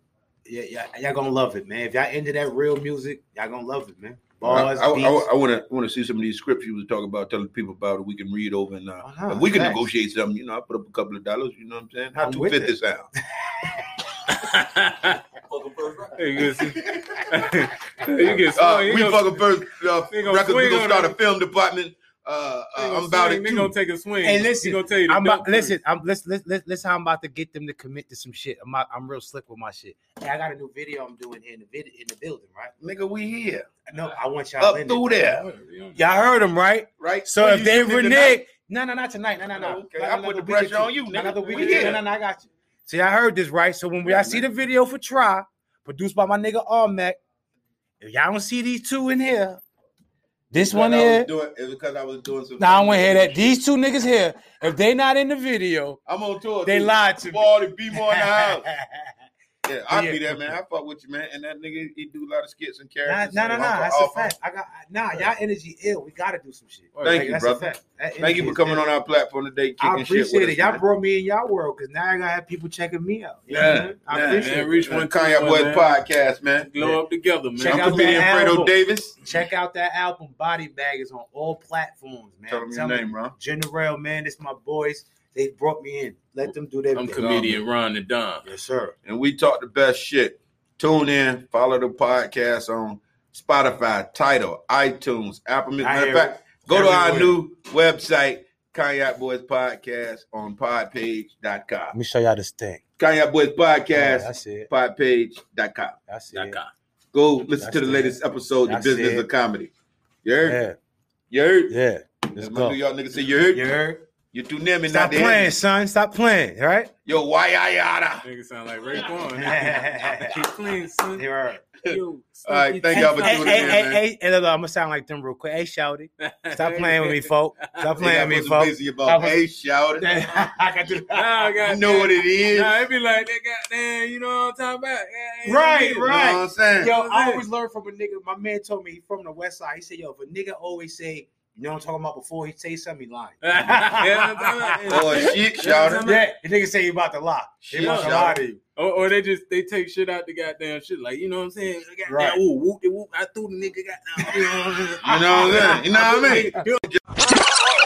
Speaker 4: yeah, yeah, y'all gonna love it, man. If y'all into that real music, y'all gonna love it, man. Bars,
Speaker 3: I, I,
Speaker 4: beats.
Speaker 3: want to want to see some of these scripts you was talking about. Tell the people about it. We can read over and uh,
Speaker 4: Oh, no,
Speaker 3: if we can
Speaker 4: facts.
Speaker 3: negotiate something. You know, I put up a couple of dollars. You know what I'm saying? How
Speaker 4: I'm
Speaker 3: two
Speaker 4: with
Speaker 3: fifty
Speaker 4: it.
Speaker 3: sound?
Speaker 6: Fucking first round.
Speaker 1: Hey, you see. you get
Speaker 3: Uh,
Speaker 1: smart. You
Speaker 3: we
Speaker 1: Oh, gonna-
Speaker 3: fucking first uh,
Speaker 1: they gonna
Speaker 3: records. We
Speaker 1: swing
Speaker 3: gonna
Speaker 1: on
Speaker 3: start a
Speaker 1: it.
Speaker 3: film department. Uh,
Speaker 1: They
Speaker 3: uh,
Speaker 1: gonna
Speaker 3: I'm about
Speaker 1: swing,
Speaker 3: it
Speaker 1: They
Speaker 3: too.
Speaker 1: gonna take a swing.
Speaker 4: Hey, listen,
Speaker 1: he gonna tell you the
Speaker 4: I'm about,
Speaker 1: duck
Speaker 4: listen. I'm let's let's let's let's how I'm about to get them to commit to some shit. I'm out- I'm real slick with my shit. Hey, I got a new video I'm doing here in the vid- in the building, right?
Speaker 3: Nigga, we here
Speaker 4: No, I want y'all
Speaker 3: up
Speaker 4: in it.
Speaker 3: through there,
Speaker 1: first.
Speaker 4: Y'all heard him, right?
Speaker 3: right?
Speaker 4: So
Speaker 3: Where
Speaker 4: if
Speaker 3: you
Speaker 4: they
Speaker 3: sitting tonight?
Speaker 4: renege, no, no, not tonight, no, no, no.
Speaker 3: Okay,
Speaker 4: Like
Speaker 3: I put the
Speaker 4: another week or
Speaker 3: pressure
Speaker 4: two.
Speaker 3: on you, nigga.
Speaker 4: Another week, or
Speaker 3: We
Speaker 4: two.
Speaker 3: here.
Speaker 4: no, no, no, I got you. See, I heard this right. So when we, I see the video for try produced by my nigga Armac, if y'all don't see these two in here, this
Speaker 3: Because
Speaker 4: one
Speaker 3: I was
Speaker 4: here,
Speaker 3: doing- It was because I was doing some.
Speaker 4: now I want to hear that. These two niggas here, if they not in the video,
Speaker 3: I'm on tour.
Speaker 4: they
Speaker 3: too.
Speaker 4: lied to me.
Speaker 3: Baldy, be more in the house. Yeah, I'll be
Speaker 5: Yeah.
Speaker 3: there, man. I fuck with you, man. And that nigga, he do a lot of skits and
Speaker 4: Nah,
Speaker 3: characters.
Speaker 4: nah, nah, nah.
Speaker 3: Uncle
Speaker 4: That's a
Speaker 3: Alpha.
Speaker 4: fact. I got nah. Y'all energy ill. We gotta do some shit.
Speaker 3: Thank you,
Speaker 4: that's
Speaker 3: brother.
Speaker 4: A fact. That
Speaker 3: Thank
Speaker 4: energy
Speaker 3: you for
Speaker 4: is
Speaker 3: coming
Speaker 4: ill.
Speaker 3: on our platform today. Kicking
Speaker 4: I
Speaker 3: shit
Speaker 4: appreciate
Speaker 3: with
Speaker 4: it. Y'all
Speaker 3: us, man.
Speaker 4: brought me in y'all world because now I gotta have people checking me out. You know
Speaker 3: Yeah,
Speaker 4: what I mean? I
Speaker 3: yeah,
Speaker 4: appreciate
Speaker 1: man,
Speaker 4: it.
Speaker 1: reach
Speaker 3: One
Speaker 1: one
Speaker 3: Kanye West podcast, man.
Speaker 1: Glow up together, man.
Speaker 4: Check
Speaker 3: I'm
Speaker 4: out
Speaker 3: comedian
Speaker 4: that
Speaker 3: Fredo
Speaker 4: album.
Speaker 3: Davis.
Speaker 4: Check out that album, Body Bag, is on all platforms, man.
Speaker 3: Tell him your
Speaker 4: Tell
Speaker 3: name,
Speaker 4: me,
Speaker 3: bro.
Speaker 4: General, man, it's my boys. They brought me in. Let them do their
Speaker 1: I'm
Speaker 4: thing.
Speaker 1: comedian Ron the Don.
Speaker 4: Yes, sir.
Speaker 3: And we talk the best shit. Tune in, follow the podcast on Spotify, Title, iTunes, Apple Music. Matter of
Speaker 4: I-
Speaker 3: fact, go to our
Speaker 4: everywhere.
Speaker 3: new website, Kanye Boys Podcast on podpage.com.
Speaker 4: Let me show y'all this thing.
Speaker 3: Kanye Boys
Speaker 4: Yeah, I
Speaker 3: Podcast,
Speaker 4: see it.
Speaker 3: podpage.com.
Speaker 4: I see
Speaker 1: That
Speaker 4: it.
Speaker 1: guy.
Speaker 3: Go listen
Speaker 4: That's
Speaker 3: to the
Speaker 4: it.
Speaker 3: latest episode, The
Speaker 4: That's
Speaker 3: Business
Speaker 4: it.
Speaker 3: of Comedy. You heard?
Speaker 4: Yeah,
Speaker 3: You heard?
Speaker 4: yeah.
Speaker 3: That's
Speaker 4: Let's
Speaker 3: my
Speaker 4: go.
Speaker 3: New York nigga say, you heard?
Speaker 4: You heard?
Speaker 3: You too near me
Speaker 4: Stop
Speaker 3: not
Speaker 4: playing, son. Stop playing. All right.
Speaker 3: Yo, why I yada?
Speaker 1: Nigga sound like Ray Quan. Keep clean, son.
Speaker 4: You heard.
Speaker 1: Yo,
Speaker 3: All right, thank y'all for
Speaker 4: Hey,
Speaker 3: tuning
Speaker 4: hey,
Speaker 3: in,
Speaker 4: hey,
Speaker 3: man.
Speaker 4: hey, hey, look, I'm gonna sound like them real quick. Hey, shouty, stop playing with me, folk. Stop
Speaker 3: They
Speaker 4: playing
Speaker 3: got
Speaker 4: with me,
Speaker 3: put some
Speaker 4: folk.
Speaker 3: busy about,
Speaker 4: I was-
Speaker 3: hey, shout it.
Speaker 4: I got to.
Speaker 1: Nah,
Speaker 3: You
Speaker 1: goddamn.
Speaker 3: know what it is.
Speaker 1: Nah, it be like that goddamn. You know what I'm talking about? Yeah, ain't
Speaker 4: Right,
Speaker 1: needed.
Speaker 3: You know what I'm saying?
Speaker 4: Yo,
Speaker 1: That's
Speaker 4: I
Speaker 1: it.
Speaker 4: always learn from a nigga. My man told me he from the west side. He said, "Yo, if a nigga always say, you know what I'm talking about before he say something, he lying."
Speaker 1: Yeah, I'm talking about.
Speaker 3: oh, shit, shout it.
Speaker 4: Yeah, the nigga say he about to lie. He
Speaker 3: Shit,
Speaker 4: about to
Speaker 3: shout
Speaker 4: lie
Speaker 3: it.
Speaker 4: to you.
Speaker 1: Or, or they just they take shit out the goddamn shit. Like you know what I'm saying? Goddamn,
Speaker 4: Right.
Speaker 1: ooh, whoop de whoop. I threw the nigga goddamn.
Speaker 3: You know what I'm saying? You know what I mean?